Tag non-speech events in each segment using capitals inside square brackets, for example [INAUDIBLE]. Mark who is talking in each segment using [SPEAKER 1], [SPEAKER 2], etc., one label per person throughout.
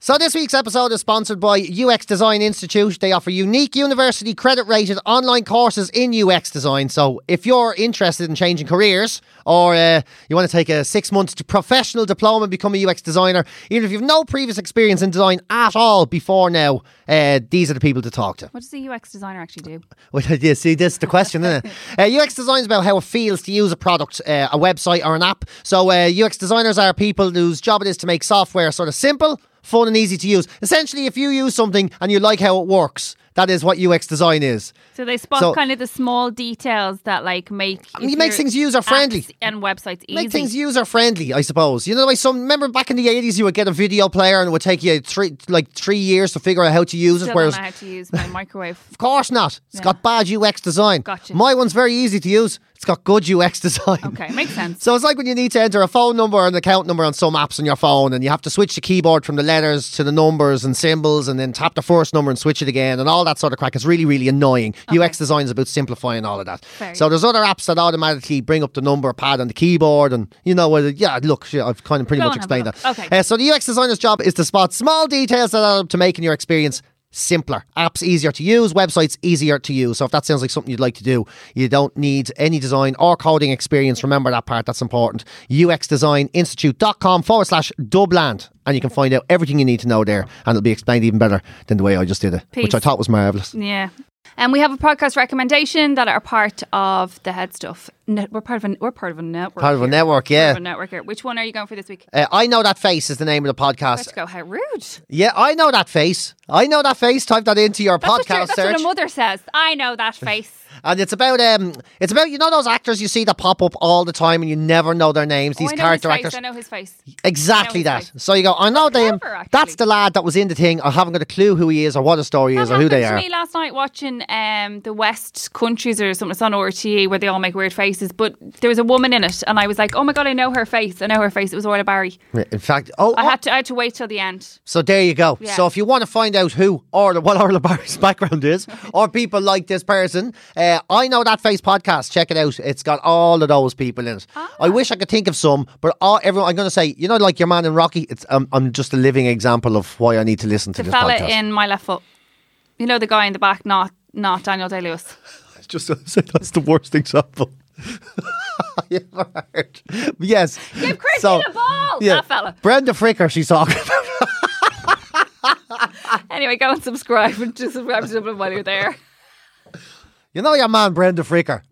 [SPEAKER 1] So this week's episode is sponsored by UX Design Institute. They offer unique university credit rated online courses in UX design. So if you're interested in changing careers or uh, you want to take a six months to professional diploma and become a UX designer, even if you've no previous experience in design at all before now, uh, these are the people to talk to.
[SPEAKER 2] What does a UX designer actually do?
[SPEAKER 1] Well, [LAUGHS] you see, this is the question, isn't it?
[SPEAKER 2] [LAUGHS]
[SPEAKER 1] Uh, UX design is about how it feels to use a product, uh, a website, or an app. So, uh, UX designers are people whose job it is to make software sort of simple, fun, and easy to use. Essentially, if you use something and you like how it works, that is what UX design is.
[SPEAKER 2] So they spot
[SPEAKER 1] So-
[SPEAKER 2] kind of the small details that like make
[SPEAKER 1] mean,
[SPEAKER 2] if
[SPEAKER 1] it makes
[SPEAKER 2] your
[SPEAKER 1] things user-friendly.
[SPEAKER 2] apps and websites easy.
[SPEAKER 1] Make things user friendly, I suppose. You know, like some remember back in the eighties, you would get a video player and it would take you three like three years to figure out how to use
[SPEAKER 2] Still
[SPEAKER 1] it.
[SPEAKER 2] don't
[SPEAKER 1] Whereas
[SPEAKER 2] know how to use my
[SPEAKER 1] [LAUGHS]
[SPEAKER 2] microwave.
[SPEAKER 1] Of course not. It's
[SPEAKER 2] Yeah.
[SPEAKER 1] got bad UX design.
[SPEAKER 2] Gotcha.
[SPEAKER 1] My one's very easy to use. It's got good UX design.
[SPEAKER 2] Okay, makes sense.
[SPEAKER 1] So it's like when you need to enter a phone number or an account number on some apps on your phone, and you have to switch the keyboard from the letters to the numbers and symbols, and then tap the first number and switch it again, and all that sort of crack. It's really, really annoying. UX design is about simplifying all of that.
[SPEAKER 2] Fair.
[SPEAKER 1] So there's other apps that automatically bring up the number pad on the keyboard, and you know, well, yeah, look, yeah, I've kind of pretty
[SPEAKER 2] Go
[SPEAKER 1] much
[SPEAKER 2] and have a
[SPEAKER 1] explained that.
[SPEAKER 2] look. Okay.
[SPEAKER 1] Uh, so the UX designer's job is to spot small details that add up to making your experience simpler. Apps easier to use, websites easier to use. So if that sounds like something you'd like to do, you don't need any design or coding experience. Remember that part, that's important. UXdesigninstitute.com forward slash Dubland. And you can find out everything you need to know there. And it'll be explained even better than the way I just did it, which
[SPEAKER 2] Peace.
[SPEAKER 1] I thought was marvellous.
[SPEAKER 2] Yeah. And we have a podcast recommendation that are part of the head stuff. Ne- we're part of a we're part of a network.
[SPEAKER 1] Part of a
[SPEAKER 2] here.
[SPEAKER 1] network, yeah.
[SPEAKER 2] Part of a network here. Which one are you going for this week?
[SPEAKER 1] Uh, I know that face is the name of the podcast.
[SPEAKER 2] Let's go. How rude! That's,
[SPEAKER 1] Yeah, I know that face. I know that face. Type that into your
[SPEAKER 2] what, your,
[SPEAKER 1] podcast
[SPEAKER 2] that's
[SPEAKER 1] search.
[SPEAKER 2] what a mother says. I know
[SPEAKER 1] [LAUGHS]
[SPEAKER 2] that face.
[SPEAKER 1] And it's about um, it's about you know those actors you see that pop up all the time and you never know their names.
[SPEAKER 2] Oh,
[SPEAKER 1] These
[SPEAKER 2] I know
[SPEAKER 1] character
[SPEAKER 2] his face.
[SPEAKER 1] actors,
[SPEAKER 2] I know his face.
[SPEAKER 1] exactly
[SPEAKER 2] I know
[SPEAKER 1] that.
[SPEAKER 2] his
[SPEAKER 1] So you go, I know them.
[SPEAKER 2] clever, actually.
[SPEAKER 1] That's the lad that was in the thing. I haven't got a clue who he is or what his story is
[SPEAKER 2] That
[SPEAKER 1] or who they
[SPEAKER 2] happened
[SPEAKER 1] are.
[SPEAKER 2] to me last night watching um, the West Countries or something. It's on RTE where they all make weird faces. But there was a woman in it, and I was like, "Oh my god, I know her face! I know her face." It was Orla Barry.
[SPEAKER 1] In fact, oh,
[SPEAKER 2] I
[SPEAKER 1] oh,
[SPEAKER 2] had to. I had to wait till the end.
[SPEAKER 1] so there you go.
[SPEAKER 2] Yeah.
[SPEAKER 1] So if you want to find out who or what [LAUGHS] Orla Barry's background
[SPEAKER 2] [LAUGHS]
[SPEAKER 1] is, or people like this person, uh, I know that face podcast. Check it out. It's got all of those people in it.
[SPEAKER 2] Ah.
[SPEAKER 1] I wish I could think of some, but all, everyone, I'm going to say, you know, like your man in Rocky. It's um, I'm just a living example of why I need to listen to
[SPEAKER 2] The
[SPEAKER 1] this
[SPEAKER 2] fella
[SPEAKER 1] podcast.
[SPEAKER 2] in my left foot. You know the guy in the back, not not Daniel Day Lewis.
[SPEAKER 1] just [LAUGHS] to say that's the worst [LAUGHS] example I ever heard. Yes. Give
[SPEAKER 2] Christy the ball, that fella.
[SPEAKER 1] Brenda Fricker, she's talking about. [LAUGHS]
[SPEAKER 2] Anyway, go and subscribe and just subscribe to Dublin while
[SPEAKER 1] [LAUGHS]
[SPEAKER 2] you're there.
[SPEAKER 1] You know your man, Brenda Fricker.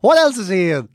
[SPEAKER 1] What else is he in?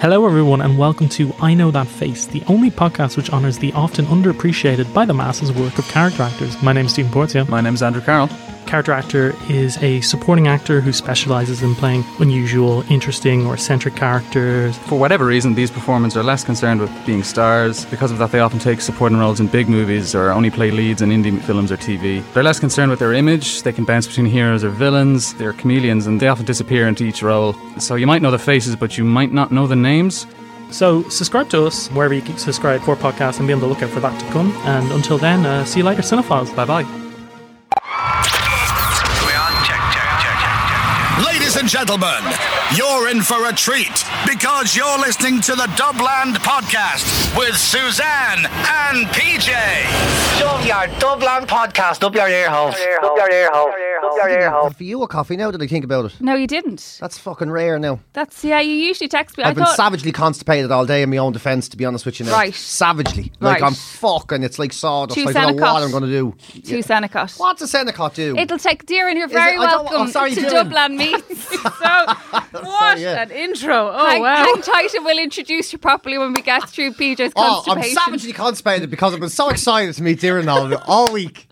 [SPEAKER 3] Hello, everyone, and welcome to I Know That Face, the only podcast which honours the often underappreciated by the masses work of character actors. My name's Stephen Portia.
[SPEAKER 4] My name's Andrew Carroll.
[SPEAKER 3] Character actor is a supporting actor who specialises in playing unusual, interesting, or eccentric characters.
[SPEAKER 4] For whatever reason, these performers are less concerned with being stars. Because of that, they often take supporting roles in big movies or only play leads in indie films or TV. They're less concerned with their image. They can bounce between heroes or villains. They're chameleons and they often disappear into each role. So you might know the faces, but you might not know the names.
[SPEAKER 3] So, subscribe to us wherever you subscribe for podcasts and be on the lookout for that to come. And until then, uh, see you later, Cinephiles.
[SPEAKER 4] Bye bye.
[SPEAKER 5] Ladies and gentlemen, you're in for a treat because you're listening to the Dubland Podcast with Suzanne and PJ.
[SPEAKER 6] Shove your Dublin podcast up your ear holes. Up your ear holes. Up your ear holes.
[SPEAKER 1] For you a coffee now that I think about it.
[SPEAKER 2] No, you didn't.
[SPEAKER 1] That's fucking rare now.
[SPEAKER 2] That's yeah. You usually text me.
[SPEAKER 1] I've
[SPEAKER 2] I
[SPEAKER 1] been
[SPEAKER 2] thought
[SPEAKER 1] savagely constipated all day in my own defence, to be honest with you now.
[SPEAKER 2] Right.
[SPEAKER 1] Savagely. Like
[SPEAKER 2] Right.
[SPEAKER 1] I'm fucking, it's like sawdust.
[SPEAKER 2] Two
[SPEAKER 1] I don't know what
[SPEAKER 2] Senecot.
[SPEAKER 1] I'm going to do.
[SPEAKER 2] two Senecott.
[SPEAKER 1] What's a Senecot do?
[SPEAKER 2] It'll take Deering. You're
[SPEAKER 1] it-
[SPEAKER 2] very
[SPEAKER 1] I don't- oh,
[SPEAKER 2] welcome
[SPEAKER 1] sorry,
[SPEAKER 2] to
[SPEAKER 1] Deering. [LAUGHS]
[SPEAKER 2] Dublin Meets. so, what
[SPEAKER 1] Oh, yeah.
[SPEAKER 2] an intro! Oh hang, wow! Hang tight, and we'll introduce you properly when we get through PJ's
[SPEAKER 1] oh, I'm
[SPEAKER 2] constipation.
[SPEAKER 1] savagely constipated because I've been so excited to meet Darren all, all week.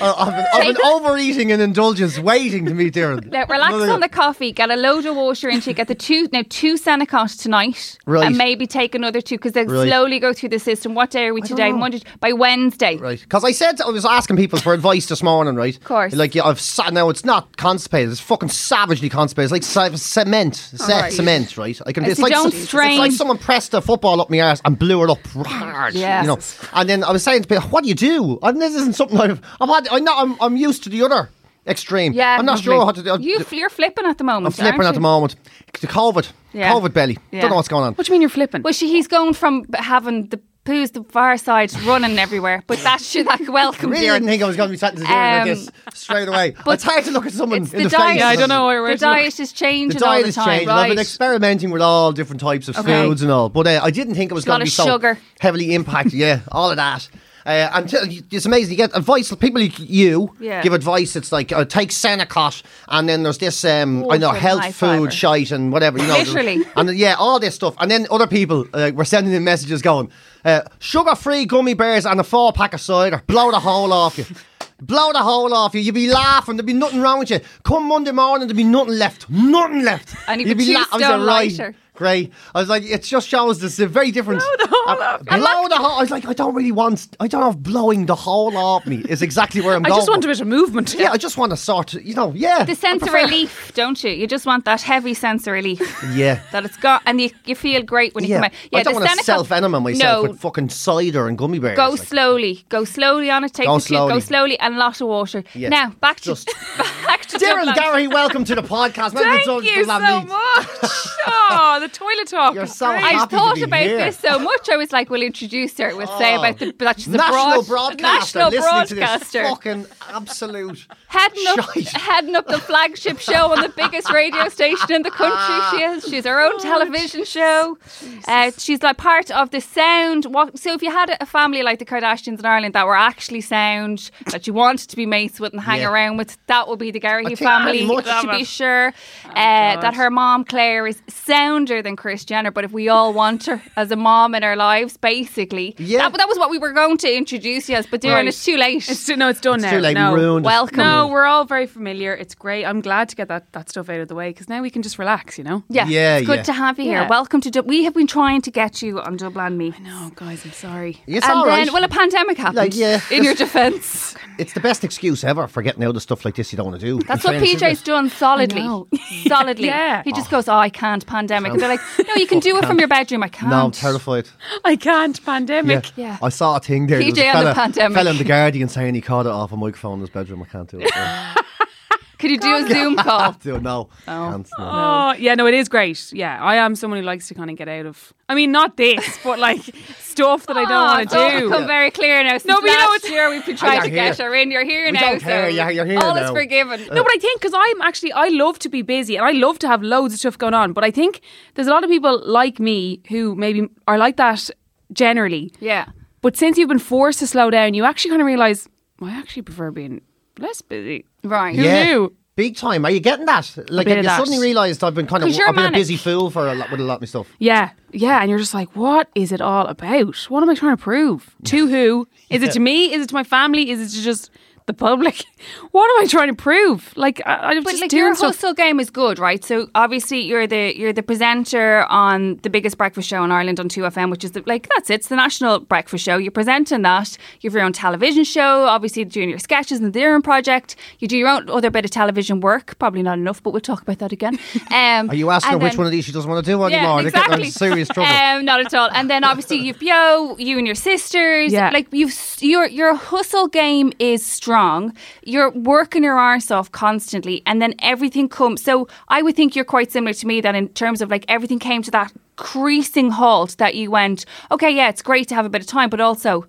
[SPEAKER 1] Uh, I've, been, I've been overeating and indulgence waiting to meet Darren.
[SPEAKER 2] Now, relax
[SPEAKER 1] Another-
[SPEAKER 2] on the coffee. Get a load of water into you. Get the two now two Senecot tonight,
[SPEAKER 1] Right.
[SPEAKER 2] and maybe take another two because they
[SPEAKER 1] Right.
[SPEAKER 2] slowly go through the system. What day are we
[SPEAKER 1] don't
[SPEAKER 2] today?
[SPEAKER 1] know.
[SPEAKER 2] Monday by Wednesday.
[SPEAKER 1] Right, because I said I was asking people for advice this morning, right? Of
[SPEAKER 2] course.
[SPEAKER 1] Like yeah, I've sa- now it's not constipated; it's fucking savagely constipated. It's like sa- cement, ce-
[SPEAKER 2] right.
[SPEAKER 1] cement, right? I can.
[SPEAKER 2] Uh,
[SPEAKER 1] It's
[SPEAKER 2] so
[SPEAKER 1] like
[SPEAKER 2] don't
[SPEAKER 1] s-
[SPEAKER 2] strain.
[SPEAKER 1] It's like someone pressed a football up my ass and blew it up hard.
[SPEAKER 2] Yes.
[SPEAKER 1] You know, and then I was saying to people, "What do you do?" And this isn't something I've. I've had. I'm not. I'm, I'm used to the other extreme.
[SPEAKER 2] Yeah,
[SPEAKER 1] I'm not
[SPEAKER 2] lovely.
[SPEAKER 1] sure how to do.
[SPEAKER 2] You, fl- you're flipping at the moment.
[SPEAKER 1] I'm flipping
[SPEAKER 2] aren't
[SPEAKER 1] at the
[SPEAKER 2] you?
[SPEAKER 1] moment. The COVID,
[SPEAKER 2] Yeah.
[SPEAKER 1] COVID belly.
[SPEAKER 2] Yeah.
[SPEAKER 1] Don't know what's going on.
[SPEAKER 7] What do you mean you're flipping?
[SPEAKER 2] Well, she, he's going from b- having the poos the far side running everywhere, but that should that welcome
[SPEAKER 1] Really
[SPEAKER 2] Darren.
[SPEAKER 1] didn't think I was going to be sat to Darren
[SPEAKER 2] Um,
[SPEAKER 1] like this straight away. it's hard to look at someone
[SPEAKER 2] It's
[SPEAKER 1] in
[SPEAKER 2] the
[SPEAKER 1] the
[SPEAKER 2] diet.
[SPEAKER 1] face.
[SPEAKER 7] Yeah, I don't know where- where
[SPEAKER 2] the
[SPEAKER 7] to look.
[SPEAKER 2] diet is
[SPEAKER 1] The
[SPEAKER 2] changing all
[SPEAKER 1] diet
[SPEAKER 2] the
[SPEAKER 1] has
[SPEAKER 2] time.
[SPEAKER 1] changed. I've
[SPEAKER 2] Right.
[SPEAKER 1] been experimenting with all different types of
[SPEAKER 2] Okay.
[SPEAKER 1] foods and all, but uh, I didn't think it was
[SPEAKER 2] Lot
[SPEAKER 1] going to
[SPEAKER 2] of
[SPEAKER 1] be so
[SPEAKER 2] sugar.
[SPEAKER 1] heavily impacted.
[SPEAKER 2] [LAUGHS]
[SPEAKER 1] yeah, all of that. Uh, and t- it's amazing. You get advice. People like you
[SPEAKER 2] Yeah.
[SPEAKER 1] give advice. It's like uh, take Senecot, and then there's this um, I know
[SPEAKER 2] Water and
[SPEAKER 1] health
[SPEAKER 2] high
[SPEAKER 1] food
[SPEAKER 2] fibre.
[SPEAKER 1] shite and whatever. You know, there's-
[SPEAKER 2] Literally.
[SPEAKER 1] and then, yeah, all this stuff. And then other people uh, were sending in messages going, uh, sugar free gummy bears and a four pack of cider. Blow the hole off you. Blow the hole off you. You'd be laughing. There'd be nothing wrong with you. Come Monday morning, there'd be nothing left. Nothing left.
[SPEAKER 2] And you'd be two
[SPEAKER 1] I was like,
[SPEAKER 2] stone
[SPEAKER 1] right,
[SPEAKER 2] lighter.
[SPEAKER 1] Great. I was like, it just shows this is very different. Blow the hole off. Blow the hole. I was like, I don't really want. I don't know if blowing the hole off me is exactly where I'm
[SPEAKER 7] I
[SPEAKER 1] going.
[SPEAKER 7] just want a bit of movement.
[SPEAKER 1] Yeah, I just want to sort. You know, yeah.
[SPEAKER 2] the sense of relief, don't you? You just want that heavy sense of relief.
[SPEAKER 1] yeah.
[SPEAKER 2] That it's got, and you, you feel great when you come out.
[SPEAKER 1] I don't
[SPEAKER 2] the
[SPEAKER 1] want to
[SPEAKER 2] Seneca-
[SPEAKER 1] self-enema myself
[SPEAKER 2] No,
[SPEAKER 1] with fucking cider and gummy bears.
[SPEAKER 2] go
[SPEAKER 1] like.
[SPEAKER 2] slowly, go slowly on it. Take
[SPEAKER 1] Go
[SPEAKER 2] the two, go
[SPEAKER 1] slowly.
[SPEAKER 2] slowly, and a lot of water.
[SPEAKER 1] Yeah,
[SPEAKER 2] Now back to
[SPEAKER 1] just-
[SPEAKER 2] [LAUGHS] back to
[SPEAKER 1] Darren
[SPEAKER 2] Dublin. [LAUGHS]
[SPEAKER 1] Gary, welcome to the podcast. Man, it's all-
[SPEAKER 2] Thank you
[SPEAKER 1] it's all
[SPEAKER 2] so
[SPEAKER 1] lovely.
[SPEAKER 2] much. [LAUGHS]
[SPEAKER 7] Oh, the toilet talk.
[SPEAKER 1] You're
[SPEAKER 7] is
[SPEAKER 1] so
[SPEAKER 7] great.
[SPEAKER 1] happy.
[SPEAKER 2] I
[SPEAKER 1] to
[SPEAKER 2] thought
[SPEAKER 1] be
[SPEAKER 2] about
[SPEAKER 1] here. Oh.
[SPEAKER 2] this so much. I was like, we'll introduce her. We'll say about the that she's a
[SPEAKER 1] National
[SPEAKER 2] broad-
[SPEAKER 1] broadcaster.
[SPEAKER 2] national
[SPEAKER 1] listening
[SPEAKER 2] broadcaster.
[SPEAKER 1] To this fucking absolute.
[SPEAKER 2] heading up,
[SPEAKER 1] Shite.
[SPEAKER 2] heading up the flagship show on the biggest radio station in the country. She
[SPEAKER 1] Ah.
[SPEAKER 2] is. She's her
[SPEAKER 1] Oh,
[SPEAKER 2] own television show. Uh, she's like part of the sound. What, so if you had a family like the Kardashians in Ireland that were actually sound, that you wanted to be mates with and hang
[SPEAKER 1] Yeah.
[SPEAKER 2] around with, that would be the Garrity
[SPEAKER 1] think pretty
[SPEAKER 2] family.
[SPEAKER 1] much.
[SPEAKER 2] To be sure uh, that her mom Claire is sounder than Chris Jenner, but if we all want her as a mom in our lives, basically,
[SPEAKER 1] Yeah.
[SPEAKER 2] that, that was what we were going to introduce you as. But Darren,
[SPEAKER 7] Right.
[SPEAKER 2] it's too late.
[SPEAKER 7] [LAUGHS] It's too, no, it's done
[SPEAKER 1] It's
[SPEAKER 7] now.
[SPEAKER 1] too late.
[SPEAKER 7] No.
[SPEAKER 1] We ruined it.
[SPEAKER 2] Welcome.
[SPEAKER 7] No, we're all very familiar. It's great. I'm glad to get that, that stuff out of the way because now we can just relax, you know?
[SPEAKER 2] Yeah,
[SPEAKER 1] Yeah,
[SPEAKER 2] it's good
[SPEAKER 1] yeah.
[SPEAKER 2] to have you here.
[SPEAKER 7] Yeah.
[SPEAKER 2] Welcome to. Dub- we have been trying to get you on Dublin and Me.
[SPEAKER 7] [LAUGHS] No, guys, I'm sorry.
[SPEAKER 1] It's
[SPEAKER 2] and
[SPEAKER 1] all
[SPEAKER 2] then,
[SPEAKER 1] right.
[SPEAKER 2] well, a pandemic happened.
[SPEAKER 1] Like, yeah.
[SPEAKER 2] In
[SPEAKER 1] [LAUGHS]
[SPEAKER 2] your defence,
[SPEAKER 1] it's the best excuse ever for getting out of stuff like this you don't want to do.
[SPEAKER 2] that's
[SPEAKER 1] In
[SPEAKER 2] what
[SPEAKER 1] fairness,
[SPEAKER 2] PJ's
[SPEAKER 1] isn't
[SPEAKER 2] done solidly.
[SPEAKER 7] know.
[SPEAKER 2] [LAUGHS] solidly.
[SPEAKER 7] Yeah.
[SPEAKER 2] He just goes, "Oh, I can't pandemic." And they're like, "No,
[SPEAKER 1] [LAUGHS]
[SPEAKER 2] you can do it from your bedroom. I
[SPEAKER 1] it?
[SPEAKER 2] can't."
[SPEAKER 1] Oh, No, I'm terrified.
[SPEAKER 7] [LAUGHS] I can't. Pandemic.
[SPEAKER 2] Yeah.
[SPEAKER 1] I saw a thing there.
[SPEAKER 2] PJ
[SPEAKER 1] There was a
[SPEAKER 2] and
[SPEAKER 1] fella-
[SPEAKER 2] the pandemic.
[SPEAKER 1] Fella in the Guardian saying he caught it off a microphone in his bedroom. I can't do
[SPEAKER 2] [LAUGHS]
[SPEAKER 1] it. I
[SPEAKER 2] Could you do
[SPEAKER 1] [LAUGHS]
[SPEAKER 2] a Zoom call?
[SPEAKER 1] do it. No. Can't, no.
[SPEAKER 7] Oh, yeah, no, it is great. Yeah, I am someone who likes to kind of get out of, I mean, not this, [LAUGHS] but like stuff that I don't
[SPEAKER 2] Oh,
[SPEAKER 7] want
[SPEAKER 2] it's all
[SPEAKER 7] to do.
[SPEAKER 2] become very clear now. Since
[SPEAKER 7] No, but you know,
[SPEAKER 2] last
[SPEAKER 7] it's-
[SPEAKER 2] year we've been trying
[SPEAKER 1] Oh, you're
[SPEAKER 2] to get
[SPEAKER 1] here.
[SPEAKER 2] her in. You're here
[SPEAKER 1] We
[SPEAKER 2] now.
[SPEAKER 1] don't
[SPEAKER 2] so
[SPEAKER 1] care. You're- you're here
[SPEAKER 2] all is
[SPEAKER 1] now. Uh,
[SPEAKER 2] forgiven.
[SPEAKER 7] No, but I think because I'm actually I love to be busy and I love to have loads of stuff going on. But I think there's a lot of people like me who maybe are like that generally.
[SPEAKER 2] yeah.
[SPEAKER 7] But since you've been forced to slow down, you actually kind of realize well, I actually prefer being less busy.
[SPEAKER 2] Right.
[SPEAKER 7] Yeah. knew?
[SPEAKER 1] Big time. Are you getting that? Like,
[SPEAKER 7] bit
[SPEAKER 1] you
[SPEAKER 7] of that.
[SPEAKER 1] suddenly realised I've been kind of
[SPEAKER 2] 'Cause you're
[SPEAKER 1] I've been a
[SPEAKER 2] manic.
[SPEAKER 1] busy fool for a lot with a lot of my stuff.
[SPEAKER 7] Yeah, yeah, and you're just like, what is it all about? What am I trying to prove to who? Is it to me? Is it to my family? Is it to just the public? [LAUGHS] what am I trying to prove? Like, I, I'm
[SPEAKER 2] But
[SPEAKER 7] just
[SPEAKER 2] like your
[SPEAKER 7] doing stuff.
[SPEAKER 2] hustle game is good, right? So obviously you're the you're the presenter on the biggest breakfast show in Ireland on Two FM, which is the, like that's it. It's the national breakfast show. You're presenting that. You have your own television show. Obviously doing your sketches and the Darren Project. You do your own other bit of television work. Probably not enough, but we'll talk about that
[SPEAKER 7] [LAUGHS]
[SPEAKER 2] again. Um,
[SPEAKER 1] Are you asking her
[SPEAKER 2] and
[SPEAKER 1] which
[SPEAKER 2] then-
[SPEAKER 1] one of these she doesn't want to do anymore? They're getting her in serious trouble.
[SPEAKER 7] [LAUGHS] Oh
[SPEAKER 2] um, not at all. And then obviously you've Yo, you and your sisters.
[SPEAKER 7] Yeah.
[SPEAKER 2] Like you've s- your your hustle game is strong. You're working your arse off constantly, and then everything comes. So I would think you're quite similar to me that in terms of like everything came to that creasing halt that you went, okay, yeah, it's great to have a bit of time, but also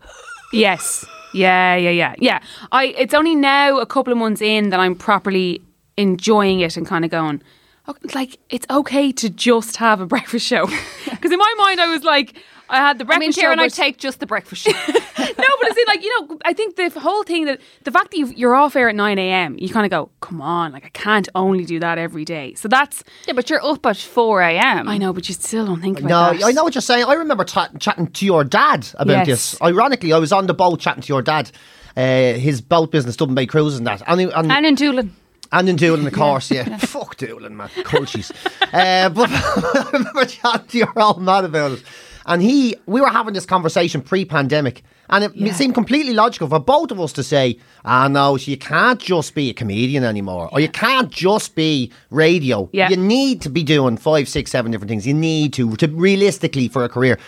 [SPEAKER 7] Yes. Yeah, yeah, yeah. Yeah. I it's only now a couple of months in that I'm properly enjoying it and kind of going "Oh, like it's okay to just have a [LAUGHS]
[SPEAKER 1] [LAUGHS]
[SPEAKER 7] breakfast show. Because in my mind I was like I had the
[SPEAKER 2] I mean,
[SPEAKER 7] breakfast
[SPEAKER 2] Sharon,
[SPEAKER 7] show
[SPEAKER 2] I
[SPEAKER 7] but-
[SPEAKER 2] take just the breakfast. show.
[SPEAKER 7] [LAUGHS] no, but it's in like you know. I think the whole thing that the fact that you've, you're off air at nine a.m. You kind of go, come on, like I can't only do that every day. So that's
[SPEAKER 2] [LAUGHS] yeah, but you're up at four a.m.
[SPEAKER 7] I know, but you still don't think about
[SPEAKER 1] No,
[SPEAKER 7] that.
[SPEAKER 1] I know what you're saying. I remember chat chatting to your dad about
[SPEAKER 7] Yes.
[SPEAKER 1] this. Ironically, I was on the boat chatting to your dad. uh, his boat business, Dublin Bay Cruises, and that. And, he- and,
[SPEAKER 2] And in Doolin.
[SPEAKER 1] and in Doolin, of course, yeah. Fuck Doolin, man. Cultures. uh, but [LAUGHS] I remember chatting to your old man about it. And he, we were having this conversation pre pandemic. And it seemed completely logical for both of us to say, ah, no, so you can't just be a comedian anymore, or you can't just be radio.
[SPEAKER 7] Yeah.
[SPEAKER 1] You need to be doing five, six, seven different things. You need to, to realistically, for a career.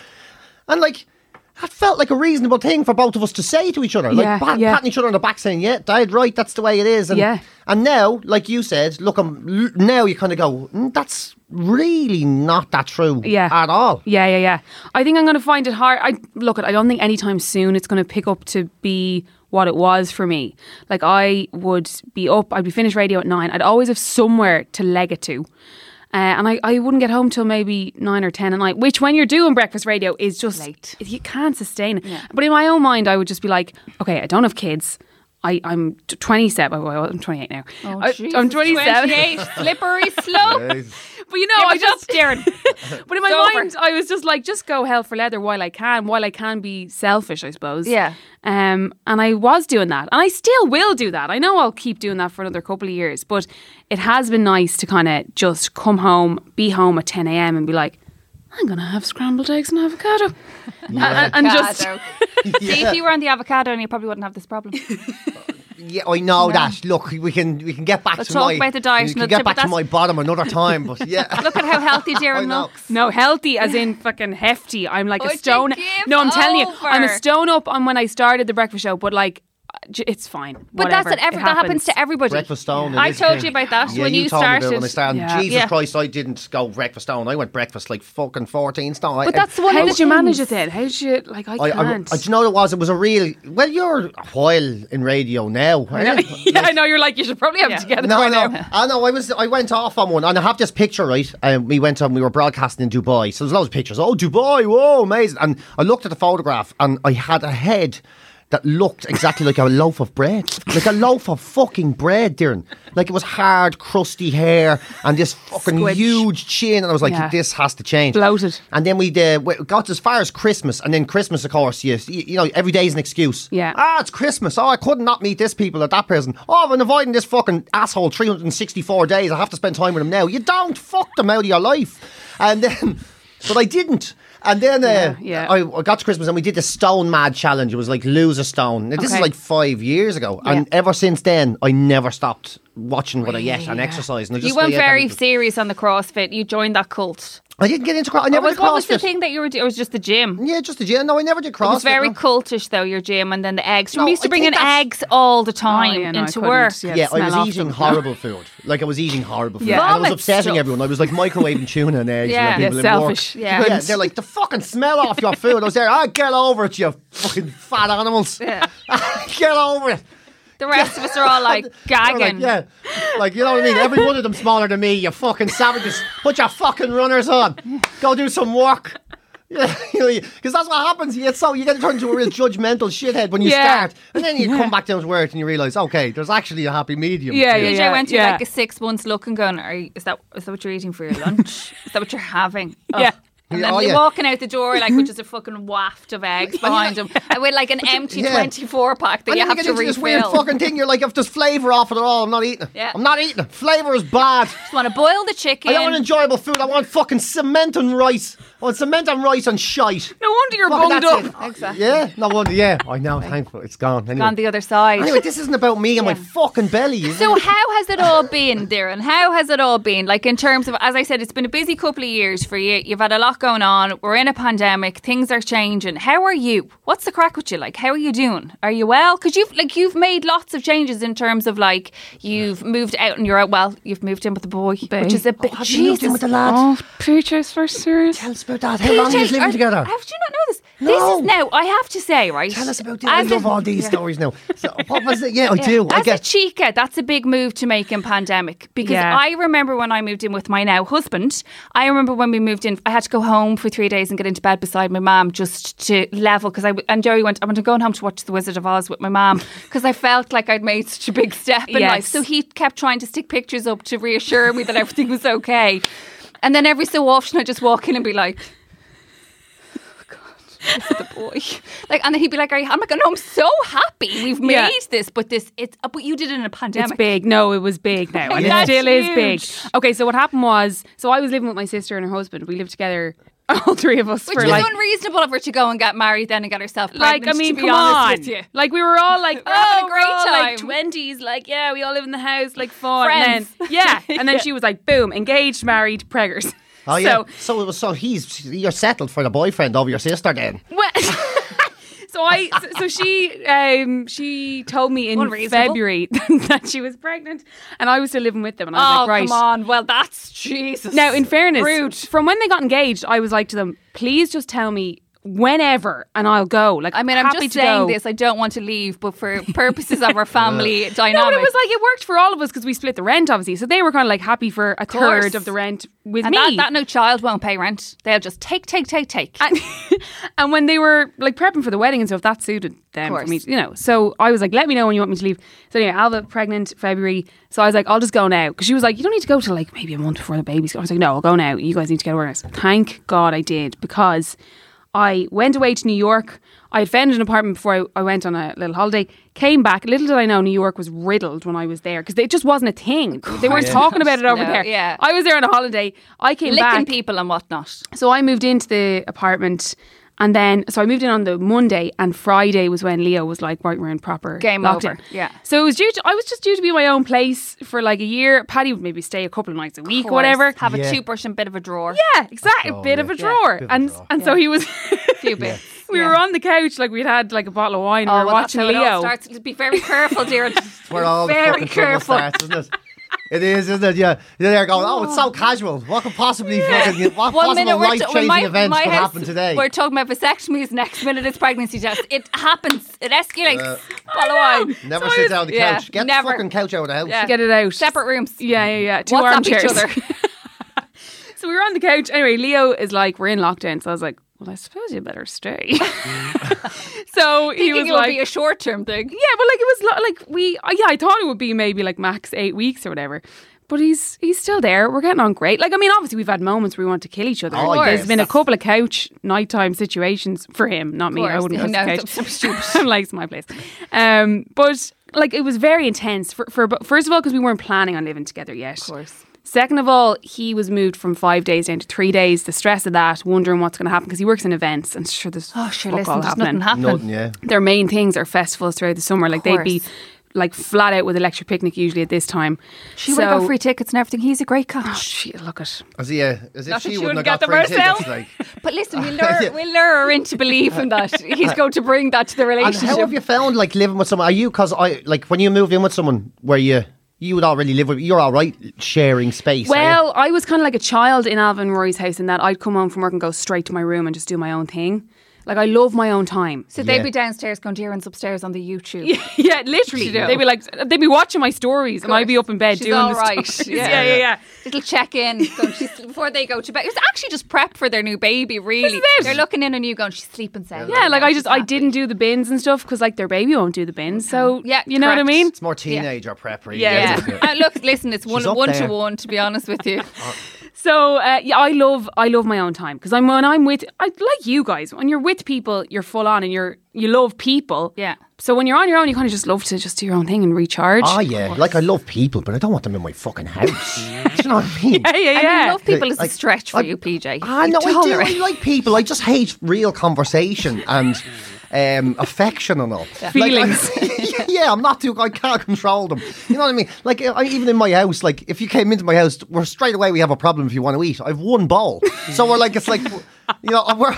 [SPEAKER 1] And like, that felt like a reasonable thing for both of us to say to each other. Like,
[SPEAKER 7] Yeah,
[SPEAKER 1] pat-
[SPEAKER 7] yeah.
[SPEAKER 1] patting each other on the back saying, yeah, Dad, right, that's the way it is. And,
[SPEAKER 7] Yeah.
[SPEAKER 1] and now, like you said, look, I'm, l- now you kind of go, "Mm, that's really not that true
[SPEAKER 7] yeah.
[SPEAKER 1] at all.
[SPEAKER 7] Yeah, yeah, yeah. I think I'm going to find it hard. I look, I don't think anytime soon it's going to pick up to be what it was for me. Like I would be up, I'd be finished radio at nine. I'd always have somewhere to leg it to. Uh, and I, I wouldn't get home till maybe nine or ten at night, which when you're doing breakfast radio is just
[SPEAKER 2] Late.
[SPEAKER 7] You can't sustain it. But in my own mind, I would just be like, okay, I don't have kids. I, I'm 27. Well, I'm 28 now.
[SPEAKER 2] Oh,
[SPEAKER 7] I, I'm 27. [LAUGHS]
[SPEAKER 2] 28, slippery slope.
[SPEAKER 7] But you know,
[SPEAKER 2] Give
[SPEAKER 7] I
[SPEAKER 2] it up,
[SPEAKER 7] just
[SPEAKER 2] [LAUGHS]
[SPEAKER 7] but in my
[SPEAKER 2] It's over.
[SPEAKER 7] mind, I was just like, just go hell for leather while I can, while I can be selfish, I suppose.
[SPEAKER 2] Yeah.
[SPEAKER 7] Um, and I was doing that, and I still will do that. I know I'll keep doing that for another couple of years, but it has been nice to kind of just come home, be home at ten a.m. and be like, I'm gonna have scrambled eggs
[SPEAKER 2] [LAUGHS]
[SPEAKER 7] and avocado, and, and just
[SPEAKER 1] [LAUGHS]
[SPEAKER 7] [LAUGHS]
[SPEAKER 2] See, if you were on the avocado, and you probably wouldn't have this problem.
[SPEAKER 1] Yeah, I know that. Look, we can we can get back
[SPEAKER 2] Let's
[SPEAKER 1] to
[SPEAKER 2] talk
[SPEAKER 1] my
[SPEAKER 2] about the diet
[SPEAKER 1] we can
[SPEAKER 2] another
[SPEAKER 1] get
[SPEAKER 2] time,
[SPEAKER 1] back
[SPEAKER 2] but
[SPEAKER 1] to my
[SPEAKER 2] that's-
[SPEAKER 1] bottom another time. But yeah,
[SPEAKER 2] [LAUGHS] Look at how healthy
[SPEAKER 1] I
[SPEAKER 2] Darren
[SPEAKER 1] know.
[SPEAKER 2] looks.
[SPEAKER 7] No, healthy as in fucking hefty. I'm like
[SPEAKER 2] Would
[SPEAKER 7] a
[SPEAKER 2] you
[SPEAKER 7] stone.
[SPEAKER 2] give
[SPEAKER 7] No, I'm telling you, I'm a
[SPEAKER 2] over?
[SPEAKER 7] stone up on when I started the breakfast show, but like, j- it's fine.
[SPEAKER 2] But
[SPEAKER 7] Whatever.
[SPEAKER 2] that's it. Every,
[SPEAKER 7] It
[SPEAKER 2] that happens to everybody.
[SPEAKER 1] breakfast stone. it
[SPEAKER 2] I
[SPEAKER 1] is a
[SPEAKER 2] told
[SPEAKER 1] thing.
[SPEAKER 2] you about that
[SPEAKER 1] Yeah,
[SPEAKER 2] when
[SPEAKER 1] you,
[SPEAKER 2] you,
[SPEAKER 1] told me
[SPEAKER 2] started.
[SPEAKER 1] about it when I started.
[SPEAKER 7] Yeah.
[SPEAKER 1] Jesus
[SPEAKER 2] Yeah.
[SPEAKER 1] Christ, I didn't go breakfast stone. I went breakfast like fucking fourteen stone.
[SPEAKER 2] But that's one
[SPEAKER 7] How
[SPEAKER 2] of the
[SPEAKER 7] did you manage it
[SPEAKER 2] things.
[SPEAKER 7] then? How did you like?
[SPEAKER 1] I,
[SPEAKER 7] I
[SPEAKER 1] I, I,
[SPEAKER 7] can't.
[SPEAKER 1] do you know what it was? It was a real. Well, you're a while in radio now.
[SPEAKER 2] [LAUGHS]
[SPEAKER 1] aren't you?
[SPEAKER 7] [LAUGHS] yeah, I know. You're like you should probably have it together.
[SPEAKER 1] No,
[SPEAKER 7] by
[SPEAKER 1] no,
[SPEAKER 7] now.
[SPEAKER 1] I know. I was, I went off on one, and I have this picture, right? Um, we went on, we were broadcasting in Dubai, so there's loads of pictures. Oh, Dubai, whoa, amazing! And I looked at the photograph, and I had a head that looked exactly like a loaf of bread, like a loaf of fucking bread, Darren. Like it was hard, crusty hair, and this fucking
[SPEAKER 7] Squidge.
[SPEAKER 1] huge chin, and I was like,
[SPEAKER 7] Yeah.
[SPEAKER 1] this has to change.
[SPEAKER 7] Bloated.
[SPEAKER 1] And then we uh, we got as far as Christmas, and then Christmas, of course, you, you know, every day is an excuse.
[SPEAKER 7] Yeah.
[SPEAKER 1] Ah, it's Christmas. Oh, I could not meet this people or that person. Oh, I've been avoiding this fucking asshole 364 days. I have to spend time with him now. You don't fuck them out of your life. And then, [LAUGHS] but I didn't. And then uh,
[SPEAKER 7] Yeah, yeah.
[SPEAKER 1] I, I got to Christmas and we did the Stone Mad Challenge. It was like lose a stone. Now, this is
[SPEAKER 7] Okay.
[SPEAKER 1] like five years ago. And ever since then, I never stopped watching what I ate and exercise. And I just
[SPEAKER 2] You weren't
[SPEAKER 1] I ate
[SPEAKER 2] very
[SPEAKER 1] everything.
[SPEAKER 2] serious on the CrossFit. You joined that cult.
[SPEAKER 1] I didn't get into CrossFit. I never
[SPEAKER 2] What was,
[SPEAKER 1] did
[SPEAKER 2] what was the
[SPEAKER 1] CrossFit.
[SPEAKER 2] thing that you were doing? It was just the gym.
[SPEAKER 1] Yeah, just the gym. No, I never did CrossFit.
[SPEAKER 2] It was very
[SPEAKER 1] no.
[SPEAKER 2] cultish, though, your gym, and then the eggs.
[SPEAKER 1] No,
[SPEAKER 2] we used
[SPEAKER 1] I
[SPEAKER 2] to bring
[SPEAKER 1] think
[SPEAKER 2] in
[SPEAKER 1] that's-
[SPEAKER 2] eggs all the time
[SPEAKER 7] Oh, yeah, no, I
[SPEAKER 2] into
[SPEAKER 7] couldn't.
[SPEAKER 2] work.
[SPEAKER 7] Yeah,
[SPEAKER 1] Yeah, I
[SPEAKER 7] smell off
[SPEAKER 1] was eating
[SPEAKER 7] them.
[SPEAKER 1] horrible food. Like I was eating horrible food.
[SPEAKER 7] Yeah.
[SPEAKER 1] And I was
[SPEAKER 2] Vomit
[SPEAKER 1] upsetting
[SPEAKER 2] stuff.
[SPEAKER 1] everyone. I was like
[SPEAKER 7] [LAUGHS]
[SPEAKER 1] microwaving tuna and eggs.
[SPEAKER 2] Yeah.
[SPEAKER 1] and people
[SPEAKER 7] Yeah,
[SPEAKER 1] in work.
[SPEAKER 7] selfish. Yeah.
[SPEAKER 1] they're like the fucking smell off your food. I was there. I get over it, you fucking fat animals. [LAUGHS]
[SPEAKER 2] Yeah.
[SPEAKER 1] get over it.
[SPEAKER 2] The rest of us are
[SPEAKER 1] [LAUGHS]
[SPEAKER 2] all like
[SPEAKER 1] They're Like,
[SPEAKER 2] gagging.
[SPEAKER 1] yeah, like you know what I mean. Every one of them smaller than me. You fucking savages. Put your fucking runners on. Go do some work. [LAUGHS] Yeah, because that's what happens. You get so you get turned into a real judgmental shithead when you
[SPEAKER 7] Yeah.
[SPEAKER 1] start, and then you come back down to earth and you realize, okay, there's actually a happy medium.
[SPEAKER 7] Yeah,
[SPEAKER 1] here.
[SPEAKER 7] yeah,
[SPEAKER 2] DJ
[SPEAKER 7] yeah.
[SPEAKER 2] went through
[SPEAKER 7] yeah.
[SPEAKER 2] like a six months look and going, are you, is that is that what you're eating for your
[SPEAKER 7] [LAUGHS]
[SPEAKER 2] lunch? is that what you're having? Oh.
[SPEAKER 7] Yeah.
[SPEAKER 2] And
[SPEAKER 1] Yeah,
[SPEAKER 2] then
[SPEAKER 1] oh,
[SPEAKER 2] you're
[SPEAKER 1] yeah.
[SPEAKER 2] walking out the door like with just a fucking waft of
[SPEAKER 7] [LAUGHS]
[SPEAKER 2] eggs behind him, and with like an empty
[SPEAKER 1] yeah.
[SPEAKER 2] twenty four pack that
[SPEAKER 1] And
[SPEAKER 2] you
[SPEAKER 1] then
[SPEAKER 2] have
[SPEAKER 1] you get
[SPEAKER 2] to
[SPEAKER 1] into
[SPEAKER 2] refill.
[SPEAKER 1] this weird fucking thing. You're like, if there's flavour off it at all, I'm not eating it.
[SPEAKER 2] Yeah.
[SPEAKER 1] I'm not eating it. Flavour is
[SPEAKER 2] [LAUGHS]
[SPEAKER 1] bad.
[SPEAKER 2] Just want to boil the chicken.
[SPEAKER 1] I don't want enjoyable food. I want fucking cement and rice. I want cement and rice and
[SPEAKER 2] [LAUGHS]
[SPEAKER 1] shite.
[SPEAKER 7] No wonder you're
[SPEAKER 1] Fucking
[SPEAKER 7] bunged
[SPEAKER 1] that's
[SPEAKER 7] up.
[SPEAKER 1] it.
[SPEAKER 2] Exactly.
[SPEAKER 1] Yeah, no wonder. Yeah, I know. Thankful, it's gone. Anyway.
[SPEAKER 2] on the other side.
[SPEAKER 1] anyway, this isn't about me
[SPEAKER 2] [LAUGHS]
[SPEAKER 1] and my fucking belly. Is
[SPEAKER 2] So
[SPEAKER 1] it?
[SPEAKER 2] how has it all been, Darren? How has it all been? Like in terms of, as I said, it's been a busy couple of years for you. You've had a lot going on. We're in a pandemic. Things are changing. How are you? What's the crack with you? Like, how are you doing? Are you well? Because you've like you've made lots of changes in terms of like you've moved out and you're out. Well, you've moved in with the boy, which is a bit.
[SPEAKER 1] Oh, Have you moved in
[SPEAKER 2] Jesus.
[SPEAKER 1] with the lad?
[SPEAKER 7] Oh, PJ's first series.
[SPEAKER 1] Tell us about that. How long are you
[SPEAKER 2] PJ,
[SPEAKER 1] living together?
[SPEAKER 2] How did you not know this?
[SPEAKER 1] No.
[SPEAKER 2] This is now. I have to say, right?
[SPEAKER 1] Tell us about this. I
[SPEAKER 2] As
[SPEAKER 1] love
[SPEAKER 2] a-
[SPEAKER 1] all these stories now. So,
[SPEAKER 2] [LAUGHS]
[SPEAKER 1] what was it? Yeah, I
[SPEAKER 2] Yeah.
[SPEAKER 1] do.
[SPEAKER 2] As
[SPEAKER 1] I
[SPEAKER 2] a
[SPEAKER 1] get.
[SPEAKER 2] chica, that's a big move to make in pandemic because
[SPEAKER 7] Yeah.
[SPEAKER 2] I remember when I moved in with my now husband. I remember when we moved in, I had to go home for three days and get into bed beside my mum just to level because I w- and Joey went. I went to go home to watch The Wizard of Oz with my mum because I felt like I'd made such a big step in
[SPEAKER 7] Yes.
[SPEAKER 2] life. So he kept trying to stick pictures up to reassure me that everything was "Oh, okay, and then every so often I would just walk in and be like. this is the boy. Like, and then he'd be like, "Are you?" I'm like, "No, I'm so happy we've made
[SPEAKER 7] Yeah.
[SPEAKER 2] this." But this, it's uh, but you did it in a pandemic.
[SPEAKER 7] It's big. No, it was big now. [LAUGHS] And
[SPEAKER 2] Yeah.
[SPEAKER 7] it still
[SPEAKER 2] That's
[SPEAKER 7] is big.
[SPEAKER 2] huge.
[SPEAKER 7] Okay, so what happened was so I was living with my sister and her husband. We lived together, [LAUGHS] all three of us
[SPEAKER 2] Which
[SPEAKER 7] for
[SPEAKER 2] is
[SPEAKER 7] like
[SPEAKER 2] unreasonable of her to go and get married then and get herself pregnant.
[SPEAKER 7] like I mean,
[SPEAKER 2] to be
[SPEAKER 7] come
[SPEAKER 2] honest
[SPEAKER 7] on. [LAUGHS]
[SPEAKER 2] with you.
[SPEAKER 7] Like we [LAUGHS] were all like,
[SPEAKER 2] We're having a
[SPEAKER 7] oh,
[SPEAKER 2] great
[SPEAKER 7] we're all, like
[SPEAKER 2] time.
[SPEAKER 7] twenties, like yeah, we all live in the house, like fun.
[SPEAKER 2] Friends.
[SPEAKER 7] And then, [LAUGHS] yeah, and then she was like, boom, engaged, married, preggers.
[SPEAKER 1] Oh yeah.
[SPEAKER 7] [LAUGHS] So
[SPEAKER 1] So, it was so he's you're settled for the boyfriend over your sister then.
[SPEAKER 7] Well, so I so, so she um she told me in
[SPEAKER 2] Unreasonable.
[SPEAKER 7] February [LAUGHS] that she was pregnant and I was still living with them and I was
[SPEAKER 2] Oh,
[SPEAKER 7] like right
[SPEAKER 2] come on. Well, that's Jesus.
[SPEAKER 7] now in fairness
[SPEAKER 2] rude.
[SPEAKER 7] from when they got engaged I was like to them please just tell me whenever and I'll go like
[SPEAKER 2] I mean, I'm
[SPEAKER 7] happy
[SPEAKER 2] just
[SPEAKER 7] to
[SPEAKER 2] saying
[SPEAKER 7] go.
[SPEAKER 2] this. I don't want to leave, but for purposes of our family
[SPEAKER 7] No, but
[SPEAKER 2] dynamic,
[SPEAKER 7] it was like it worked for all of us because we split the rent, obviously. So they were kind of like happy for a
[SPEAKER 2] course.
[SPEAKER 7] third of the rent with
[SPEAKER 2] and
[SPEAKER 7] me.
[SPEAKER 2] that, that no child won't pay rent. They'll just take, take, take, take.
[SPEAKER 7] [LAUGHS] and, and when they were like prepping for the wedding and stuff, that suited them for
[SPEAKER 2] course.
[SPEAKER 7] me, you know. So I was like, let me know when you want me to leave. So anyway, Alva pregnant February. So I was like, I'll just go now because she was like, you don't need to go till like maybe a month before the baby's. Gone. I was like, no, I'll go now. You guys need to get organized. Thank God I did because I went away to New York. I had found an apartment before I, I went on a little holiday. Came back. Little did I know New York was riddled when I was there because it just wasn't a thing. They weren't talking about it
[SPEAKER 2] [LAUGHS]
[SPEAKER 7] over
[SPEAKER 2] No,
[SPEAKER 7] there.
[SPEAKER 2] yeah.
[SPEAKER 7] I was there on a holiday. I came
[SPEAKER 2] Licking
[SPEAKER 7] back.
[SPEAKER 2] people and whatnot.
[SPEAKER 7] So I moved into the apartment and then so I moved in on the Monday and Friday was when Leo was like, right, we're in proper
[SPEAKER 2] Game
[SPEAKER 7] lockdown.
[SPEAKER 2] over, yeah.
[SPEAKER 7] So it was due to I was just due to be in my own place for like a year. Patty would maybe stay a couple of nights a week or whatever.
[SPEAKER 2] Have
[SPEAKER 1] Yeah.
[SPEAKER 2] a two person bit of a drawer.
[SPEAKER 7] Yeah, exactly. A bit of a drawer.
[SPEAKER 1] Bit of a
[SPEAKER 7] And
[SPEAKER 1] drawer.
[SPEAKER 7] and so he was
[SPEAKER 1] [LAUGHS]
[SPEAKER 2] Few bits.
[SPEAKER 7] we were on the couch, like we'd had like a bottle of wine and
[SPEAKER 2] Oh,
[SPEAKER 7] we were
[SPEAKER 2] well,
[SPEAKER 7] watching
[SPEAKER 2] that's how It all
[SPEAKER 7] Leo.
[SPEAKER 2] starts. Be very careful, dear. [LAUGHS]
[SPEAKER 1] Where all the
[SPEAKER 2] very
[SPEAKER 1] fucking trouble
[SPEAKER 2] careful.
[SPEAKER 1] starts, isn't it? It is, isn't it? Yeah. You're there going, oh, it's so casual. What could possibly fucking, what possible life
[SPEAKER 2] t- well,
[SPEAKER 1] changing events could
[SPEAKER 2] house-
[SPEAKER 1] happen today?
[SPEAKER 2] We're talking about vasectomies. Next minute, it's pregnancy tests. It happens. It escalates.
[SPEAKER 1] [LAUGHS]
[SPEAKER 2] Follow on.
[SPEAKER 1] Uh, never sit down on the
[SPEAKER 2] yeah,
[SPEAKER 1] couch. Get
[SPEAKER 2] never.
[SPEAKER 1] the fucking couch out of the house.
[SPEAKER 2] Yeah.
[SPEAKER 7] Get it out.
[SPEAKER 2] Separate rooms.
[SPEAKER 7] Yeah, yeah, yeah. Two
[SPEAKER 2] WhatsApp
[SPEAKER 7] armchairs.
[SPEAKER 2] each
[SPEAKER 7] [LAUGHS]
[SPEAKER 2] other.
[SPEAKER 7] So we were on the couch. Anyway, Leo is like, we're in lockdown. So I was like, well, I suppose you better stay. [LAUGHS] so he was
[SPEAKER 2] Thinking it would
[SPEAKER 7] like,
[SPEAKER 2] be a short term thing.
[SPEAKER 7] yeah, but like it was lo- like we, uh, yeah, I thought it would be maybe like max eight weeks or whatever. But he's he's still there. We're getting on great. Like I mean, obviously we've had moments where we want to kill each other.
[SPEAKER 1] Oh,
[SPEAKER 7] There's
[SPEAKER 1] yes.
[SPEAKER 7] been a couple of couch nighttime situations for him, not me. I
[SPEAKER 2] course. [LAUGHS]
[SPEAKER 7] wouldn't go to
[SPEAKER 2] No,
[SPEAKER 7] the
[SPEAKER 2] that's so
[SPEAKER 7] [LAUGHS] couch. I'm like it's my place. Um, but like it was very intense for, for but first of all because we weren't planning on living together yet. Of
[SPEAKER 2] course.
[SPEAKER 7] Second of all, he was moved from five days down to three days. The stress of that, wondering what's going to happen because he works in events and sure, there's
[SPEAKER 2] Oh, sure,
[SPEAKER 7] fuck all
[SPEAKER 2] listen, there's
[SPEAKER 7] happening
[SPEAKER 2] nothing happening.
[SPEAKER 1] Nothing, yeah.
[SPEAKER 7] their main things are festivals throughout the summer. Like they'd be
[SPEAKER 2] course.
[SPEAKER 7] like flat out with electric picnic usually at this time.
[SPEAKER 2] She
[SPEAKER 7] so, Oh,
[SPEAKER 2] would have got free tickets and everything. He's a great coach.
[SPEAKER 7] She, look at
[SPEAKER 1] [LAUGHS] As, yeah, as if
[SPEAKER 7] Not that
[SPEAKER 1] she
[SPEAKER 7] she
[SPEAKER 1] wouldn't have
[SPEAKER 7] wouldn't
[SPEAKER 1] got
[SPEAKER 7] get
[SPEAKER 1] free
[SPEAKER 7] them herself.
[SPEAKER 1] tickets. Like.
[SPEAKER 2] But listen, we lure, we lure her into believing that he's going to bring that to
[SPEAKER 1] [LAUGHS]
[SPEAKER 2] the
[SPEAKER 1] And how
[SPEAKER 2] relationship.
[SPEAKER 1] have you found like living with someone? Are you because I like when you move in with someone where you you would already live with you're all right sharing space. are you?
[SPEAKER 7] Well, I was kind of like a child in Alvin and Roy's house in that I'd come home from work and go straight to my room and just do my own thing. Like I love my own time. [LAUGHS]
[SPEAKER 2] So they'd
[SPEAKER 1] Yeah.
[SPEAKER 2] be downstairs going to hear us upstairs on the YouTube.
[SPEAKER 7] yeah, literally. They'd be like, they'd be watching my stories, and I'd be up in bed
[SPEAKER 2] She's
[SPEAKER 7] doing
[SPEAKER 2] all
[SPEAKER 7] the
[SPEAKER 2] right. [LAUGHS]
[SPEAKER 7] stories.
[SPEAKER 2] Yeah.
[SPEAKER 7] yeah, yeah. yeah.
[SPEAKER 2] Little check in before they go to bed. It was actually just prep for their new baby, really.
[SPEAKER 7] is it.
[SPEAKER 2] They're looking in on you going, she's sleeping sound.
[SPEAKER 7] Yeah, like I just
[SPEAKER 2] She's
[SPEAKER 7] I
[SPEAKER 2] happy.
[SPEAKER 7] didn't do the bins and stuff because like their baby won't do the bins. So
[SPEAKER 2] Yeah,
[SPEAKER 7] you know what I
[SPEAKER 2] correct.
[SPEAKER 7] mean.
[SPEAKER 1] it's more teenager prep. Really,
[SPEAKER 2] Yeah.
[SPEAKER 1] [LAUGHS] isn't it?
[SPEAKER 2] Uh, look, listen, it's one,
[SPEAKER 1] She's up
[SPEAKER 2] one
[SPEAKER 1] there.
[SPEAKER 2] to one, to be honest with
[SPEAKER 7] [LAUGHS]
[SPEAKER 2] you.
[SPEAKER 7] So uh, yeah, I love I love my own time because I'm when I'm with I like you guys when you're with people you're full on and you're you love people
[SPEAKER 2] Yeah.
[SPEAKER 7] So when you're on your own you kind of just love to just do your own thing and recharge.
[SPEAKER 1] Ah, yeah. Like I love people, but I don't want them in my fucking [LAUGHS] house. Do you know what I mean?
[SPEAKER 7] yeah, yeah,
[SPEAKER 2] I mean,
[SPEAKER 7] yeah.
[SPEAKER 2] love people is
[SPEAKER 1] Like,
[SPEAKER 2] a stretch for
[SPEAKER 1] I-
[SPEAKER 2] you, PJ.
[SPEAKER 1] Ah,
[SPEAKER 2] You
[SPEAKER 1] no, I do.
[SPEAKER 2] tolerate-
[SPEAKER 1] I like people. I just hate real conversation and um, affection and all.
[SPEAKER 7] Feelings.
[SPEAKER 1] [LAUGHS] Like, I- yeah, I'm not too. I can't control them. You know what I mean? Like I, even in my house, like if you came into my house, we're straight away we have a problem. If you want to eat, I've one bowl, so we're like it's like you know we're.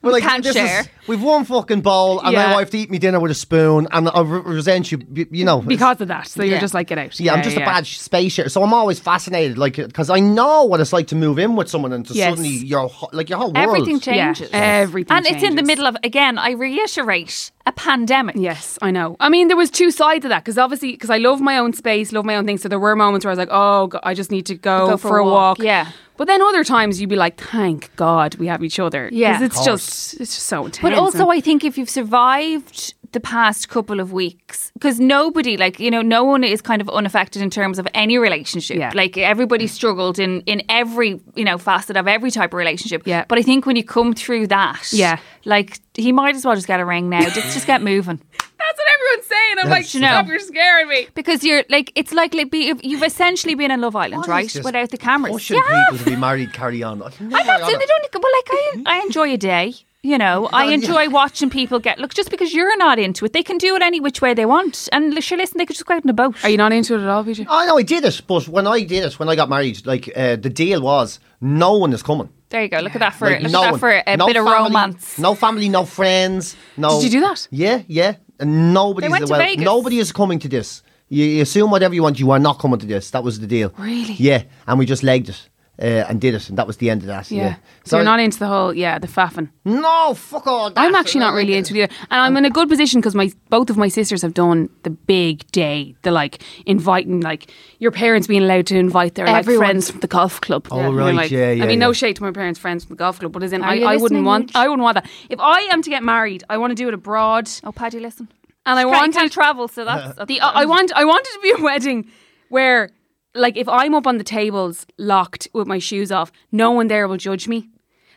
[SPEAKER 1] We're like,
[SPEAKER 2] can't
[SPEAKER 1] this is-
[SPEAKER 2] share.
[SPEAKER 1] we've one fucking bowl, and
[SPEAKER 7] Yeah.
[SPEAKER 1] now I have to eat me dinner with a spoon, and I re- resent you, you you know. it's-
[SPEAKER 7] because of that. So
[SPEAKER 2] Yeah.
[SPEAKER 7] you're just like get out.
[SPEAKER 1] yeah, I'm just a bad space here. So I'm always fascinated, like, because I know what it's like to move in with someone and to
[SPEAKER 7] Yes.
[SPEAKER 1] suddenly your ho- like your whole world.
[SPEAKER 2] Everything
[SPEAKER 7] Yeah,
[SPEAKER 2] changes.
[SPEAKER 7] everything.
[SPEAKER 2] and it's in the
[SPEAKER 7] changes.
[SPEAKER 2] middle of, again, I reiterate, a pandemic.
[SPEAKER 7] Yes, I know. I mean, there was two sides of that because obviously, because I love my own space, love my own thing. So there were moments where I was like, "Oh, go- I just need to go, for, a walk.
[SPEAKER 2] yeah.
[SPEAKER 7] but then other times you'd be like, "Thank God we have each other."
[SPEAKER 2] Yeah.
[SPEAKER 7] because it's
[SPEAKER 1] Of course.
[SPEAKER 7] just it's just so intense.
[SPEAKER 2] But also,
[SPEAKER 7] and-
[SPEAKER 2] I think if you've survived the past couple of weeks because nobody like you know no one is kind of unaffected in terms of any relationship
[SPEAKER 7] Yeah.
[SPEAKER 2] like everybody struggled in in every you know facet of every type of relationship
[SPEAKER 7] Yeah.
[SPEAKER 2] but i think when you come through that
[SPEAKER 7] Yeah.
[SPEAKER 2] like he might as well just get a ring now just just get moving
[SPEAKER 7] [LAUGHS] That's what everyone's saying. I'm like,
[SPEAKER 2] you know.
[SPEAKER 7] stop, you're scaring me.
[SPEAKER 2] because you're like it's likely be you've essentially been in love island right without the cameras
[SPEAKER 1] Pushing
[SPEAKER 2] yeah
[SPEAKER 1] people to be married, carry
[SPEAKER 2] [LAUGHS]
[SPEAKER 1] on. I'm
[SPEAKER 2] I'm not saying they don't well like I, I enjoy a day you
[SPEAKER 1] [LAUGHS]
[SPEAKER 2] know,
[SPEAKER 1] Oh,
[SPEAKER 2] I enjoy watching people get look. Just because you're not into it, they can do it any which way they want. And sure, listen, they could just go out in a boat.
[SPEAKER 7] Are you not into it at all, PJ?
[SPEAKER 1] I know I did it, but when I did it, when I got married, like uh, the deal was no one is coming.
[SPEAKER 2] There you go. Look at that for
[SPEAKER 1] Like,
[SPEAKER 2] look
[SPEAKER 1] no one.
[SPEAKER 2] at that for a
[SPEAKER 1] No
[SPEAKER 2] bit of
[SPEAKER 1] family,
[SPEAKER 2] romance.
[SPEAKER 1] No family, no friends. No.
[SPEAKER 7] Did you do that?
[SPEAKER 1] Yeah, yeah. And nobody's
[SPEAKER 2] They went
[SPEAKER 1] the
[SPEAKER 2] to
[SPEAKER 1] wel-
[SPEAKER 2] Vegas.
[SPEAKER 1] nobody is coming to this. You, you assume whatever you want. You are not coming to this. That was the deal.
[SPEAKER 2] Really?
[SPEAKER 1] Yeah, and we just legged it. Uh, and did it, and that was the end of that. Yeah.
[SPEAKER 7] So you're not into the whole, yeah, the faffing.
[SPEAKER 1] no, fuck all that.
[SPEAKER 7] I'm actually not really into it either. And I'm in a good position because my both of my sisters have done the big day, the like inviting, like your parents being allowed to invite their like
[SPEAKER 2] Everyone.
[SPEAKER 7] friends from the golf club.
[SPEAKER 1] Oh,
[SPEAKER 7] And you're
[SPEAKER 1] right,
[SPEAKER 7] like-
[SPEAKER 1] yeah,
[SPEAKER 7] I
[SPEAKER 1] yeah,
[SPEAKER 7] mean,
[SPEAKER 1] yeah.
[SPEAKER 7] no shade to my parents' friends from the golf club, but as in,
[SPEAKER 2] Are
[SPEAKER 7] I,
[SPEAKER 2] you
[SPEAKER 7] I wouldn't
[SPEAKER 2] listening,
[SPEAKER 7] want,
[SPEAKER 2] Mitch?
[SPEAKER 7] I wouldn't want that. If I am to get married, I want to do it abroad,
[SPEAKER 2] Oh, Paddy, listen.
[SPEAKER 7] and I
[SPEAKER 2] I
[SPEAKER 7] want
[SPEAKER 2] can't,
[SPEAKER 7] to
[SPEAKER 2] can't
[SPEAKER 1] [LAUGHS]
[SPEAKER 2] travel, so that's, that's
[SPEAKER 7] the I I want I want it to be a [LAUGHS] wedding where like if I'm up on the tables locked with my shoes off, no one there will judge me.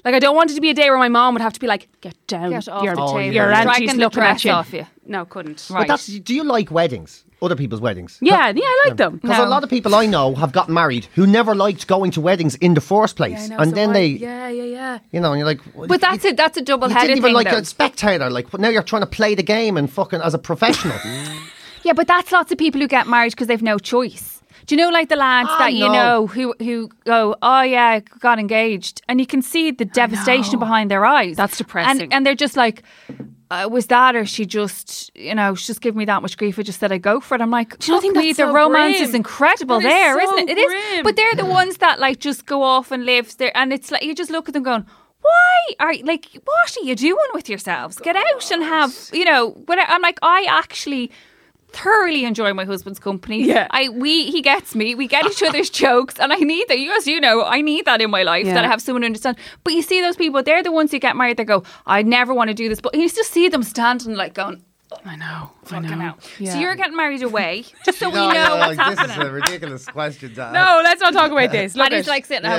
[SPEAKER 7] Like I don't want it to be a day where my mom would have to be like, "Get down,
[SPEAKER 2] Get off
[SPEAKER 7] your,
[SPEAKER 2] the table.
[SPEAKER 7] your
[SPEAKER 1] Oh, yeah.
[SPEAKER 7] auntie's
[SPEAKER 2] Dragging the
[SPEAKER 7] looking at
[SPEAKER 2] dress
[SPEAKER 7] you."
[SPEAKER 2] off you.
[SPEAKER 7] No, couldn't.
[SPEAKER 2] Right.
[SPEAKER 1] But that's, do you like weddings? Other people's weddings?
[SPEAKER 7] Yeah, yeah, I like them.
[SPEAKER 1] Because a lot of people I know have gotten married who never liked going to weddings in the first place,
[SPEAKER 7] I know,
[SPEAKER 1] and
[SPEAKER 7] so
[SPEAKER 1] then
[SPEAKER 7] I-
[SPEAKER 1] they,
[SPEAKER 7] yeah, yeah, yeah.
[SPEAKER 1] you know, and you're like,
[SPEAKER 2] But that's it. That's a
[SPEAKER 1] You didn't
[SPEAKER 2] double-headed
[SPEAKER 1] even
[SPEAKER 2] thing,
[SPEAKER 1] like
[SPEAKER 2] though.
[SPEAKER 1] a spectator, like but now you're trying to play the game and fucking as a
[SPEAKER 2] [LAUGHS]
[SPEAKER 1] professional. [LAUGHS]
[SPEAKER 2] Yeah, but that's lots of people who get married because they've no choice. Do you know, like the lads
[SPEAKER 1] Ah,
[SPEAKER 2] that you
[SPEAKER 1] no.
[SPEAKER 2] know who who go, oh yeah, I got engaged, and you can see the devastation behind their eyes.
[SPEAKER 7] That's depressing.
[SPEAKER 2] And, and they're just like, uh, was that, or she just, you know, she just gave me that much grief. I just said I go for it. I'm like,
[SPEAKER 7] Do you not
[SPEAKER 2] fuck
[SPEAKER 7] think
[SPEAKER 2] me,
[SPEAKER 7] that's
[SPEAKER 2] the
[SPEAKER 7] so
[SPEAKER 2] romance
[SPEAKER 7] grim?
[SPEAKER 2] is incredible
[SPEAKER 7] That is
[SPEAKER 2] there,
[SPEAKER 7] so
[SPEAKER 2] not it? It is.
[SPEAKER 7] grim.
[SPEAKER 2] But they're the ones that like just go off and live there, and it's like you just look at them going. Why are you- like what are you doing with yourselves? Get out and have you know. But I'm like I actually thoroughly enjoy my husband's company.
[SPEAKER 7] Yeah.
[SPEAKER 2] I we he gets me. We get each
[SPEAKER 7] [LAUGHS]
[SPEAKER 2] other's jokes, and I need that. You as you know, I need that in my life
[SPEAKER 7] Yeah.
[SPEAKER 2] that I have someone to understand. But you see those people, they're the ones who get married. They go, I never want to do this, but you still see them standing like going.
[SPEAKER 7] I know. I
[SPEAKER 2] Fucking
[SPEAKER 7] know.
[SPEAKER 2] out.
[SPEAKER 7] Yeah.
[SPEAKER 2] So
[SPEAKER 7] [LAUGHS]
[SPEAKER 2] you're getting married away, just so we know what's happening.
[SPEAKER 1] a ridiculous question.
[SPEAKER 2] [LAUGHS]
[SPEAKER 1] To
[SPEAKER 7] No, let's not talk about this. [LAUGHS] Look
[SPEAKER 2] And he's
[SPEAKER 7] at-
[SPEAKER 2] like sitting there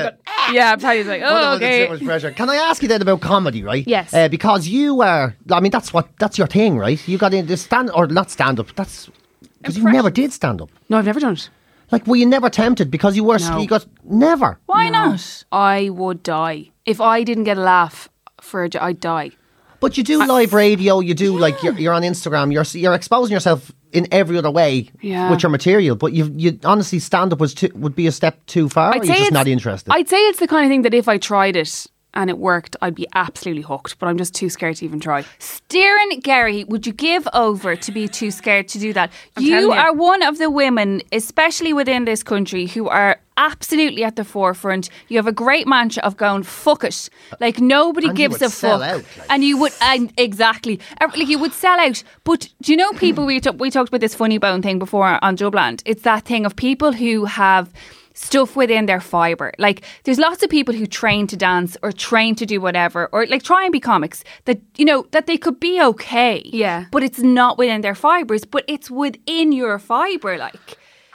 [SPEAKER 1] Yeah.
[SPEAKER 2] going,
[SPEAKER 7] yeah, Patty's like, oh, okay.
[SPEAKER 1] Can I ask you then about comedy, right?
[SPEAKER 7] Yes.
[SPEAKER 1] Uh, because you are, I mean, that's what that's your thing, right? You got into stand or not stand up. That's because you never did stand up.
[SPEAKER 7] No, I've never done it.
[SPEAKER 1] Like, were you never tempted because you were?
[SPEAKER 7] No.
[SPEAKER 1] You got never.
[SPEAKER 2] why not?
[SPEAKER 7] I would die if I didn't get a laugh for a jo- I'd die.
[SPEAKER 1] But you do live radio. You do like you're, you're on Instagram. You're you're exposing yourself in every other way
[SPEAKER 7] Yeah.
[SPEAKER 1] with your material. But you you honestly stand up was too, would be a step too far. or you're just
[SPEAKER 7] it's-
[SPEAKER 1] not interested.
[SPEAKER 7] I'd say it's the kind of thing that if I tried it and it worked, I'd be absolutely hooked. But I'm just too scared to even try.
[SPEAKER 2] Darren Gary, would you give over to be too scared to do that?
[SPEAKER 7] telling
[SPEAKER 2] you
[SPEAKER 7] you.
[SPEAKER 2] are one of the women, especially within this country, who are absolutely at the forefront. You have a great mantra of going fuck it, like nobody
[SPEAKER 1] And you
[SPEAKER 2] gives
[SPEAKER 1] would
[SPEAKER 2] a fuck,
[SPEAKER 1] sell out, like-
[SPEAKER 2] and you would and exactly Uh, like you would sell out. But do you know people? We talk, we talked about this funny bone thing before on Dubland. It's that thing of people who have. Stuff within their fiber. Like, there's lots of people who train to dance or train to do whatever or like try and be comics that, you know, that they could be okay.
[SPEAKER 7] Yeah.
[SPEAKER 2] But it's not within their fibers, but it's within your fiber. Like,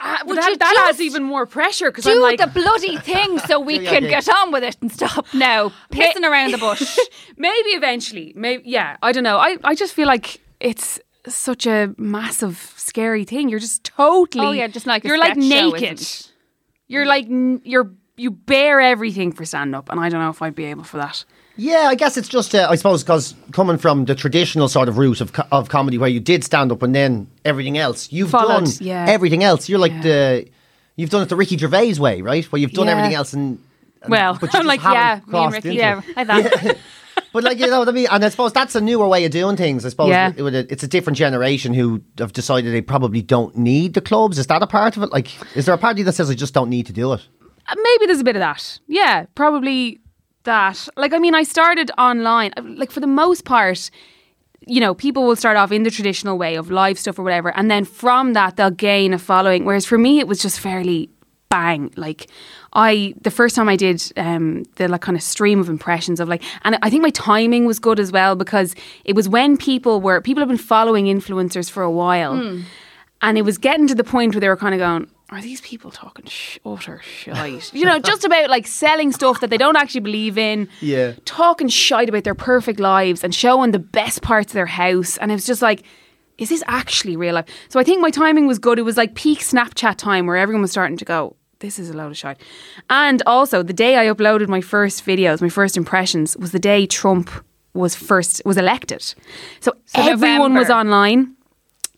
[SPEAKER 7] Would
[SPEAKER 2] Ah, that-
[SPEAKER 7] you
[SPEAKER 2] that
[SPEAKER 7] just
[SPEAKER 2] adds even
[SPEAKER 7] more pressure because
[SPEAKER 2] do the bloody thing so [LAUGHS] we can get on with it and stop now pissing around the [LAUGHS] bush.
[SPEAKER 7] maybe eventually. Maybe yeah. I don't know. I I just feel like it's such a massive scary thing. You're just totally.
[SPEAKER 2] Oh, yeah, just like a
[SPEAKER 7] you're like
[SPEAKER 2] sketch show,
[SPEAKER 7] naked.
[SPEAKER 2] isn't
[SPEAKER 7] You're like n- you're you bear everything for stand up, and I don't know if I'd be able for that.
[SPEAKER 1] Yeah, I guess it's just, uh, I suppose, because coming from the traditional sort of route of, co- of comedy where you did stand up and then everything else, you've
[SPEAKER 7] Followed,
[SPEAKER 1] done
[SPEAKER 7] yeah.
[SPEAKER 1] everything else. You're like the, you've done it the Ricky Gervais way, right? Where you've done
[SPEAKER 7] Yeah.
[SPEAKER 1] everything else and. and-
[SPEAKER 7] Well,
[SPEAKER 1] but you
[SPEAKER 7] [LAUGHS]
[SPEAKER 1] just
[SPEAKER 7] I'm like,
[SPEAKER 1] haven't
[SPEAKER 7] yeah, me and
[SPEAKER 1] crossed into
[SPEAKER 7] Ricky,
[SPEAKER 1] it.
[SPEAKER 2] yeah, like that.
[SPEAKER 1] But like you know what I mean, and I suppose that's a newer way of doing things. I suppose
[SPEAKER 7] Yeah.
[SPEAKER 1] it- it- it's a different generation who have decided they probably don't need the clubs. Is that a part of it? Like, is there a part of you that says I just don't need to do it?
[SPEAKER 7] Uh, maybe there's a bit of that. Yeah, probably that. Like, I mean, I started online. Uh, Like, for the most part, you know, people will start off in the traditional way of live stuff or whatever, and then from that, they'll gain a following. Whereas for me, it was just fairly bang. Like I, the first time I did um, the like kind of stream of impressions of like, and I think my timing was good as well because it was when people were people have been following influencers for a while, and it was getting to the point where they were kind of going. Are these people talking sh- utter shite? You know, just about like selling stuff that they don't actually believe in.
[SPEAKER 1] Yeah.
[SPEAKER 7] Talking shite about their perfect lives and showing the best parts of their house. And it was just like, is this actually real life? So I think my timing was good. It was like peak Snapchat time where everyone was starting to go, this is a load of shite. And also, the day I uploaded my first videos, my first impressions, was the day Trump was first was elected. So, everyone
[SPEAKER 2] November.
[SPEAKER 7] was online.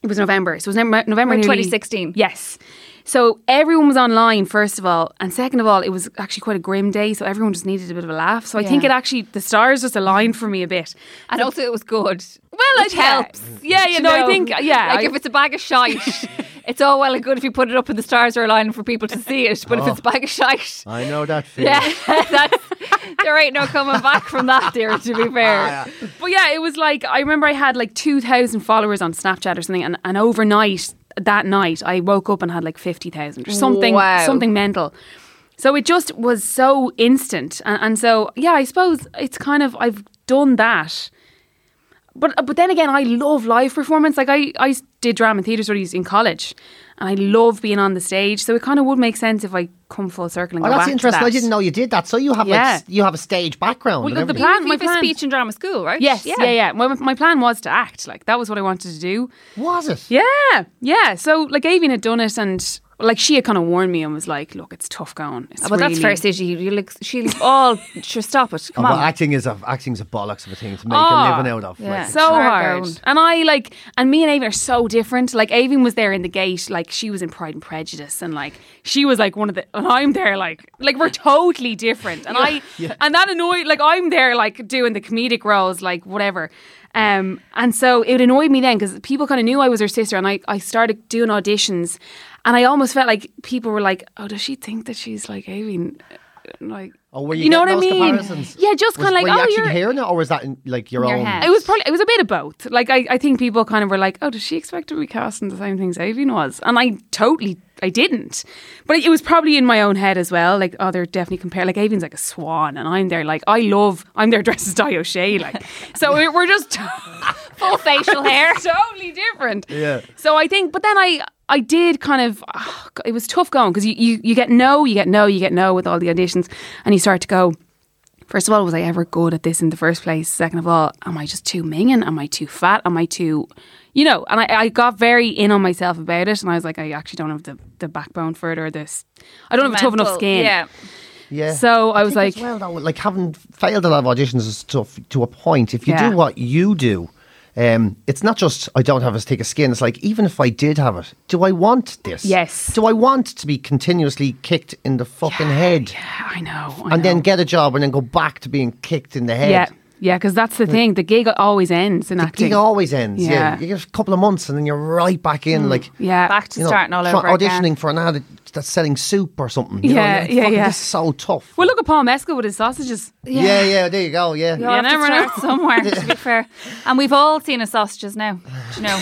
[SPEAKER 7] It was November. So it was November, November
[SPEAKER 2] Like
[SPEAKER 7] nearly-
[SPEAKER 2] 2016.
[SPEAKER 7] Yes. So everyone was online, first of all. And second of all, it was actually quite a grim day. So everyone just needed a bit of a laugh. So I think it
[SPEAKER 2] Yeah.
[SPEAKER 7] actually, the stars just aligned for me a bit.
[SPEAKER 2] And also, it was good.
[SPEAKER 7] Well,
[SPEAKER 2] Which
[SPEAKER 7] it helps. Yeah, yeah,
[SPEAKER 2] You
[SPEAKER 7] no, I
[SPEAKER 2] know?
[SPEAKER 7] think, yeah.
[SPEAKER 2] Like,
[SPEAKER 7] I-
[SPEAKER 2] if it's a bag of [LAUGHS] shite, it's all well and good if you put it up and the stars are aligning for people to see it. But if it's a bag
[SPEAKER 1] [LAUGHS]
[SPEAKER 2] of shite,
[SPEAKER 1] I know
[SPEAKER 7] [LAUGHS]
[SPEAKER 1] that feeling.
[SPEAKER 2] yeah, [LAUGHS] that's, there ain't no coming back from that, dear, to be fair.
[SPEAKER 7] But yeah, it was like I remember I had like two thousand followers on Snapchat or something, and, and overnight that night I woke up and had like fifty thousand or something,
[SPEAKER 2] Wow.
[SPEAKER 7] something mental. So it just was so instant, and, and so yeah, I suppose it's kind of I've done that. But but then again, I love live performance. Like I I did drama and theatre studies in college, and I love being on the stage. So it kind of would make sense if I come full circle and
[SPEAKER 1] Oh,
[SPEAKER 7] go
[SPEAKER 1] that's
[SPEAKER 7] back
[SPEAKER 1] interesting.
[SPEAKER 7] To that.
[SPEAKER 1] I didn't know you did that. So you have
[SPEAKER 7] Yeah.
[SPEAKER 1] like s- you have a stage background.
[SPEAKER 7] Well,
[SPEAKER 1] and
[SPEAKER 7] the
[SPEAKER 1] everything.
[SPEAKER 7] plan,
[SPEAKER 2] You
[SPEAKER 7] my
[SPEAKER 2] have a
[SPEAKER 7] plan.
[SPEAKER 2] speech and drama school, right?
[SPEAKER 7] Yes, yeah, yeah. My, my plan was to act. Like that was what I wanted to do.
[SPEAKER 1] was it?
[SPEAKER 7] Yeah, yeah. So like Avian had done it, and like she had kind of warned me and was like, "Look, it's tough going." It's
[SPEAKER 2] But that's
[SPEAKER 7] really-
[SPEAKER 2] fair, Susie. You look, she'll all sure stop it.
[SPEAKER 1] Oh,
[SPEAKER 2] Come
[SPEAKER 1] well,
[SPEAKER 2] on.
[SPEAKER 1] acting is a acting's a bollocks of a thing to make a
[SPEAKER 7] Ah,
[SPEAKER 1] living out of.
[SPEAKER 2] yeah.
[SPEAKER 1] Like,
[SPEAKER 7] So
[SPEAKER 2] Hard
[SPEAKER 7] hard,
[SPEAKER 2] going.
[SPEAKER 7] and I like, and me and Avian are so different. Like Avian was there in the gate, like she was in Pride and Prejudice, and like she was like one of the, and I'm there like, like we're totally different, and I, and that annoyed, like I'm there like doing the comedic roles, like whatever, um, and so it annoyed me then because people kind of knew I was her sister, and I, I started doing auditions, and I almost felt like people were like, oh, does she think that she's like Avian? Like,
[SPEAKER 1] oh, were you,
[SPEAKER 7] know what
[SPEAKER 1] getting
[SPEAKER 7] I
[SPEAKER 1] those
[SPEAKER 7] mean?
[SPEAKER 1] Comparisons?
[SPEAKER 7] Yeah, just
[SPEAKER 1] Was-
[SPEAKER 7] kind of like,
[SPEAKER 1] were you
[SPEAKER 7] oh,
[SPEAKER 1] actually
[SPEAKER 7] you're
[SPEAKER 1] hearing it, or was that in, like your,
[SPEAKER 2] your
[SPEAKER 1] own?
[SPEAKER 2] head.
[SPEAKER 7] it was probably it was a bit of both. Like I, I think people kind of were like, "Oh, does she expect to be casting the same things Avian was?" And I totally I didn't, but it, was probably in my own head as well. Like, oh, they're definitely compared. Like Avian's like a swan, and I'm there like I love I'm there [LAUGHS] dressed as Di O'Shea. Like, so we're, we're just [LAUGHS]
[SPEAKER 2] Full facial hair.
[SPEAKER 7] totally different.
[SPEAKER 1] Yeah.
[SPEAKER 7] So I think, but then I I did kind of [SIGHS] ah, g- it was tough going because you, you you get no, you get no, you get no with all the auditions, and you start to go. First of all, was I ever good at this in the first place? Second of all, am I just too minging? Am I too fat? Am I too, you know? And I, I got very in on myself about it, and I was like, I actually don't have the, the backbone for it or this. I don't have a tough enough
[SPEAKER 2] Mental,
[SPEAKER 7] skin.
[SPEAKER 2] Yeah.
[SPEAKER 1] Yeah.
[SPEAKER 7] So I was
[SPEAKER 1] think
[SPEAKER 7] like,
[SPEAKER 1] as well, though, like having failed a lot of auditions and stuff to a point, if you
[SPEAKER 7] Yeah.
[SPEAKER 1] do what you do, um, it's not just I don't have as thick a skin. It's like even if I did have it, do I want this?
[SPEAKER 7] Yes.
[SPEAKER 1] Do I want to be continuously kicked in the fucking head
[SPEAKER 7] "Ah, I know. I
[SPEAKER 1] and then
[SPEAKER 7] know."
[SPEAKER 1] get a job and then go back to being kicked in the head?
[SPEAKER 7] yeah, yeah, because that's the thing. The gig always ends in
[SPEAKER 1] Mm. The
[SPEAKER 7] acting.
[SPEAKER 1] gig always ends. Yeah.
[SPEAKER 7] Yeah. Mm,
[SPEAKER 1] you get a couple of months and then you're right back in, like
[SPEAKER 7] yeah,
[SPEAKER 2] Back to
[SPEAKER 1] you know,
[SPEAKER 2] starting all
[SPEAKER 1] try-
[SPEAKER 2] over
[SPEAKER 1] auditioning
[SPEAKER 2] again.
[SPEAKER 1] for an ad that's selling soup or something. you know,
[SPEAKER 7] Yeah,
[SPEAKER 1] you're
[SPEAKER 7] yeah,
[SPEAKER 1] fucking,
[SPEAKER 7] yeah.
[SPEAKER 1] This is so tough.
[SPEAKER 7] Well, look at Paul Mescal with his sausages.
[SPEAKER 1] yeah. yeah, There you go. Yeah,
[SPEAKER 2] You all
[SPEAKER 7] You
[SPEAKER 2] have to
[SPEAKER 7] never know.
[SPEAKER 2] start somewhere, to
[SPEAKER 1] [LAUGHS]
[SPEAKER 2] be fair. And we've all seen his sausages now. Do you know?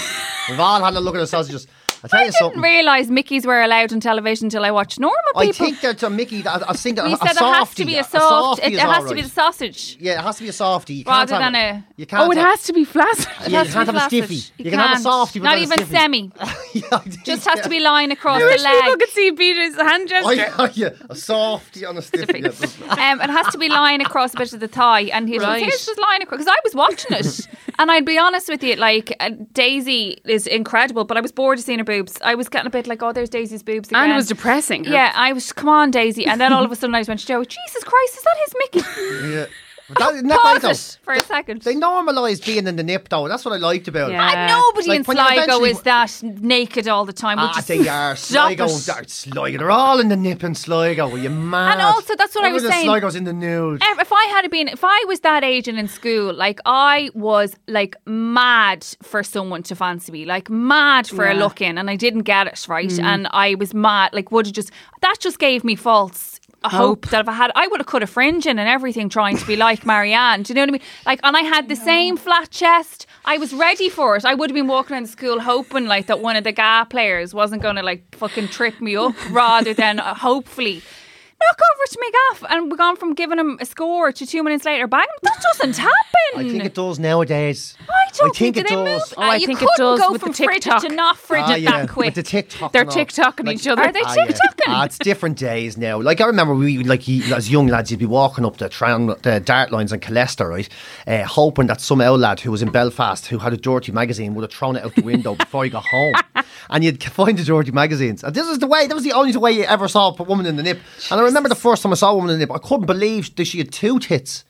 [SPEAKER 1] we've all had a look at the sausages. I tell you something.
[SPEAKER 2] didn't realise Mickeys were allowed on television until I watched normal people.
[SPEAKER 1] I think they're to Mickey. I, I think
[SPEAKER 2] you
[SPEAKER 1] a, a
[SPEAKER 2] said it has
[SPEAKER 1] softie.
[SPEAKER 2] to be a soft.
[SPEAKER 1] softie
[SPEAKER 2] It,
[SPEAKER 1] is
[SPEAKER 2] it has
[SPEAKER 1] all
[SPEAKER 2] to be
[SPEAKER 1] right.
[SPEAKER 2] the sausage.
[SPEAKER 1] Yeah, it has to be a softie. You
[SPEAKER 2] Rather
[SPEAKER 1] can't
[SPEAKER 2] than
[SPEAKER 1] have,
[SPEAKER 2] a-
[SPEAKER 1] You can't
[SPEAKER 7] oh, it
[SPEAKER 1] have,
[SPEAKER 7] has to be
[SPEAKER 1] Yeah,
[SPEAKER 7] flat.
[SPEAKER 2] It
[SPEAKER 1] you
[SPEAKER 2] has to
[SPEAKER 1] can't
[SPEAKER 2] be
[SPEAKER 1] have a
[SPEAKER 2] sausage.
[SPEAKER 1] stiffy.
[SPEAKER 2] You
[SPEAKER 1] can have a
[SPEAKER 2] can't.
[SPEAKER 1] softie, but
[SPEAKER 2] Not
[SPEAKER 1] a
[SPEAKER 2] even
[SPEAKER 1] stiffy.
[SPEAKER 2] semi.
[SPEAKER 1] [LAUGHS] Yeah, I
[SPEAKER 2] Just
[SPEAKER 1] think-
[SPEAKER 2] has to be lying across
[SPEAKER 7] I
[SPEAKER 2] the
[SPEAKER 7] wish people
[SPEAKER 2] leg.
[SPEAKER 7] could see BJ's hand
[SPEAKER 1] Oh,
[SPEAKER 7] gesture.
[SPEAKER 1] yeah, yeah, a softie on a stiffy. yeah.
[SPEAKER 2] [LAUGHS] Um, it has to be lying across a bit of the thigh, and his,
[SPEAKER 7] Right.
[SPEAKER 2] his was lying across. Because I was watching
[SPEAKER 1] [LAUGHS]
[SPEAKER 2] it, and I'd be honest with you, like uh, Daisy is incredible, but I was bored of seeing her boobs. I was getting a bit like, oh, there's Daisy's boobs again.
[SPEAKER 7] [LAUGHS] And it was depressing.
[SPEAKER 2] Yeah, I was come on, Daisy, and then
[SPEAKER 1] [LAUGHS]
[SPEAKER 2] all of a sudden I just went, Joe, Jesus Christ, is that his Mickey?
[SPEAKER 1] yeah. But that, isn't that right,
[SPEAKER 2] Pause
[SPEAKER 1] though?
[SPEAKER 2] it for a second.
[SPEAKER 1] They normalised being in the nip, though. That's what I liked about
[SPEAKER 7] Yeah.
[SPEAKER 1] it.
[SPEAKER 2] And nobody
[SPEAKER 1] Like,
[SPEAKER 2] in
[SPEAKER 1] when you
[SPEAKER 2] Sligo
[SPEAKER 1] eventually-
[SPEAKER 2] is that naked all the time. Which
[SPEAKER 1] Ah,
[SPEAKER 2] is
[SPEAKER 1] they are.
[SPEAKER 2] [LAUGHS] stop
[SPEAKER 1] Sligo,
[SPEAKER 2] it.
[SPEAKER 1] they're, Sligo. They're all in the nip in Sligo. Are you mad?
[SPEAKER 2] also, that's what I was
[SPEAKER 1] Everyone in
[SPEAKER 2] saying.
[SPEAKER 1] Sligo's in the nude.
[SPEAKER 2] Ev- if I had been, if I was that age and in school, like I was like mad for someone to fancy me, like mad for a look in, and I didn't get it right, and I was mad. Like, would you just that just gave me false a hope. that if I had, I would have cut a fringe in and everything, trying to be like Marianne. Do you know what I mean? Like, and I had the same flat chest. I was ready for it. I would have been walking around school hoping like that one of the guy players wasn't going to like fucking trip me up, rather than uh, hopefully. Knock over to me gaff, and we've gone from giving him a score to two minutes later. Bang! That doesn't happen.
[SPEAKER 1] [SIGHS] I
[SPEAKER 7] Mm.
[SPEAKER 1] think it does nowadays.
[SPEAKER 2] I don't
[SPEAKER 1] I think
[SPEAKER 2] do
[SPEAKER 1] it
[SPEAKER 2] they
[SPEAKER 1] does.
[SPEAKER 2] move.
[SPEAKER 7] Oh, I
[SPEAKER 2] you
[SPEAKER 7] think it
[SPEAKER 2] couldn't
[SPEAKER 7] does
[SPEAKER 2] go
[SPEAKER 7] with the
[SPEAKER 2] from fridge
[SPEAKER 7] TikTok.
[SPEAKER 2] to not fridge
[SPEAKER 1] Ah,
[SPEAKER 2] it
[SPEAKER 1] yeah,
[SPEAKER 2] that quick.
[SPEAKER 1] With the Tiktok.
[SPEAKER 7] They're
[SPEAKER 1] and all.
[SPEAKER 7] TikToking each other.
[SPEAKER 2] Are they
[SPEAKER 1] ah, yeah.
[SPEAKER 2] TikToking?
[SPEAKER 1] Ah, it's different days now. Like I remember, we like you, as young lads, you'd be walking up the tram, the dart lines in Colester, right, uh, hoping that some old lad who was in Belfast who had a dirty magazine would have thrown it out the window before he got
[SPEAKER 7] [LAUGHS]
[SPEAKER 1] home, and you'd find the dirty magazines. And this is the way. That was the only way you ever saw a woman in the nip. And I remember the first time I saw a woman in the nip, I couldn't believe that she had two tits.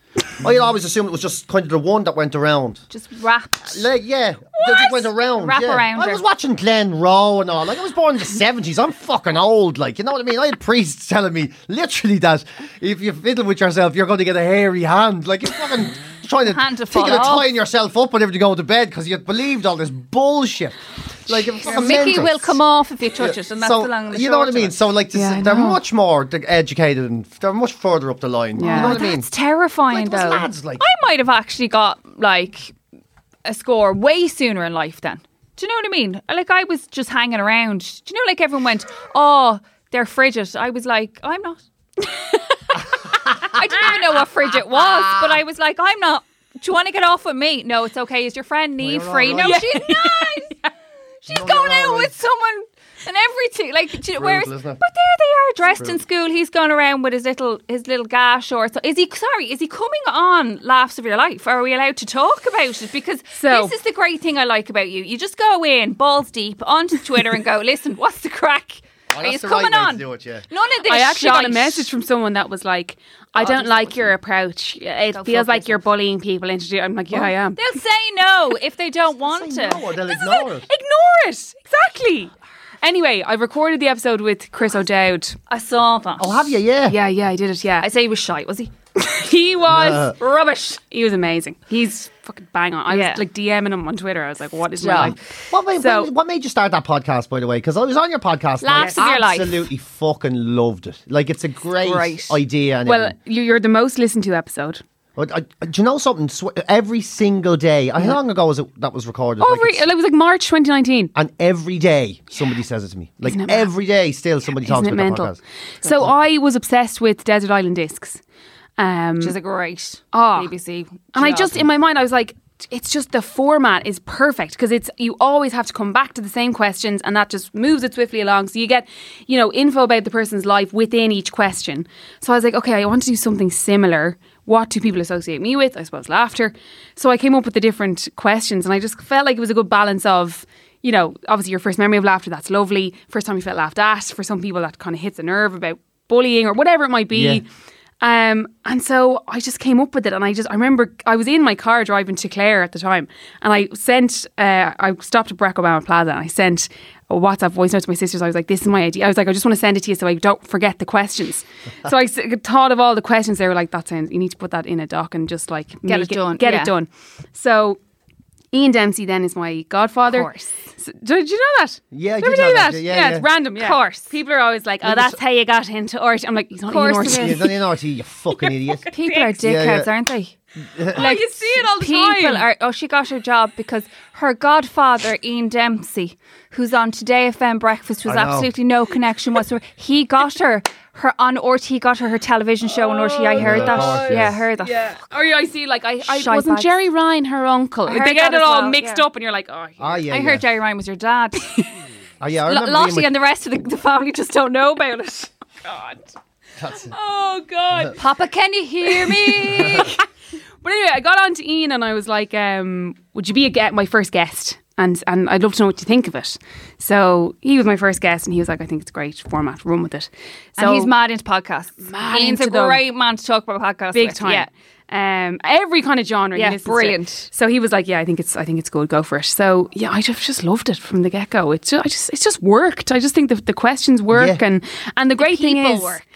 [SPEAKER 1] I had always assumed it was just kind of the one that went around.
[SPEAKER 2] Just wrapped.
[SPEAKER 1] Like, yeah, they just went around.
[SPEAKER 2] Wrap
[SPEAKER 1] yeah.
[SPEAKER 2] around
[SPEAKER 1] I
[SPEAKER 2] her.
[SPEAKER 1] was watching Glen Rowe and all. Like I was born in the seventies. I'm fucking old. Like you know what I mean. I had priests telling me literally that if you fiddle with yourself, you're going to get a hairy hand. Like you're fucking trying to
[SPEAKER 2] Hand to
[SPEAKER 1] thinking
[SPEAKER 2] fall
[SPEAKER 1] of
[SPEAKER 2] off.
[SPEAKER 1] tying yourself up whenever you go to bed because you believed all this bullshit. Like it was
[SPEAKER 2] Your
[SPEAKER 1] fucking
[SPEAKER 2] Mickey
[SPEAKER 1] mental.
[SPEAKER 2] will come off if you touch it, and that's
[SPEAKER 1] so,
[SPEAKER 2] the long and the
[SPEAKER 1] you know what I
[SPEAKER 2] short of
[SPEAKER 1] mean.
[SPEAKER 2] it.
[SPEAKER 1] So like this,
[SPEAKER 7] Yeah, I
[SPEAKER 1] they're
[SPEAKER 7] know.
[SPEAKER 1] much more d- educated and they're much further up the line.
[SPEAKER 7] Yeah.
[SPEAKER 1] You know
[SPEAKER 7] Oh,
[SPEAKER 1] what I mean?
[SPEAKER 2] It's terrifying
[SPEAKER 1] Like, those
[SPEAKER 2] though.
[SPEAKER 1] lads, like-
[SPEAKER 2] I might have actually got like a score way sooner in life then. Do you know what I mean? Like I was just hanging around. Do you know like everyone went, Oh, they're frigid. I was like, I'm not. [LAUGHS] I didn't even know what frigid was, but I was like, I'm not. Do you want to get off with me? No, it's okay. Is your friend Neve
[SPEAKER 1] you're
[SPEAKER 2] free?
[SPEAKER 1] all
[SPEAKER 2] No,
[SPEAKER 1] right. [LAUGHS]
[SPEAKER 2] she's not. She's
[SPEAKER 1] you're
[SPEAKER 2] going
[SPEAKER 1] all
[SPEAKER 2] out
[SPEAKER 1] right.
[SPEAKER 2] with someone and everything. Like, do you- whereas,
[SPEAKER 1] isn't it?
[SPEAKER 2] but there they are dressed in school. He's gone around with his little his little gar shorts. Is he sorry? Is he coming on Laughs of Your Life? Are we allowed to talk about it? Because
[SPEAKER 7] So-
[SPEAKER 2] this is the great thing I like about you. You just go in balls deep onto Twitter
[SPEAKER 1] [LAUGHS]
[SPEAKER 2] and go, listen, what's the crack?
[SPEAKER 1] Oh,
[SPEAKER 2] Are
[SPEAKER 1] that's the
[SPEAKER 2] you
[SPEAKER 1] right
[SPEAKER 2] coming
[SPEAKER 1] way to
[SPEAKER 2] on?
[SPEAKER 1] do it, yeah.
[SPEAKER 2] None of this.
[SPEAKER 7] I actually got a Oh,
[SPEAKER 2] shite.
[SPEAKER 7] message from someone that was like, I don't like your approach. It
[SPEAKER 2] Go
[SPEAKER 7] feels
[SPEAKER 2] fuck
[SPEAKER 7] like you're
[SPEAKER 2] yourself."
[SPEAKER 7] bullying people into do-" I'm like, yeah, I am.
[SPEAKER 2] They'll say no if they don't want
[SPEAKER 1] say
[SPEAKER 2] to.
[SPEAKER 1] no or they'll
[SPEAKER 2] This is
[SPEAKER 1] ignore it.
[SPEAKER 7] Ignore it. Exactly. Anyway, I recorded the episode with Chris O'Dowd.
[SPEAKER 2] I saw that.
[SPEAKER 1] Oh, have you? Yeah.
[SPEAKER 7] Yeah, yeah, I did it. Yeah.
[SPEAKER 2] I say he was shy, was he?
[SPEAKER 7] He was
[SPEAKER 2] Rubbish.
[SPEAKER 7] he was amazing. He's fucking bang on. I
[SPEAKER 2] Yeah.
[SPEAKER 7] was like DMing him on Twitter. I was like, what is
[SPEAKER 2] Yeah.
[SPEAKER 7] my life?
[SPEAKER 1] What made,
[SPEAKER 7] So-
[SPEAKER 1] when- what made you start that podcast, by the way? Because I was on your podcast. and
[SPEAKER 2] Laughs of
[SPEAKER 1] I
[SPEAKER 2] your life.
[SPEAKER 1] absolutely fucking loved it. Like, it's a great,
[SPEAKER 2] great.
[SPEAKER 1] idea. And
[SPEAKER 7] Well,
[SPEAKER 1] everything.
[SPEAKER 7] you- you're the most listened to episode.
[SPEAKER 1] But I- I- do you know something? Sw- Every single day, how long ago was it that was recorded?
[SPEAKER 7] Oh,
[SPEAKER 1] Like,
[SPEAKER 7] re-
[SPEAKER 1] it's-
[SPEAKER 7] it was like March 2019.
[SPEAKER 1] and every day, somebody says it to me. Like,
[SPEAKER 7] Isn't it mad?
[SPEAKER 1] every day, still somebody talks
[SPEAKER 7] Isn't it
[SPEAKER 1] about that
[SPEAKER 7] mental?
[SPEAKER 1] podcast.
[SPEAKER 7] So I was obsessed with Desert Island Discs. Um,
[SPEAKER 2] Which is
[SPEAKER 1] [COUGHS]
[SPEAKER 2] a great
[SPEAKER 7] Ah.
[SPEAKER 2] BBC.
[SPEAKER 7] And I
[SPEAKER 2] job.
[SPEAKER 7] just in my mind I was like it's just the format is perfect because it's you always have to come back to the same questions and that just moves it swiftly along so you get you know info about the person's life within each question. So I was like okay, I want to do something similar. What do people associate me with? I suppose laughter. So I came up with the different questions and I just felt like it was a good balance of you know, obviously your first memory of laughter, that's lovely. First time you felt laughed at, for some people that kind of hits a nerve about bullying or whatever it might be.
[SPEAKER 1] Yeah.
[SPEAKER 7] Um, and so I just came up with it, and I just I remember I was in my car driving to Clare at the time, and I sent uh, I stopped at Barack Obama Plaza, and I sent a WhatsApp voice note to my sisters. I was like, "This is my idea." I was like, "I just want to send it to you so I don't forget the questions." so I s- [LAUGHS] thought of all the questions. They were like, "That sounds you need to put that in a doc and just like
[SPEAKER 2] Get
[SPEAKER 7] make
[SPEAKER 2] it done,
[SPEAKER 7] get
[SPEAKER 2] yeah.
[SPEAKER 7] it done." So Ian Dempsey then is my godfather.
[SPEAKER 2] Of course.
[SPEAKER 7] So- did you know that?
[SPEAKER 1] Yeah, I
[SPEAKER 7] Did
[SPEAKER 1] did
[SPEAKER 7] we do
[SPEAKER 1] know that.
[SPEAKER 7] that?
[SPEAKER 1] Yeah, yeah.
[SPEAKER 7] it's random. Yeah.
[SPEAKER 2] Of course.
[SPEAKER 7] People are always like, "Oh, that's how you got into art." I'm like, "He's not
[SPEAKER 2] course it
[SPEAKER 7] in art."
[SPEAKER 2] is.
[SPEAKER 1] Yeah, then you know, you
[SPEAKER 2] [LAUGHS]
[SPEAKER 1] fucking idiot.
[SPEAKER 2] People are
[SPEAKER 1] Yeah,
[SPEAKER 2] dickheads,
[SPEAKER 1] yeah.
[SPEAKER 2] aren't
[SPEAKER 7] [LAUGHS]
[SPEAKER 2] they?
[SPEAKER 7] Like, you see it all the
[SPEAKER 2] People
[SPEAKER 7] time.
[SPEAKER 2] are. Oh, she got her job because her godfather, Ian Dempsey, who's on Today FM Breakfast, was
[SPEAKER 1] I know.
[SPEAKER 2] absolutely no connection whatsoever. He got her her on RT. He got her her television show on RT. I heard
[SPEAKER 1] Yeah,
[SPEAKER 2] that.
[SPEAKER 1] of course,
[SPEAKER 2] yeah, I
[SPEAKER 1] yes.
[SPEAKER 2] heard that.
[SPEAKER 7] Oh, Yeah. Or you- I see, like, I, I
[SPEAKER 2] Shite
[SPEAKER 7] wasn't
[SPEAKER 2] bags.
[SPEAKER 7] Jerry Ryan her uncle.
[SPEAKER 2] heard
[SPEAKER 7] They get
[SPEAKER 2] that as
[SPEAKER 7] it all
[SPEAKER 2] well,
[SPEAKER 7] mixed
[SPEAKER 2] yeah.
[SPEAKER 7] up, and you're like, oh,
[SPEAKER 1] Ah, yeah,
[SPEAKER 2] I
[SPEAKER 1] yeah.
[SPEAKER 2] heard Jerry Ryan was your dad.
[SPEAKER 1] Oh, yeah, I
[SPEAKER 2] L-
[SPEAKER 1] remember being
[SPEAKER 2] Lottie
[SPEAKER 1] with-
[SPEAKER 2] and the rest of the, the family just don't know about
[SPEAKER 7] [LAUGHS]
[SPEAKER 2] it.
[SPEAKER 7] God.
[SPEAKER 1] That's it.
[SPEAKER 7] Oh, God.
[SPEAKER 2] Papa, can you hear
[SPEAKER 7] [LAUGHS]
[SPEAKER 2] me?
[SPEAKER 7] But anyway, I got on to Ian and I was like, um, would you be a get my first guest? And and I'd love to know what you think of it. So he was my first guest and he was like, I think it's a great format, run with it. So
[SPEAKER 2] and he's mad into podcasts.
[SPEAKER 7] Mad
[SPEAKER 2] Ian's a
[SPEAKER 7] into them.
[SPEAKER 2] great man to talk about podcasts.
[SPEAKER 7] big
[SPEAKER 2] with,
[SPEAKER 7] time.
[SPEAKER 2] Yeah.
[SPEAKER 7] Um, every kind of genre. he
[SPEAKER 2] Yeah,
[SPEAKER 7] listens to.
[SPEAKER 2] brilliant.
[SPEAKER 7] So he was like, "Yeah, I think it's, I think it's good. Go for it." So yeah, I just, just loved it from the get go. It just, I just, it just worked. I just think the, the questions work
[SPEAKER 1] Yeah.
[SPEAKER 7] and and the, great thing
[SPEAKER 2] people
[SPEAKER 7] is,
[SPEAKER 2] work.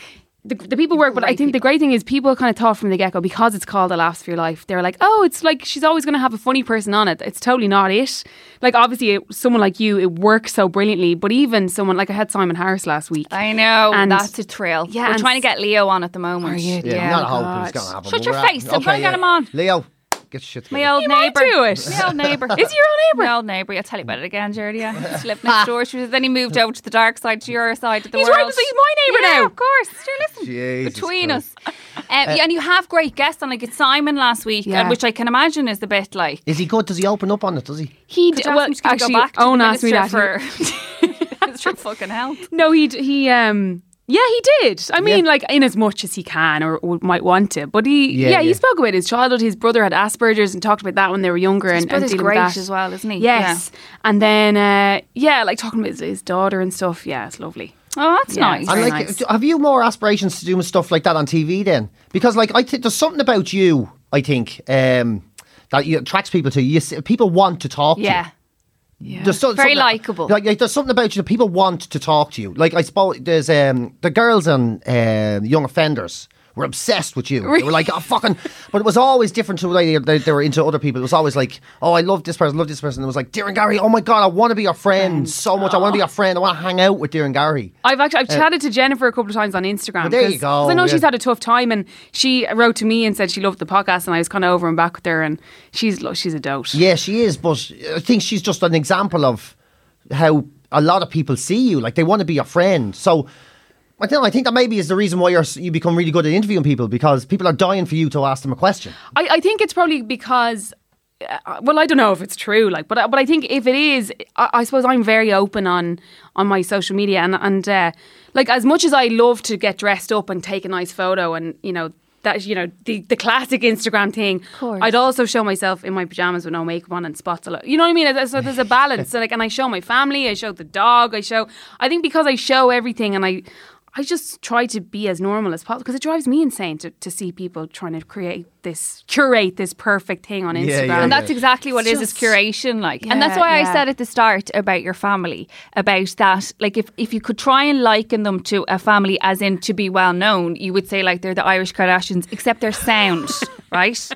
[SPEAKER 7] the, the people work, but I think the great thing is people kind of thought from the get go because it's called The Laughs for Your Life. They're like, oh, it's like she's always going to have a funny person on it. It's totally not it. Like, obviously, it, someone like you, it works so brilliantly, but even someone like I had Simon Harris last week.
[SPEAKER 2] I know.
[SPEAKER 7] And-
[SPEAKER 2] that's a thrill.
[SPEAKER 7] Yeah,
[SPEAKER 2] We're
[SPEAKER 7] and-
[SPEAKER 2] trying to get Leo on at the moment.
[SPEAKER 7] Are you?
[SPEAKER 1] Yeah,
[SPEAKER 7] Yeah,
[SPEAKER 1] not a
[SPEAKER 7] God.
[SPEAKER 1] hope it's going to happen.
[SPEAKER 2] Shut
[SPEAKER 1] but
[SPEAKER 2] your
[SPEAKER 1] we're at-
[SPEAKER 2] face, I'm trying to get him on.
[SPEAKER 1] Leo, get your shit together.
[SPEAKER 2] My old
[SPEAKER 7] might
[SPEAKER 2] neighbour.
[SPEAKER 7] do it.
[SPEAKER 2] My old
[SPEAKER 7] [LAUGHS]
[SPEAKER 2] neighbour. Is your old neighbour? My old neighbour. I'll tell you about it again, Jerdy. Yeah. She lived next door. She was, then he moved over to the dark side, to your side of the
[SPEAKER 7] He's
[SPEAKER 2] world.
[SPEAKER 7] right, so he's my neighbour
[SPEAKER 2] Yeah,
[SPEAKER 7] now.
[SPEAKER 2] of course. Sure, listen.
[SPEAKER 1] Jesus
[SPEAKER 2] between
[SPEAKER 1] Christ. Uh,
[SPEAKER 2] us. Um, yeah, and you have great guests on, like it's Simon last week,
[SPEAKER 7] Yeah.
[SPEAKER 2] uh, which I can imagine is a bit like.
[SPEAKER 1] Is he good? Does he open up on it? Does he?
[SPEAKER 7] He
[SPEAKER 2] Could
[SPEAKER 7] d-
[SPEAKER 2] you ask
[SPEAKER 7] well,
[SPEAKER 2] him to go
[SPEAKER 7] actually,
[SPEAKER 2] back to
[SPEAKER 7] Owen
[SPEAKER 2] the
[SPEAKER 7] asked me that.
[SPEAKER 2] minister
[SPEAKER 7] He-
[SPEAKER 2] For, [LAUGHS]
[SPEAKER 7] [LAUGHS]
[SPEAKER 2] it's your fucking health.
[SPEAKER 7] No, he d- he um yeah he did. I mean,
[SPEAKER 1] Yeah.
[SPEAKER 7] like in as much as he can or, or might want to, but he
[SPEAKER 1] Yeah,
[SPEAKER 7] yeah, he
[SPEAKER 1] yeah.
[SPEAKER 7] spoke about his childhood. His brother had Asperger's and talked about that when they were younger.
[SPEAKER 2] His
[SPEAKER 7] and, and
[SPEAKER 2] brother's
[SPEAKER 7] dealing
[SPEAKER 2] great
[SPEAKER 7] with that.
[SPEAKER 2] as well, isn't he?
[SPEAKER 7] Yes, and then uh, yeah, like talking about his, his daughter and stuff. Yeah, it's lovely.
[SPEAKER 2] Oh, that's
[SPEAKER 7] Yeah,
[SPEAKER 2] nice.
[SPEAKER 7] it's
[SPEAKER 1] And
[SPEAKER 7] Very
[SPEAKER 1] like,
[SPEAKER 7] nice.
[SPEAKER 1] do- have you more aspirations to do with stuff like that on TV then? Because like, I think there's something about you. I think um, that you, attracts people to you. you. see- People want to talk. to you.
[SPEAKER 2] yeah.
[SPEAKER 1] There's so-
[SPEAKER 2] Very
[SPEAKER 1] something-
[SPEAKER 2] likeable.
[SPEAKER 1] Like, like, there's something about you that people want to talk to you. Like I suppose there's um, the girls on um Young Offenders were obsessed with you. They were like, oh fucking, but it was always different to like, they, they were into other people. It was always like, oh, I love this person, love this person. It was like, Dear and Gary, oh my god, I want to be your friend so much. I want to be your friend. I want to hang out with Dear and Gary.
[SPEAKER 7] I've actually
[SPEAKER 2] Uh,
[SPEAKER 7] I've chatted to Jennifer a couple of times on Instagram.
[SPEAKER 1] Well, there you
[SPEAKER 7] 'cause- 'cause
[SPEAKER 1] go,
[SPEAKER 7] I know she's
[SPEAKER 1] yeah.
[SPEAKER 7] had a tough time, and she wrote to me and said she loved the podcast, and I was kind of over and back with her, and she's lo- she's a dote.
[SPEAKER 1] Yeah, she is, but I think she's just an example of how a lot of people see you. Like they want to be your friend. So I don't know, I think that maybe is the reason why you're, s- you become really good at interviewing people because people are dying for you to ask them a question.
[SPEAKER 7] I, I think it's probably because. Uh, well, I don't know if it's true, like, but I- but I think if it is, I, I suppose I'm very open on on my social media, and and uh, like as much as I love to get dressed up and take a nice photo, and you know that you know the the classic Instagram thing,
[SPEAKER 2] course.
[SPEAKER 7] I'd also show myself in my pajamas with no makeup on and spots a lot. You know what I mean? So there's a balance. so like, and I show my family, I show the dog, I show. I think because I show everything, and I. I just try to be as normal as possible because it drives me insane to, to see people trying to create this, curate this perfect thing on Instagram.
[SPEAKER 1] yeah, yeah.
[SPEAKER 2] And that's exactly what it is.
[SPEAKER 7] It's
[SPEAKER 2] It's
[SPEAKER 7] just-
[SPEAKER 2] curation, like, and that's
[SPEAKER 7] Yeah,
[SPEAKER 2] why I
[SPEAKER 7] yeah.
[SPEAKER 2] said at the start about your family, about that, like, if if you could try and liken them to a family, as in to be well known, you would say like they're the Irish Kardashians, except their
[SPEAKER 7] [LAUGHS]
[SPEAKER 2] sound, right?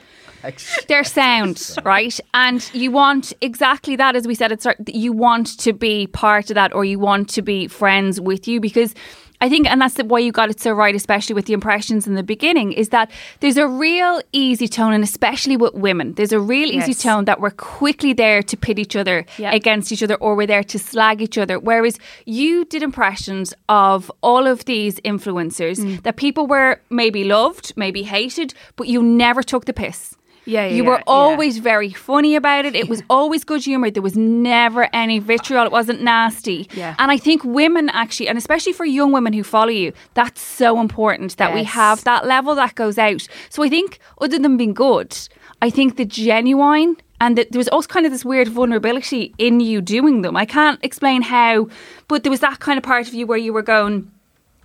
[SPEAKER 2] Their sound, right? And you want exactly that, as we said at the start. that You want to be part of that, or you want to be friends with you because. I think, and that's the- why you got it so right, especially with the impressions in the beginning, is that there's a real easy tone, and especially with women, there's a real easy
[SPEAKER 7] Yes.
[SPEAKER 2] tone that we're quickly there to pit each other
[SPEAKER 7] Yeah.
[SPEAKER 2] against each other or we're there to slag each other. Whereas you did impressions of all of these influencers
[SPEAKER 7] Mm.
[SPEAKER 2] that people were maybe loved, maybe hated, but you never took the piss.
[SPEAKER 7] Yeah, yeah,
[SPEAKER 2] you
[SPEAKER 7] yeah,
[SPEAKER 2] were
[SPEAKER 7] yeah.
[SPEAKER 2] always very funny about it. It was always good humor. There was never any vitriol. It wasn't nasty.
[SPEAKER 7] Yeah.
[SPEAKER 2] And I think women actually, and especially for young women who follow you, that's so important that we
[SPEAKER 7] Yes.
[SPEAKER 2] have that level that goes out. So I think, other than being good, I think the genuine and that there was also kind of this weird vulnerability in you doing them. I can't explain how, but there was that kind of part of you where you were going.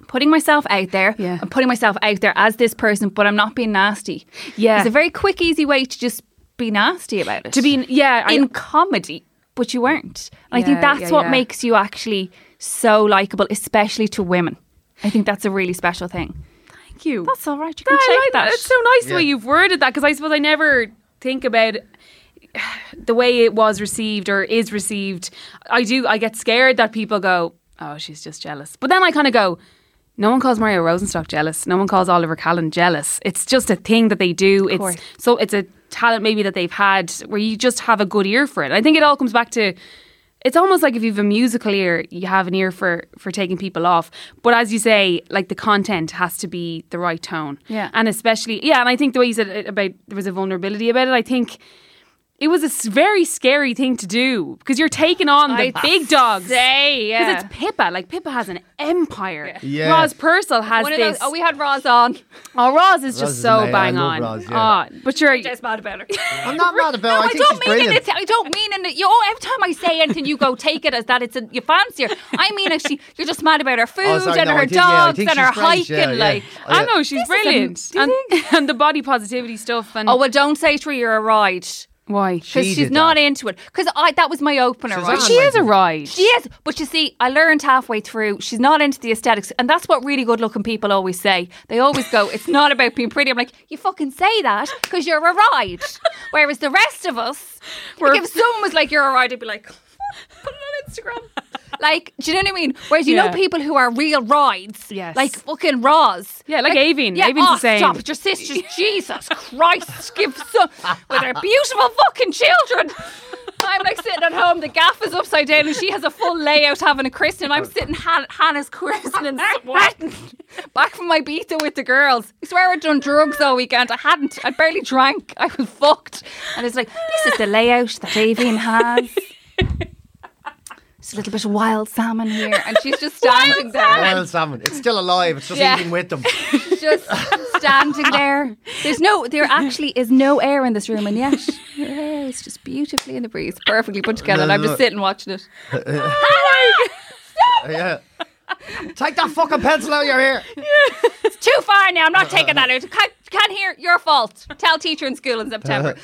[SPEAKER 2] Putting myself out there,
[SPEAKER 7] Yeah.
[SPEAKER 2] I'm putting myself out there as this person, but I'm not being nasty.
[SPEAKER 7] Yeah.
[SPEAKER 2] it's a very quick, easy way to just be nasty about it.
[SPEAKER 7] To be, yeah, I,
[SPEAKER 2] in comedy, but you weren't. And I think
[SPEAKER 7] Yeah,
[SPEAKER 2] that's
[SPEAKER 7] yeah,
[SPEAKER 2] what
[SPEAKER 7] yeah.
[SPEAKER 2] makes you actually so likable, especially to women. I think that's a really special thing.
[SPEAKER 7] thank you.
[SPEAKER 2] That's all right. You
[SPEAKER 7] Yeah,
[SPEAKER 2] can
[SPEAKER 7] I
[SPEAKER 2] take
[SPEAKER 7] like that.
[SPEAKER 2] that.
[SPEAKER 7] It's so nice the way you've worded that because I suppose I never think about the way it was received or is received. I do. I get scared that people go, "Oh, she's just jealous," but then I kind of go. No one calls Mario Rosenstock jealous. No one calls Oliver Callan jealous. It's just a thing that they do.
[SPEAKER 2] course.
[SPEAKER 7] It's so it's a talent maybe that they've had where you just have a good ear for it. I think it all comes back to it's almost like if you've a musical ear, you have an ear for for taking people off. But as you say, like the content has to be the right tone.
[SPEAKER 2] Yeah.
[SPEAKER 7] And especially yeah, and I think the way you said it about there was a vulnerability about it, I think it was a s- very scary thing to do because you're taking on the
[SPEAKER 2] I'd
[SPEAKER 7] big dogs.
[SPEAKER 2] say, yeah.
[SPEAKER 7] Because it's Pippa. Like, Pippa has an empire.
[SPEAKER 1] Yeah.
[SPEAKER 7] Roz Purcell has
[SPEAKER 2] One of
[SPEAKER 7] this.
[SPEAKER 2] those, oh, we had Roz [LAUGHS] on.
[SPEAKER 7] Oh, Roz is
[SPEAKER 1] Roz
[SPEAKER 7] just
[SPEAKER 1] is
[SPEAKER 7] so
[SPEAKER 1] amazing. I
[SPEAKER 7] bang
[SPEAKER 1] love
[SPEAKER 7] on.
[SPEAKER 1] Roz, yeah.
[SPEAKER 7] Oh, but you're
[SPEAKER 2] Just mad about her.
[SPEAKER 1] I'm not mad about. it.
[SPEAKER 2] No, I,
[SPEAKER 1] I think
[SPEAKER 2] don't
[SPEAKER 1] she's
[SPEAKER 2] mean
[SPEAKER 1] brilliant.
[SPEAKER 2] in it. I don't mean in it. You, oh, every time I say anything, you go take it as that it's a, you fancy her. I mean, actually, you're just mad about her food
[SPEAKER 1] Oh, sorry,
[SPEAKER 2] and
[SPEAKER 1] no, I
[SPEAKER 2] her
[SPEAKER 1] think- yeah, I
[SPEAKER 2] dogs
[SPEAKER 1] think
[SPEAKER 2] and
[SPEAKER 1] she's
[SPEAKER 2] her
[SPEAKER 1] great,
[SPEAKER 2] hiking.
[SPEAKER 1] yeah, yeah.
[SPEAKER 2] Like,
[SPEAKER 1] Oh, yeah.
[SPEAKER 7] I know
[SPEAKER 2] This
[SPEAKER 7] she's
[SPEAKER 2] is a-
[SPEAKER 7] brilliant,
[SPEAKER 2] do you
[SPEAKER 7] and, and the body positivity stuff. And
[SPEAKER 2] oh well, don't say to her you're a ride.
[SPEAKER 7] Why?
[SPEAKER 2] because
[SPEAKER 1] Mm. She
[SPEAKER 2] she's
[SPEAKER 1] did
[SPEAKER 2] not
[SPEAKER 1] that.
[SPEAKER 2] into it. Because I that was my opener.
[SPEAKER 1] Suzanne
[SPEAKER 2] right?
[SPEAKER 7] She is a ride.
[SPEAKER 2] She is, but you see, I learned halfway through she's not into the aesthetics, and that's what really good-looking people always say. They always go,
[SPEAKER 1] [LAUGHS]
[SPEAKER 2] "It's not about being pretty." I'm like, you fucking say that because you're a ride,
[SPEAKER 1] [LAUGHS]
[SPEAKER 2] whereas the rest of us, like if someone was like, "You're a ride," I'd be like, [LAUGHS] "Put it
[SPEAKER 1] [LAUGHS]
[SPEAKER 2] on Instagram." Like, do you know what I mean? Whereas you
[SPEAKER 7] Yeah.
[SPEAKER 2] know people who are real rides,
[SPEAKER 7] Yes.
[SPEAKER 2] like fucking Roz,
[SPEAKER 7] Yeah, like Avon.
[SPEAKER 2] yeah,
[SPEAKER 7] Avon's
[SPEAKER 2] oh,
[SPEAKER 7] the same.
[SPEAKER 2] Stop it, your sisters, Jesus Christ, give some with her beautiful fucking children. I'm like sitting at home, the gaff is upside down, and she has a full layout having a christening. I'm sitting Han- Hannah's christening, sweating back from my beta with the girls. I swear I'd done drugs all weekend. I hadn't. I barely drank. I was fucked. And it's like this is the layout that Avian has. It's a little bit of wild salmon here, and she's just standing there
[SPEAKER 1] Wild salmon. It's still alive. It's just
[SPEAKER 2] Yeah.
[SPEAKER 1] eating with them.
[SPEAKER 2] just standing there. There's no, there actually is no air in this room, and yet your hair is just beautifully in the breeze, perfectly put together. And I'm just sitting watching it. Oh
[SPEAKER 1] yeah. Take that fucking pencil out of your
[SPEAKER 2] [LAUGHS]
[SPEAKER 1] ear.
[SPEAKER 2] It's too far now. I'm
[SPEAKER 1] Uh-huh.
[SPEAKER 2] not taking that out. Can't, can't hear. Your fault. Tell teacher in school in
[SPEAKER 1] Uh-huh.
[SPEAKER 2] September.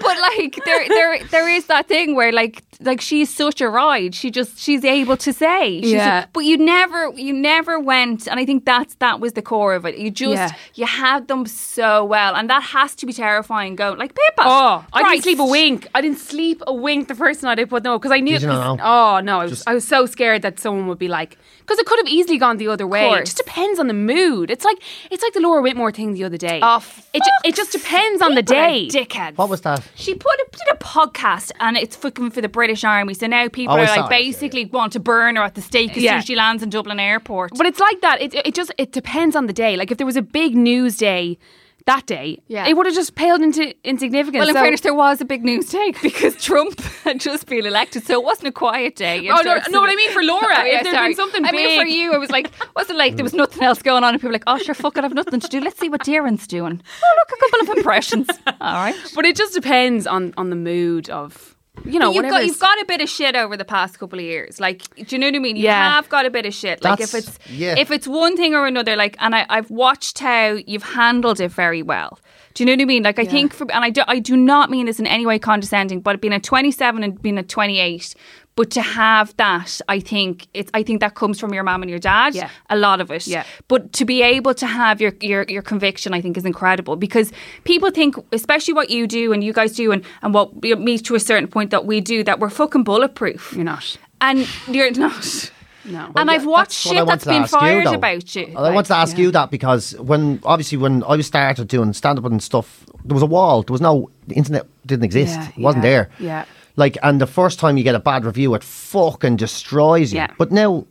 [SPEAKER 2] But like there, there, there is that thing where like, like she's such a ride. She just, she's able to say. She's
[SPEAKER 7] Yeah.
[SPEAKER 2] but you never, you never went, and I think that's that was the core of it. You just,
[SPEAKER 7] Yeah.
[SPEAKER 2] you had them so well, and that has to be terrifying. Going like Pippa.
[SPEAKER 7] Oh, I
[SPEAKER 2] Christ.
[SPEAKER 7] didn't sleep a wink. I didn't sleep a wink the first night I put no because I knew.
[SPEAKER 1] Did you not
[SPEAKER 7] 'cause-
[SPEAKER 1] know?
[SPEAKER 7] Oh no, I was, I was so scared that someone would be like because it could have easily gone the other way. It
[SPEAKER 2] course.
[SPEAKER 7] just depends on the mood. It's like it's like the Laura Whitmore thing the other day.
[SPEAKER 2] Oh,
[SPEAKER 7] it, ju- it just depends on the
[SPEAKER 2] People are
[SPEAKER 7] day.
[SPEAKER 2] Dickheads.
[SPEAKER 1] What was that?
[SPEAKER 2] She put a, did a podcast and it's fucking for the British Army. So now people
[SPEAKER 1] Oh, I
[SPEAKER 2] are
[SPEAKER 1] saw
[SPEAKER 2] like
[SPEAKER 1] it, yeah,
[SPEAKER 2] basically want to burn her at the stake as
[SPEAKER 7] Yeah.
[SPEAKER 2] soon as she lands in Dublin Airport.
[SPEAKER 7] But it's like that. It it just it depends on the day. Like if there was a big news day that day,
[SPEAKER 2] Yeah.
[SPEAKER 7] it would have just paled into insignificance.
[SPEAKER 2] well, in
[SPEAKER 7] So-
[SPEAKER 2] fairness, there was a big news
[SPEAKER 7] [LAUGHS]
[SPEAKER 2] take because Trump [LAUGHS] had just been elected, so it wasn't a quiet day.
[SPEAKER 7] Oh, no, no, what I
[SPEAKER 2] [LAUGHS]
[SPEAKER 7] mean for Laura, if there'd been
[SPEAKER 2] sorry.
[SPEAKER 7] something
[SPEAKER 2] I mean for
[SPEAKER 7] big.
[SPEAKER 2] you, it was
[SPEAKER 7] [LAUGHS]
[SPEAKER 2] like, wasn't like there was nothing else going on, and people were like, oh, sure, fuck it, I've nothing to do. Let's see what Darren's
[SPEAKER 7] [LAUGHS]
[SPEAKER 2] doing. Oh, look, a couple of impressions. All right.
[SPEAKER 7] but it just depends on on the mood of you know
[SPEAKER 2] But you've
[SPEAKER 7] whatever.
[SPEAKER 2] got
[SPEAKER 7] is-
[SPEAKER 2] you've got a bit of shit over the past couple of years. Like, do you know what I mean? You
[SPEAKER 7] Yeah.
[SPEAKER 2] have got a bit of shit. Like, if
[SPEAKER 1] That's-
[SPEAKER 2] it's
[SPEAKER 1] yeah.
[SPEAKER 2] if it's one thing or another, like, and I, I've watched how you've handled it very well. Do you know what I mean? Like, I think for and I do I do not mean this in any way condescending, but being at 27 and being at 28. But to have that, I think it's. I think that comes from your mom and your dad.
[SPEAKER 7] Yeah.
[SPEAKER 2] a lot of it.
[SPEAKER 7] Yeah.
[SPEAKER 2] But to be able to have your, your your conviction, I think, is incredible because people think, especially what you do and you guys do, and and what we- me to a certain point that we do, that we're fucking bulletproof,
[SPEAKER 7] You're not.
[SPEAKER 2] and
[SPEAKER 1] [LAUGHS]
[SPEAKER 2] you're not.
[SPEAKER 7] No.
[SPEAKER 2] and I've watched
[SPEAKER 1] That's what I
[SPEAKER 2] shit
[SPEAKER 1] wanted
[SPEAKER 2] that's
[SPEAKER 1] to
[SPEAKER 2] been
[SPEAKER 1] ask you,
[SPEAKER 2] fired
[SPEAKER 1] though.
[SPEAKER 2] about you.
[SPEAKER 1] I wanted to ask you that because when obviously when I started doing stand up and stuff, there was a wall. There was no the internet didn't exist.
[SPEAKER 7] Yeah,
[SPEAKER 1] it wasn't
[SPEAKER 7] yeah,
[SPEAKER 1] there.
[SPEAKER 7] yeah.
[SPEAKER 1] Like and the first time you get a bad review, it fucking destroys you.
[SPEAKER 7] Yeah.
[SPEAKER 1] But now,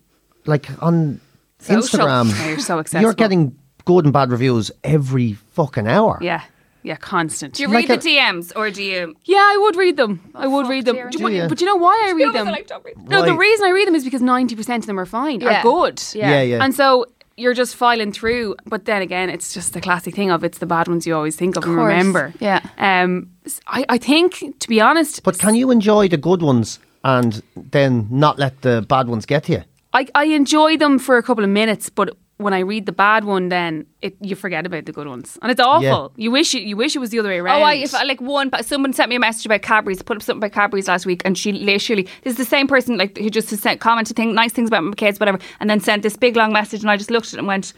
[SPEAKER 1] like on
[SPEAKER 7] Social.
[SPEAKER 1] Instagram,
[SPEAKER 7] Yeah, you're so
[SPEAKER 1] you're
[SPEAKER 7] accessible.
[SPEAKER 1] getting good and bad reviews every fucking hour.
[SPEAKER 7] Yeah. Yeah, constant.
[SPEAKER 2] do you
[SPEAKER 1] Like
[SPEAKER 2] read
[SPEAKER 1] a-
[SPEAKER 2] the DMs or do you?
[SPEAKER 7] yeah, I would read them. I would read them.
[SPEAKER 2] Darren.
[SPEAKER 7] Do you-
[SPEAKER 1] Do ya?
[SPEAKER 7] but, but you know why I read them?
[SPEAKER 2] I like, don't read them.
[SPEAKER 7] No, the
[SPEAKER 1] Why?
[SPEAKER 7] reason I read them is because 90% of them are fine,
[SPEAKER 2] Yeah.
[SPEAKER 7] are good.
[SPEAKER 1] Yeah. Yeah, yeah.
[SPEAKER 7] And so you're just filing through. But then again, it's just the classic thing of it's the bad ones you always think of, and
[SPEAKER 2] course.
[SPEAKER 7] remember.
[SPEAKER 2] Yeah.
[SPEAKER 7] Um, s- I, I think, to be honest,
[SPEAKER 1] But can you enjoy the good ones and then not let the bad ones get to you?
[SPEAKER 7] I, I enjoy them for a couple of minutes, but when I read the bad one, then it, you forget about the good ones. And it's awful. You wish it, you wish it was the other way around.
[SPEAKER 2] Oh, I, if I like one, but someone sent me a message about Cadbury's. I put up something about Cadbury's last week, and she literally this is the same person like who just has sent commented thing, nice things about my kids, whatever, and then sent this big long message, and I just looked at it and went.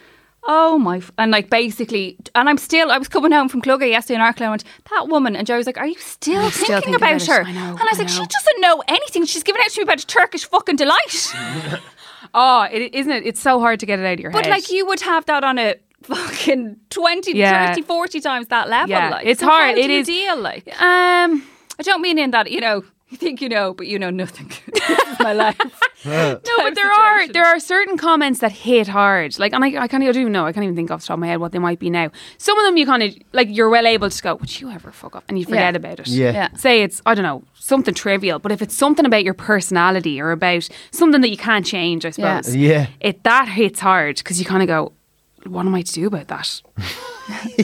[SPEAKER 2] Oh my! f-" And like basically, and I'm still. I was coming home from Cluga yesterday in Arklow and I went, that woman. And Joe was like, "Are you still thinking
[SPEAKER 7] still thinking
[SPEAKER 2] about,
[SPEAKER 7] about it.
[SPEAKER 2] her?"
[SPEAKER 7] I know,
[SPEAKER 2] and I was
[SPEAKER 7] I
[SPEAKER 2] like, "She
[SPEAKER 7] know.
[SPEAKER 2] doesn't know anything. She's giving out to me about a Turkish fucking delight."
[SPEAKER 7] oh, it, isn't it? It's so hard to get it out of your
[SPEAKER 2] but
[SPEAKER 7] head.
[SPEAKER 2] like, you would have that on a fucking 20,
[SPEAKER 7] Yeah.
[SPEAKER 2] 30, 40 times that level.
[SPEAKER 7] Yeah,
[SPEAKER 2] like
[SPEAKER 7] it's
[SPEAKER 2] So how
[SPEAKER 7] hard.
[SPEAKER 2] do
[SPEAKER 7] It
[SPEAKER 2] you
[SPEAKER 7] is-
[SPEAKER 2] deal like.
[SPEAKER 7] [LAUGHS] Um,
[SPEAKER 2] I don't mean in that you know you think you know, but you know nothing. [LAUGHS] this is my life.
[SPEAKER 7] [LAUGHS] no, but there are there are certain comments that hit hard. Like, and I, I can't even I don't even know. I can't even think off the top of my head what they might be now. Some of them you kind of like you're well able to go, would you ever fuck off? And you forget
[SPEAKER 2] Yeah.
[SPEAKER 7] about it.
[SPEAKER 1] Yeah. Yeah.
[SPEAKER 7] Say it's I don't know something trivial, but if it's something about your personality or about something that you can't change, I
[SPEAKER 2] Yeah.
[SPEAKER 7] suppose.
[SPEAKER 1] Yeah.
[SPEAKER 7] It that hits hard because you kind of go, what am I to do
[SPEAKER 1] [LAUGHS]
[SPEAKER 7] about that?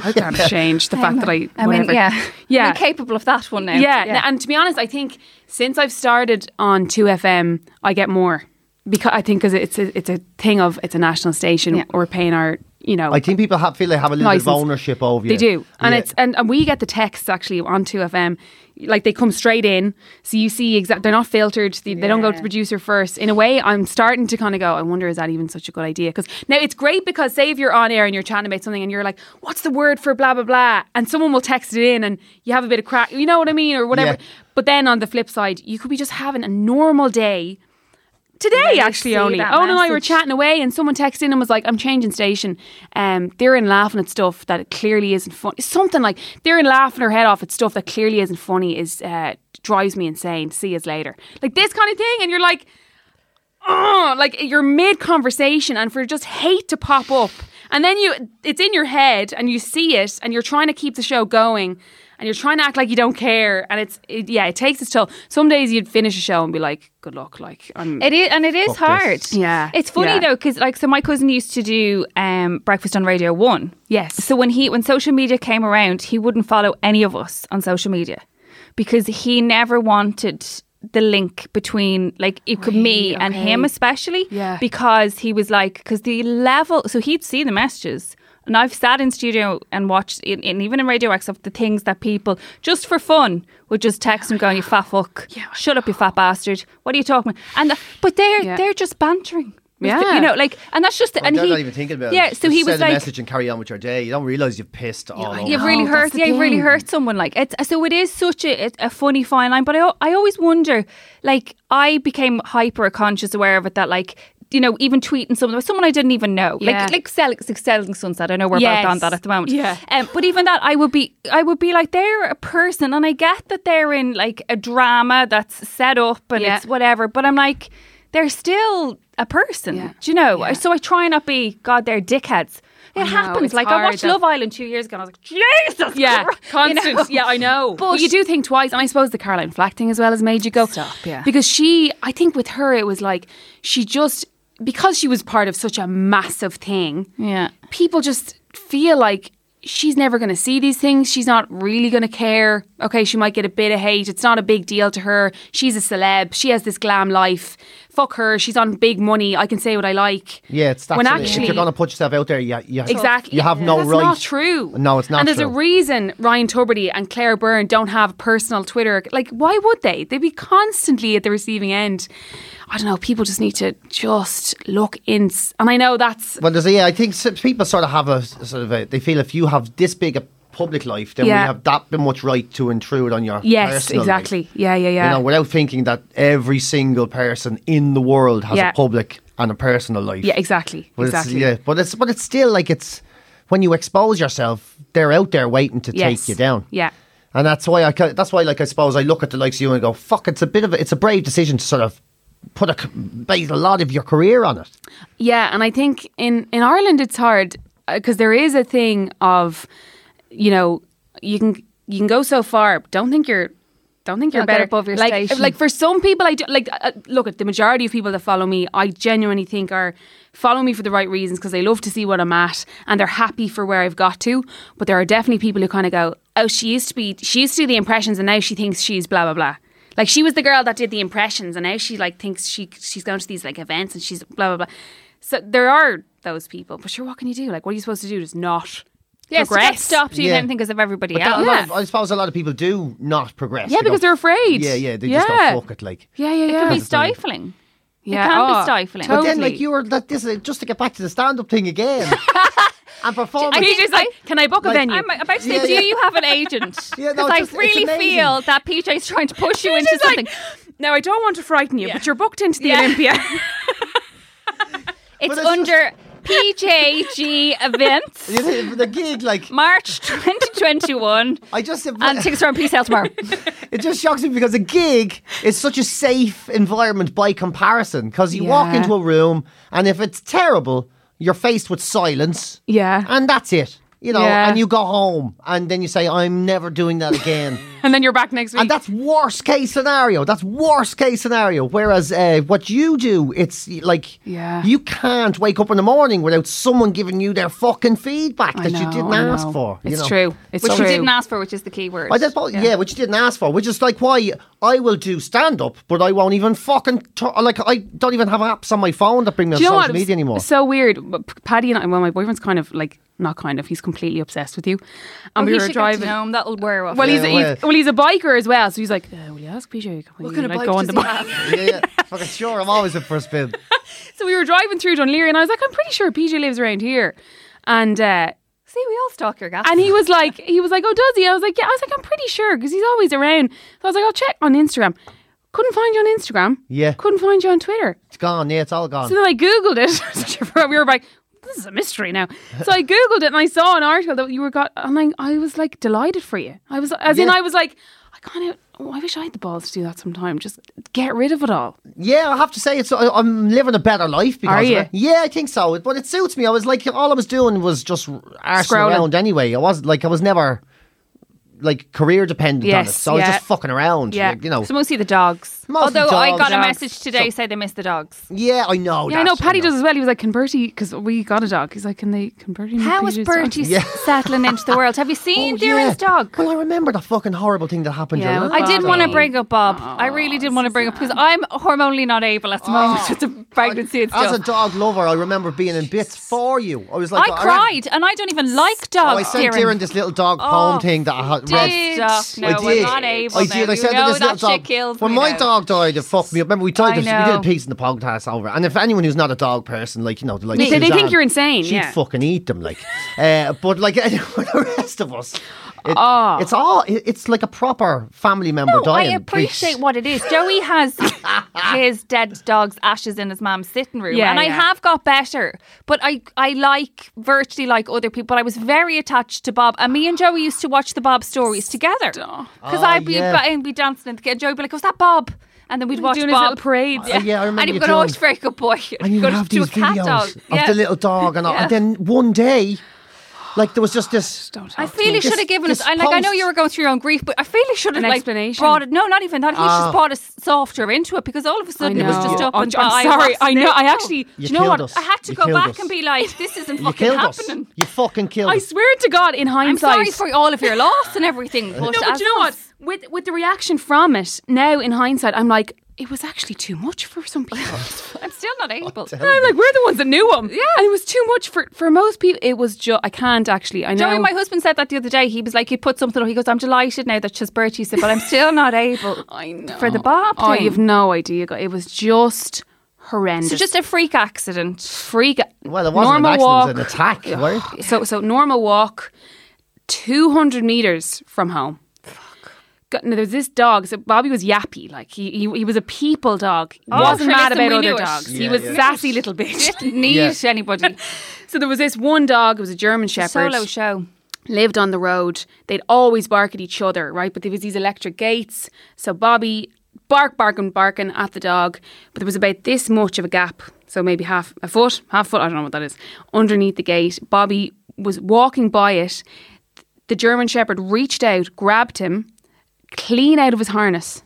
[SPEAKER 7] I can't change the fact that I.
[SPEAKER 2] I mean,
[SPEAKER 7] whatever.
[SPEAKER 2] yeah,
[SPEAKER 7] yeah.
[SPEAKER 2] I'm capable of that one now.
[SPEAKER 7] Yeah, n- and to be honest, I think since I've started on Two FM, I get more because I think because it's a, it's a thing of it's a national station.
[SPEAKER 2] Yeah.
[SPEAKER 7] We're paying our you know.
[SPEAKER 1] I think people have, feel they have a little bit
[SPEAKER 7] license.
[SPEAKER 1] of ownership over you.
[SPEAKER 7] They do, and
[SPEAKER 1] Yeah.
[SPEAKER 7] it's and, and we get the texts actually on Two FM. Like they come straight in, so you see exact. They're not filtered. They, they don't go to the producer first. In a way, I'm starting to kind of go. I wonder is that even such a good idea? Because now it's great because say if you're on air and you're chatting about something and you're like, "What's the word for blah blah blah?" and someone will text it in and you have a bit of crack. You know what I mean or whatever.
[SPEAKER 1] Yeah.
[SPEAKER 7] But then on the flip side, you could be just having a normal day. Today,
[SPEAKER 2] you
[SPEAKER 7] actually,
[SPEAKER 2] see
[SPEAKER 7] only.
[SPEAKER 2] that
[SPEAKER 7] Owen and I were
[SPEAKER 2] message.
[SPEAKER 7] chatting chatting away and someone texted in and was like, I'm changing station. Um, they're in laughing at stuff that clearly isn't funny. Something like they're in laughing her head off at stuff that clearly isn't funny is uh, drives me insane. See us later. Like this kind of thing. And you're like, oh, like you're mid conversation and for just hate to pop up. And then you, it's in your head and you see it and you're trying to keep the show going and you're trying to act like you don't care. And it's, it, yeah, it takes its toll. Some days you'd finish a show and be like, good luck. Like, I'm,
[SPEAKER 2] It is, and it is hard.
[SPEAKER 7] Yeah.
[SPEAKER 2] it's funny
[SPEAKER 7] Yeah.
[SPEAKER 2] though, because like, so my cousin used to do um, breakfast on Radio One.
[SPEAKER 7] Yes.
[SPEAKER 2] So when he when social media came around, he wouldn't follow any of us on social media because he never wanted the link between like it could me and him especially
[SPEAKER 7] Yeah.
[SPEAKER 2] because he was like because the level so he'd see the messages and I've sat in studio and watched and and even in Radio X of the things that people just for fun would just text and go you fat
[SPEAKER 7] [SIGHS]
[SPEAKER 2] fuck shut up you fat bastard what are you talking about and the, but they're
[SPEAKER 7] Yeah.
[SPEAKER 2] they're just bantering with the-
[SPEAKER 7] Yeah.
[SPEAKER 2] you know like and that's just the, and
[SPEAKER 1] they're
[SPEAKER 2] he
[SPEAKER 1] not even thinking about it.
[SPEAKER 2] yeah so
[SPEAKER 1] Just
[SPEAKER 2] he was
[SPEAKER 1] send a
[SPEAKER 2] like
[SPEAKER 1] message and carry on with your day. You don't realize you've pissed all over.
[SPEAKER 2] You've really
[SPEAKER 7] know, Oh, that's
[SPEAKER 2] hurt.
[SPEAKER 7] the
[SPEAKER 2] Yeah, you really
[SPEAKER 7] thing.
[SPEAKER 2] hurt someone. Like it's so it is such a, a- a funny fine line. But I, al- I always wonder. Like I became hyper conscious aware of it that like. You know, even tweeting someone, someone I didn't even know,
[SPEAKER 7] Yeah.
[SPEAKER 2] like like selling, like selling sunset. I know we're
[SPEAKER 7] Yes.
[SPEAKER 2] both on that at the moment.
[SPEAKER 7] Yeah.
[SPEAKER 2] Um, but even that, I would be, I would be like, they're a person, and I get that they're in like a drama that's set up and
[SPEAKER 7] Yeah.
[SPEAKER 2] it's whatever. But I'm like, they're still a person.
[SPEAKER 7] Yeah.
[SPEAKER 2] Do you know?
[SPEAKER 7] Yeah.
[SPEAKER 2] So I try not be, God, they're dickheads. It
[SPEAKER 7] know,
[SPEAKER 2] happens.
[SPEAKER 7] it's
[SPEAKER 2] Like I
[SPEAKER 7] hard
[SPEAKER 2] watched
[SPEAKER 7] that-
[SPEAKER 2] Love Island two years ago, and I was like, Jesus,
[SPEAKER 7] Yeah,
[SPEAKER 2] Christ, [LAUGHS]
[SPEAKER 7] constant.
[SPEAKER 2] you know?
[SPEAKER 7] Yeah,
[SPEAKER 2] [LAUGHS]
[SPEAKER 7] I know. But you do think twice, and I suppose the Caroline Flack thing as well has made you go
[SPEAKER 2] Stop, yeah.
[SPEAKER 7] because she. I think with her, it was like she just because she was part of such a massive thing.
[SPEAKER 2] Yeah.
[SPEAKER 7] people just feel like she's never going to see these things. She's not really going to care. Okay, she might get a bit of hate. It's not a big deal to her. She's a celeb. She has this glam life. Fuck her. She's on big money. I can say what I like.
[SPEAKER 1] Yeah, it's that
[SPEAKER 7] when
[SPEAKER 1] sort of-
[SPEAKER 7] actually
[SPEAKER 1] if you're going to put yourself out there, you, you,
[SPEAKER 7] Exactly.
[SPEAKER 1] you have no
[SPEAKER 7] That's
[SPEAKER 1] right.
[SPEAKER 7] not true.
[SPEAKER 1] No, it's not
[SPEAKER 7] And there's a
[SPEAKER 1] true.
[SPEAKER 7] reason Ryan Tuberty and Claire Byrne don't have personal Twitter. Like, why would they? They'd be constantly at the receiving end. I don't know. People just need to just look in. And I know that's.
[SPEAKER 1] Well, there's a, yeah, I think s- people sort of have a s- sort of a, they feel if you have this big a public life, then
[SPEAKER 7] Yeah.
[SPEAKER 1] we have that much right to intrude on your
[SPEAKER 7] Yes,
[SPEAKER 1] personal life.
[SPEAKER 7] exactly. Yeah, yeah, yeah.
[SPEAKER 1] You know, without thinking that every single person in the world has
[SPEAKER 7] Yeah.
[SPEAKER 1] a public and a personal life.
[SPEAKER 7] yeah, exactly.
[SPEAKER 1] But it's-
[SPEAKER 7] exactly.
[SPEAKER 1] yeah, but it's but it's still like it's when you expose yourself, they're out there waiting to
[SPEAKER 7] Yes.
[SPEAKER 1] take you down.
[SPEAKER 7] Yeah.
[SPEAKER 1] and that's why I ca- that's why like I suppose I look at the likes of you and go, fuck, it's a bit of a, it's a brave decision to sort of put a c- base a lot of your career on it.
[SPEAKER 7] Yeah, and I think in in Ireland it's hard because there is a thing of, you know, you can you can go so far. but Don't think you're. Don't think you're
[SPEAKER 2] Don't get
[SPEAKER 7] better
[SPEAKER 2] above your
[SPEAKER 7] like,
[SPEAKER 2] station.
[SPEAKER 7] Like for some people, I do, like. Uh, look at the majority of people that follow me. I genuinely think are follow me for the right reasons because they love to see what I'm at and they're happy for where I've got to. But there are definitely people who kind of go, "Oh, she used to be. She used to do the impressions, and now she thinks she's blah blah blah." Like she was the girl that did the impressions, and now she like thinks she she's going to these like events and she's blah blah blah. So there are those people, but sure, what can you do? Like, what are you supposed to do? Just not
[SPEAKER 2] Yes,
[SPEAKER 7] progress.
[SPEAKER 2] that stopped you
[SPEAKER 1] Yeah.
[SPEAKER 2] then because of everybody
[SPEAKER 1] But that-
[SPEAKER 2] else.
[SPEAKER 1] a lot
[SPEAKER 7] Yeah.
[SPEAKER 1] of- I suppose a lot of people do not progress.
[SPEAKER 7] Yeah,
[SPEAKER 1] They go,
[SPEAKER 7] because they're afraid.
[SPEAKER 1] Yeah, yeah, they just
[SPEAKER 7] Yeah.
[SPEAKER 1] go fuck it like.
[SPEAKER 7] Yeah, yeah,
[SPEAKER 2] It
[SPEAKER 7] yeah.
[SPEAKER 2] can be stifling.
[SPEAKER 7] yeah.
[SPEAKER 2] can be
[SPEAKER 7] oh,
[SPEAKER 2] stifling.
[SPEAKER 1] But
[SPEAKER 7] Totally.
[SPEAKER 1] then like you were that this is just to get back to the stand up thing
[SPEAKER 7] [LAUGHS]
[SPEAKER 1] again. and performance
[SPEAKER 7] I just like, can I book a
[SPEAKER 1] Like-
[SPEAKER 7] venue?
[SPEAKER 2] I'm about to say,
[SPEAKER 1] Yeah,
[SPEAKER 2] do
[SPEAKER 1] yeah.
[SPEAKER 2] you have an agent? [LAUGHS] Because
[SPEAKER 1] Yeah, no,
[SPEAKER 2] I
[SPEAKER 1] just- it's
[SPEAKER 2] really
[SPEAKER 1] amazing.
[SPEAKER 2] feel that PJ's trying to push you
[SPEAKER 7] She's
[SPEAKER 2] into
[SPEAKER 7] just
[SPEAKER 2] something.
[SPEAKER 7] like, now I don't want to frighten you, but you're booked into the
[SPEAKER 2] Yeah. [LAUGHS]
[SPEAKER 7] Olympia.
[SPEAKER 2] it's
[SPEAKER 1] it's just-
[SPEAKER 2] under [LAUGHS] PJG events,
[SPEAKER 1] You know, [LAUGHS] the gig like
[SPEAKER 2] March 2021,
[SPEAKER 1] I just [LAUGHS]
[SPEAKER 2] and tickets are on pre-sale [LAUGHS] tomorrow.
[SPEAKER 1] It just shocks me because a gig is such a safe environment by comparison. Because you walk
[SPEAKER 7] Yeah.
[SPEAKER 1] into a room, and if it's terrible, you're faced with silence.
[SPEAKER 7] Yeah.
[SPEAKER 1] And that's it. You know,
[SPEAKER 7] Yeah. [LAUGHS]
[SPEAKER 1] and you go home, and then you say, I'm never doing that again.
[SPEAKER 7] and then you're back next week.
[SPEAKER 1] And that's worst case scenario. That's worst case scenario. Whereas uh, what you do, it's like
[SPEAKER 7] Yeah.
[SPEAKER 1] you can't wake up in the morning without someone giving you their fucking feedback
[SPEAKER 7] I
[SPEAKER 1] that you
[SPEAKER 7] know,
[SPEAKER 1] didn't
[SPEAKER 7] I
[SPEAKER 1] ask
[SPEAKER 7] know.
[SPEAKER 1] for. you
[SPEAKER 7] It's
[SPEAKER 1] know.
[SPEAKER 7] true. It's
[SPEAKER 2] which
[SPEAKER 7] true.
[SPEAKER 2] you didn't ask for, which is the key word.
[SPEAKER 1] I just, yeah. yeah, which you didn't ask for, which is like why I will do stand up, but I won't even fucking t- like I don't even have apps on my phone that bring me on
[SPEAKER 7] Do you know
[SPEAKER 1] social
[SPEAKER 7] what? It was
[SPEAKER 1] media anymore.
[SPEAKER 7] So weird. But P- Paddy and I, well, my boyfriend's kind of like not kind of. He's completely obsessed with you.
[SPEAKER 2] Oh,
[SPEAKER 7] And we
[SPEAKER 2] he
[SPEAKER 7] were
[SPEAKER 2] should
[SPEAKER 7] driving.
[SPEAKER 2] Get to know him. That'll wear off.
[SPEAKER 7] Well, he's,
[SPEAKER 1] Yeah,
[SPEAKER 7] he's well, he's a biker as well. So he's like, uh, will you ask PJ? Can we,
[SPEAKER 2] what kind of
[SPEAKER 7] like,
[SPEAKER 2] bike
[SPEAKER 7] go on
[SPEAKER 2] does
[SPEAKER 7] the
[SPEAKER 2] he
[SPEAKER 7] bike?
[SPEAKER 1] [LAUGHS]
[SPEAKER 2] have?
[SPEAKER 1] yeah, yeah, fucking sure, I'm always in for a spin.
[SPEAKER 7] So we were driving through Dunleary, and I was like, I'm pretty sure PJ lives around here, and. uh
[SPEAKER 2] See, we all stalk your gas.
[SPEAKER 7] and he was like, he was like, oh, does he? I was like, yeah. I was like, I'm pretty sure because he's always around. So I was like, I'll check on Instagram. Couldn't find you on Instagram.
[SPEAKER 1] Yeah.
[SPEAKER 7] Couldn't find you on Twitter.
[SPEAKER 1] It's gone, yeah, it's all gone.
[SPEAKER 7] So then I googled it. [LAUGHS] we were like, this is a mystery now. So I googled it and I saw an article that you were got, and I, I was like delighted for you. I was, as in,
[SPEAKER 1] Yeah.
[SPEAKER 7] I was like, I kind of, oh, I wish I had the balls to do that sometime. Just get rid of it all.
[SPEAKER 1] Yeah, I have to say it's I- I'm living a better life because
[SPEAKER 7] Are
[SPEAKER 1] of
[SPEAKER 7] you?
[SPEAKER 1] it. Yeah, I think so. But it suits me. I was like all I was doing was just arsing
[SPEAKER 7] Scrolling.
[SPEAKER 1] around anyway. I wasn't like I was never like career dependent on it.
[SPEAKER 7] Yes,
[SPEAKER 1] So I was
[SPEAKER 7] yeah.
[SPEAKER 1] just fucking around.
[SPEAKER 7] Yeah.
[SPEAKER 1] like, you know.
[SPEAKER 2] so mostly the dogs.
[SPEAKER 1] Mostly
[SPEAKER 2] Although I
[SPEAKER 1] dogs.
[SPEAKER 2] got a
[SPEAKER 7] Dogs.
[SPEAKER 2] message today say they miss the dogs.
[SPEAKER 1] Yeah, I know.
[SPEAKER 7] Yeah, I
[SPEAKER 1] that,
[SPEAKER 7] know. Paddy
[SPEAKER 1] know.
[SPEAKER 7] does as well. He was like, can Bertie, because we got a dog. He's like, can they, can Bertie? make
[SPEAKER 2] How is
[SPEAKER 7] PJ's dog?"
[SPEAKER 2] Bertie settling into the world? Have you
[SPEAKER 1] [LAUGHS]
[SPEAKER 2] seen
[SPEAKER 1] Oh,
[SPEAKER 2] Darren's
[SPEAKER 1] yeah.
[SPEAKER 2] dog?
[SPEAKER 1] Well, I remember the fucking horrible thing that happened. Yeah,
[SPEAKER 7] Yeah, well,
[SPEAKER 2] I did want to
[SPEAKER 7] Bobby.
[SPEAKER 2] bring up Bob. I really
[SPEAKER 1] Oh,
[SPEAKER 2] did want to bring up because I'm hormonally not able at the moment [LAUGHS] with the pregnancy and
[SPEAKER 1] As a
[SPEAKER 2] stuff.
[SPEAKER 1] dog lover, I remember being in bits for you. I was
[SPEAKER 2] I
[SPEAKER 1] like,
[SPEAKER 2] cried, and I don't even like
[SPEAKER 1] Oh, I
[SPEAKER 2] dogs.
[SPEAKER 1] sent
[SPEAKER 2] Darren. Oh,
[SPEAKER 1] Darren this little dog poem thing that I had read
[SPEAKER 2] did. No,
[SPEAKER 1] I
[SPEAKER 2] we're
[SPEAKER 1] did.
[SPEAKER 2] not able.
[SPEAKER 1] I
[SPEAKER 2] now.
[SPEAKER 1] did. I
[SPEAKER 2] You
[SPEAKER 1] sent her
[SPEAKER 2] know
[SPEAKER 1] this
[SPEAKER 2] that
[SPEAKER 1] little
[SPEAKER 2] shit
[SPEAKER 1] dog.
[SPEAKER 2] kills
[SPEAKER 1] when
[SPEAKER 2] me
[SPEAKER 1] my
[SPEAKER 2] now.
[SPEAKER 1] dog died, it fucked me up. Remember we tried
[SPEAKER 2] I
[SPEAKER 1] this, we
[SPEAKER 2] know.
[SPEAKER 1] did a piece in the podcast over. it. And if anyone who's not a dog person, like you know, like
[SPEAKER 7] They- they think
[SPEAKER 1] Suzanne,
[SPEAKER 7] you're insane,
[SPEAKER 1] She'd
[SPEAKER 7] yeah.
[SPEAKER 1] fucking eat them, like. [LAUGHS] uh, but like [LAUGHS] the rest of us, it, it's all. it- it's like a proper family member
[SPEAKER 2] Oh. No, I
[SPEAKER 1] dying.
[SPEAKER 2] appreciate
[SPEAKER 1] Please.
[SPEAKER 2] what it is.
[SPEAKER 1] [LAUGHS]
[SPEAKER 2] Joey has his dead dog's ashes in his mom's sitting room,
[SPEAKER 7] Yeah,
[SPEAKER 2] and I
[SPEAKER 7] yeah.
[SPEAKER 2] have got better. But I, I like virtually like other people. But I was very attached to Bob, and me and Joey used to watch the Bob stories together because
[SPEAKER 1] Oh,
[SPEAKER 2] I'd be
[SPEAKER 1] yeah.
[SPEAKER 2] I'd be dancing, in the, and Joey would be like, "Was that Bob?" And then we'd watch
[SPEAKER 7] Doing his
[SPEAKER 2] Bob
[SPEAKER 7] little parades.
[SPEAKER 1] Uh, yeah, I remember
[SPEAKER 2] And
[SPEAKER 1] you
[SPEAKER 2] you'd go, "Oh,
[SPEAKER 1] doing-
[SPEAKER 2] he's a very good boy."
[SPEAKER 1] and you
[SPEAKER 2] Go
[SPEAKER 1] would have
[SPEAKER 2] do a
[SPEAKER 1] these
[SPEAKER 2] cat
[SPEAKER 1] videos
[SPEAKER 2] dog.
[SPEAKER 1] of
[SPEAKER 2] Yeah.
[SPEAKER 1] the little dog, and, all and then one day, like there was just this.
[SPEAKER 2] I feel he
[SPEAKER 1] This-
[SPEAKER 2] should have given
[SPEAKER 1] this
[SPEAKER 2] us. I like. I know
[SPEAKER 1] post-
[SPEAKER 2] you were going through your own grief, but I feel he should have
[SPEAKER 7] An
[SPEAKER 2] like
[SPEAKER 7] explanation. Ah.
[SPEAKER 2] brought it. No, not even that. He just brought us softer into it because all of a
[SPEAKER 7] I
[SPEAKER 2] sudden it was
[SPEAKER 7] know.
[SPEAKER 2] just up
[SPEAKER 7] I'm,
[SPEAKER 2] and
[SPEAKER 7] I'm
[SPEAKER 2] I
[SPEAKER 7] sorry. I
[SPEAKER 2] wasn't
[SPEAKER 7] know.
[SPEAKER 2] it.
[SPEAKER 7] I
[SPEAKER 2] No.
[SPEAKER 7] actually,
[SPEAKER 1] You
[SPEAKER 7] do you know
[SPEAKER 1] killed
[SPEAKER 7] what?
[SPEAKER 1] us.
[SPEAKER 2] I had to
[SPEAKER 1] You
[SPEAKER 2] go
[SPEAKER 1] killed
[SPEAKER 2] back
[SPEAKER 1] us.
[SPEAKER 2] and be like, "This isn't
[SPEAKER 1] You
[SPEAKER 2] fucking
[SPEAKER 1] killed us.
[SPEAKER 2] happening."
[SPEAKER 1] You fucking killed
[SPEAKER 7] I
[SPEAKER 1] us.
[SPEAKER 7] swear to God, in
[SPEAKER 2] I'm
[SPEAKER 7] hindsight,
[SPEAKER 2] sorry for all of your loss
[SPEAKER 1] [LAUGHS]
[SPEAKER 2] and everything. But
[SPEAKER 7] No, but
[SPEAKER 2] as
[SPEAKER 7] you know what?
[SPEAKER 2] us-
[SPEAKER 7] With with the reaction from it now, in hindsight, I'm like, it was actually too much for
[SPEAKER 2] [LAUGHS]
[SPEAKER 7] some people.
[SPEAKER 2] I'm still not able.
[SPEAKER 7] And I'm like, we're the ones that knew him. Yeah, and it was too much for for most people. It was just I can't actually. I know.
[SPEAKER 2] Joey, my husband said that the other day. He was like, he put something up. He goes, "I'm delighted now that she's birth." He said, "But I'm still not able."
[SPEAKER 7] [LAUGHS] I know.
[SPEAKER 2] for the Bob
[SPEAKER 7] Oh,
[SPEAKER 2] thing.
[SPEAKER 7] you've no idea. guy. It was just horrendous.
[SPEAKER 2] So just a freak accident.
[SPEAKER 7] freak.
[SPEAKER 1] Well, it wasn't an
[SPEAKER 7] normal
[SPEAKER 1] accident,
[SPEAKER 7] walk.
[SPEAKER 1] it was an attack. right?
[SPEAKER 7] So so normal walk, two hundred meters from home. Fuck. Now, there's this dog. So Bobby was yappy, like he he, he was a people dog. He wasn't
[SPEAKER 2] sure,
[SPEAKER 7] mad
[SPEAKER 2] listen,
[SPEAKER 7] about
[SPEAKER 2] we
[SPEAKER 7] other
[SPEAKER 2] knew it.
[SPEAKER 7] dogs. he
[SPEAKER 1] Yeah,
[SPEAKER 7] was
[SPEAKER 1] yeah.
[SPEAKER 7] sassy little bitch.
[SPEAKER 2] Didn't need
[SPEAKER 1] Yeah.
[SPEAKER 2] anybody.
[SPEAKER 7] [LAUGHS] so there was this one dog. It was a German Shepherd.
[SPEAKER 2] Solo show.
[SPEAKER 7] lived on the road. They'd always bark at each other, right? But there was these electric gates. So Bobby bark, barking, barking at the dog. But there was about this much of a gap, so maybe half a foot, half foot, I don't know what that is, underneath the gate. Bobby was walking by it. The German Shepherd reached out, grabbed him, clean out of his harness,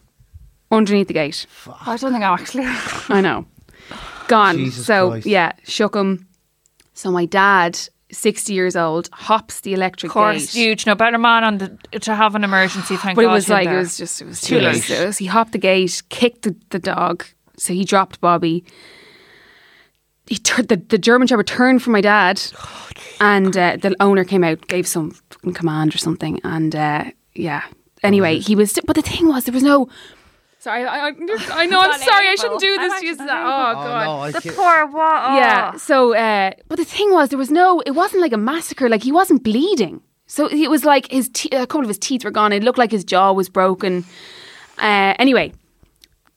[SPEAKER 7] underneath the gate.
[SPEAKER 2] I don't think I actually.
[SPEAKER 7] [LAUGHS] I know. Gone.
[SPEAKER 1] Jesus
[SPEAKER 7] so
[SPEAKER 1] Christ.
[SPEAKER 7] yeah, shook him. So my dad, sixty years old, hops the electric gate.
[SPEAKER 2] huge. No better man on the to have an emergency. Thank
[SPEAKER 7] But it was like it was just it was too,
[SPEAKER 2] Too late.
[SPEAKER 7] late. It was- he hopped the gate, kicked the, the dog, so he dropped Bobby. He tur- the, the German Shepherd turned for my dad, and uh, the owner came out, gave some fucking command or something, and uh, yeah. Anyway, he was. But the thing was, there was no. Sorry,
[SPEAKER 2] [LAUGHS]
[SPEAKER 7] I, I, I know. I'm
[SPEAKER 2] Not
[SPEAKER 7] sorry. I
[SPEAKER 2] able.
[SPEAKER 7] shouldn't do
[SPEAKER 2] I'm
[SPEAKER 7] this.
[SPEAKER 2] actually
[SPEAKER 7] Just, oh
[SPEAKER 2] not able.
[SPEAKER 7] God.
[SPEAKER 1] no, I
[SPEAKER 2] the
[SPEAKER 1] can't-
[SPEAKER 2] poor wa-
[SPEAKER 7] Yeah. So, uh, but the thing was, there was no. It wasn't like a massacre. Like he wasn't bleeding. So it was like his te- a couple of his teeth were gone. It looked like his jaw was broken. Uh, anyway,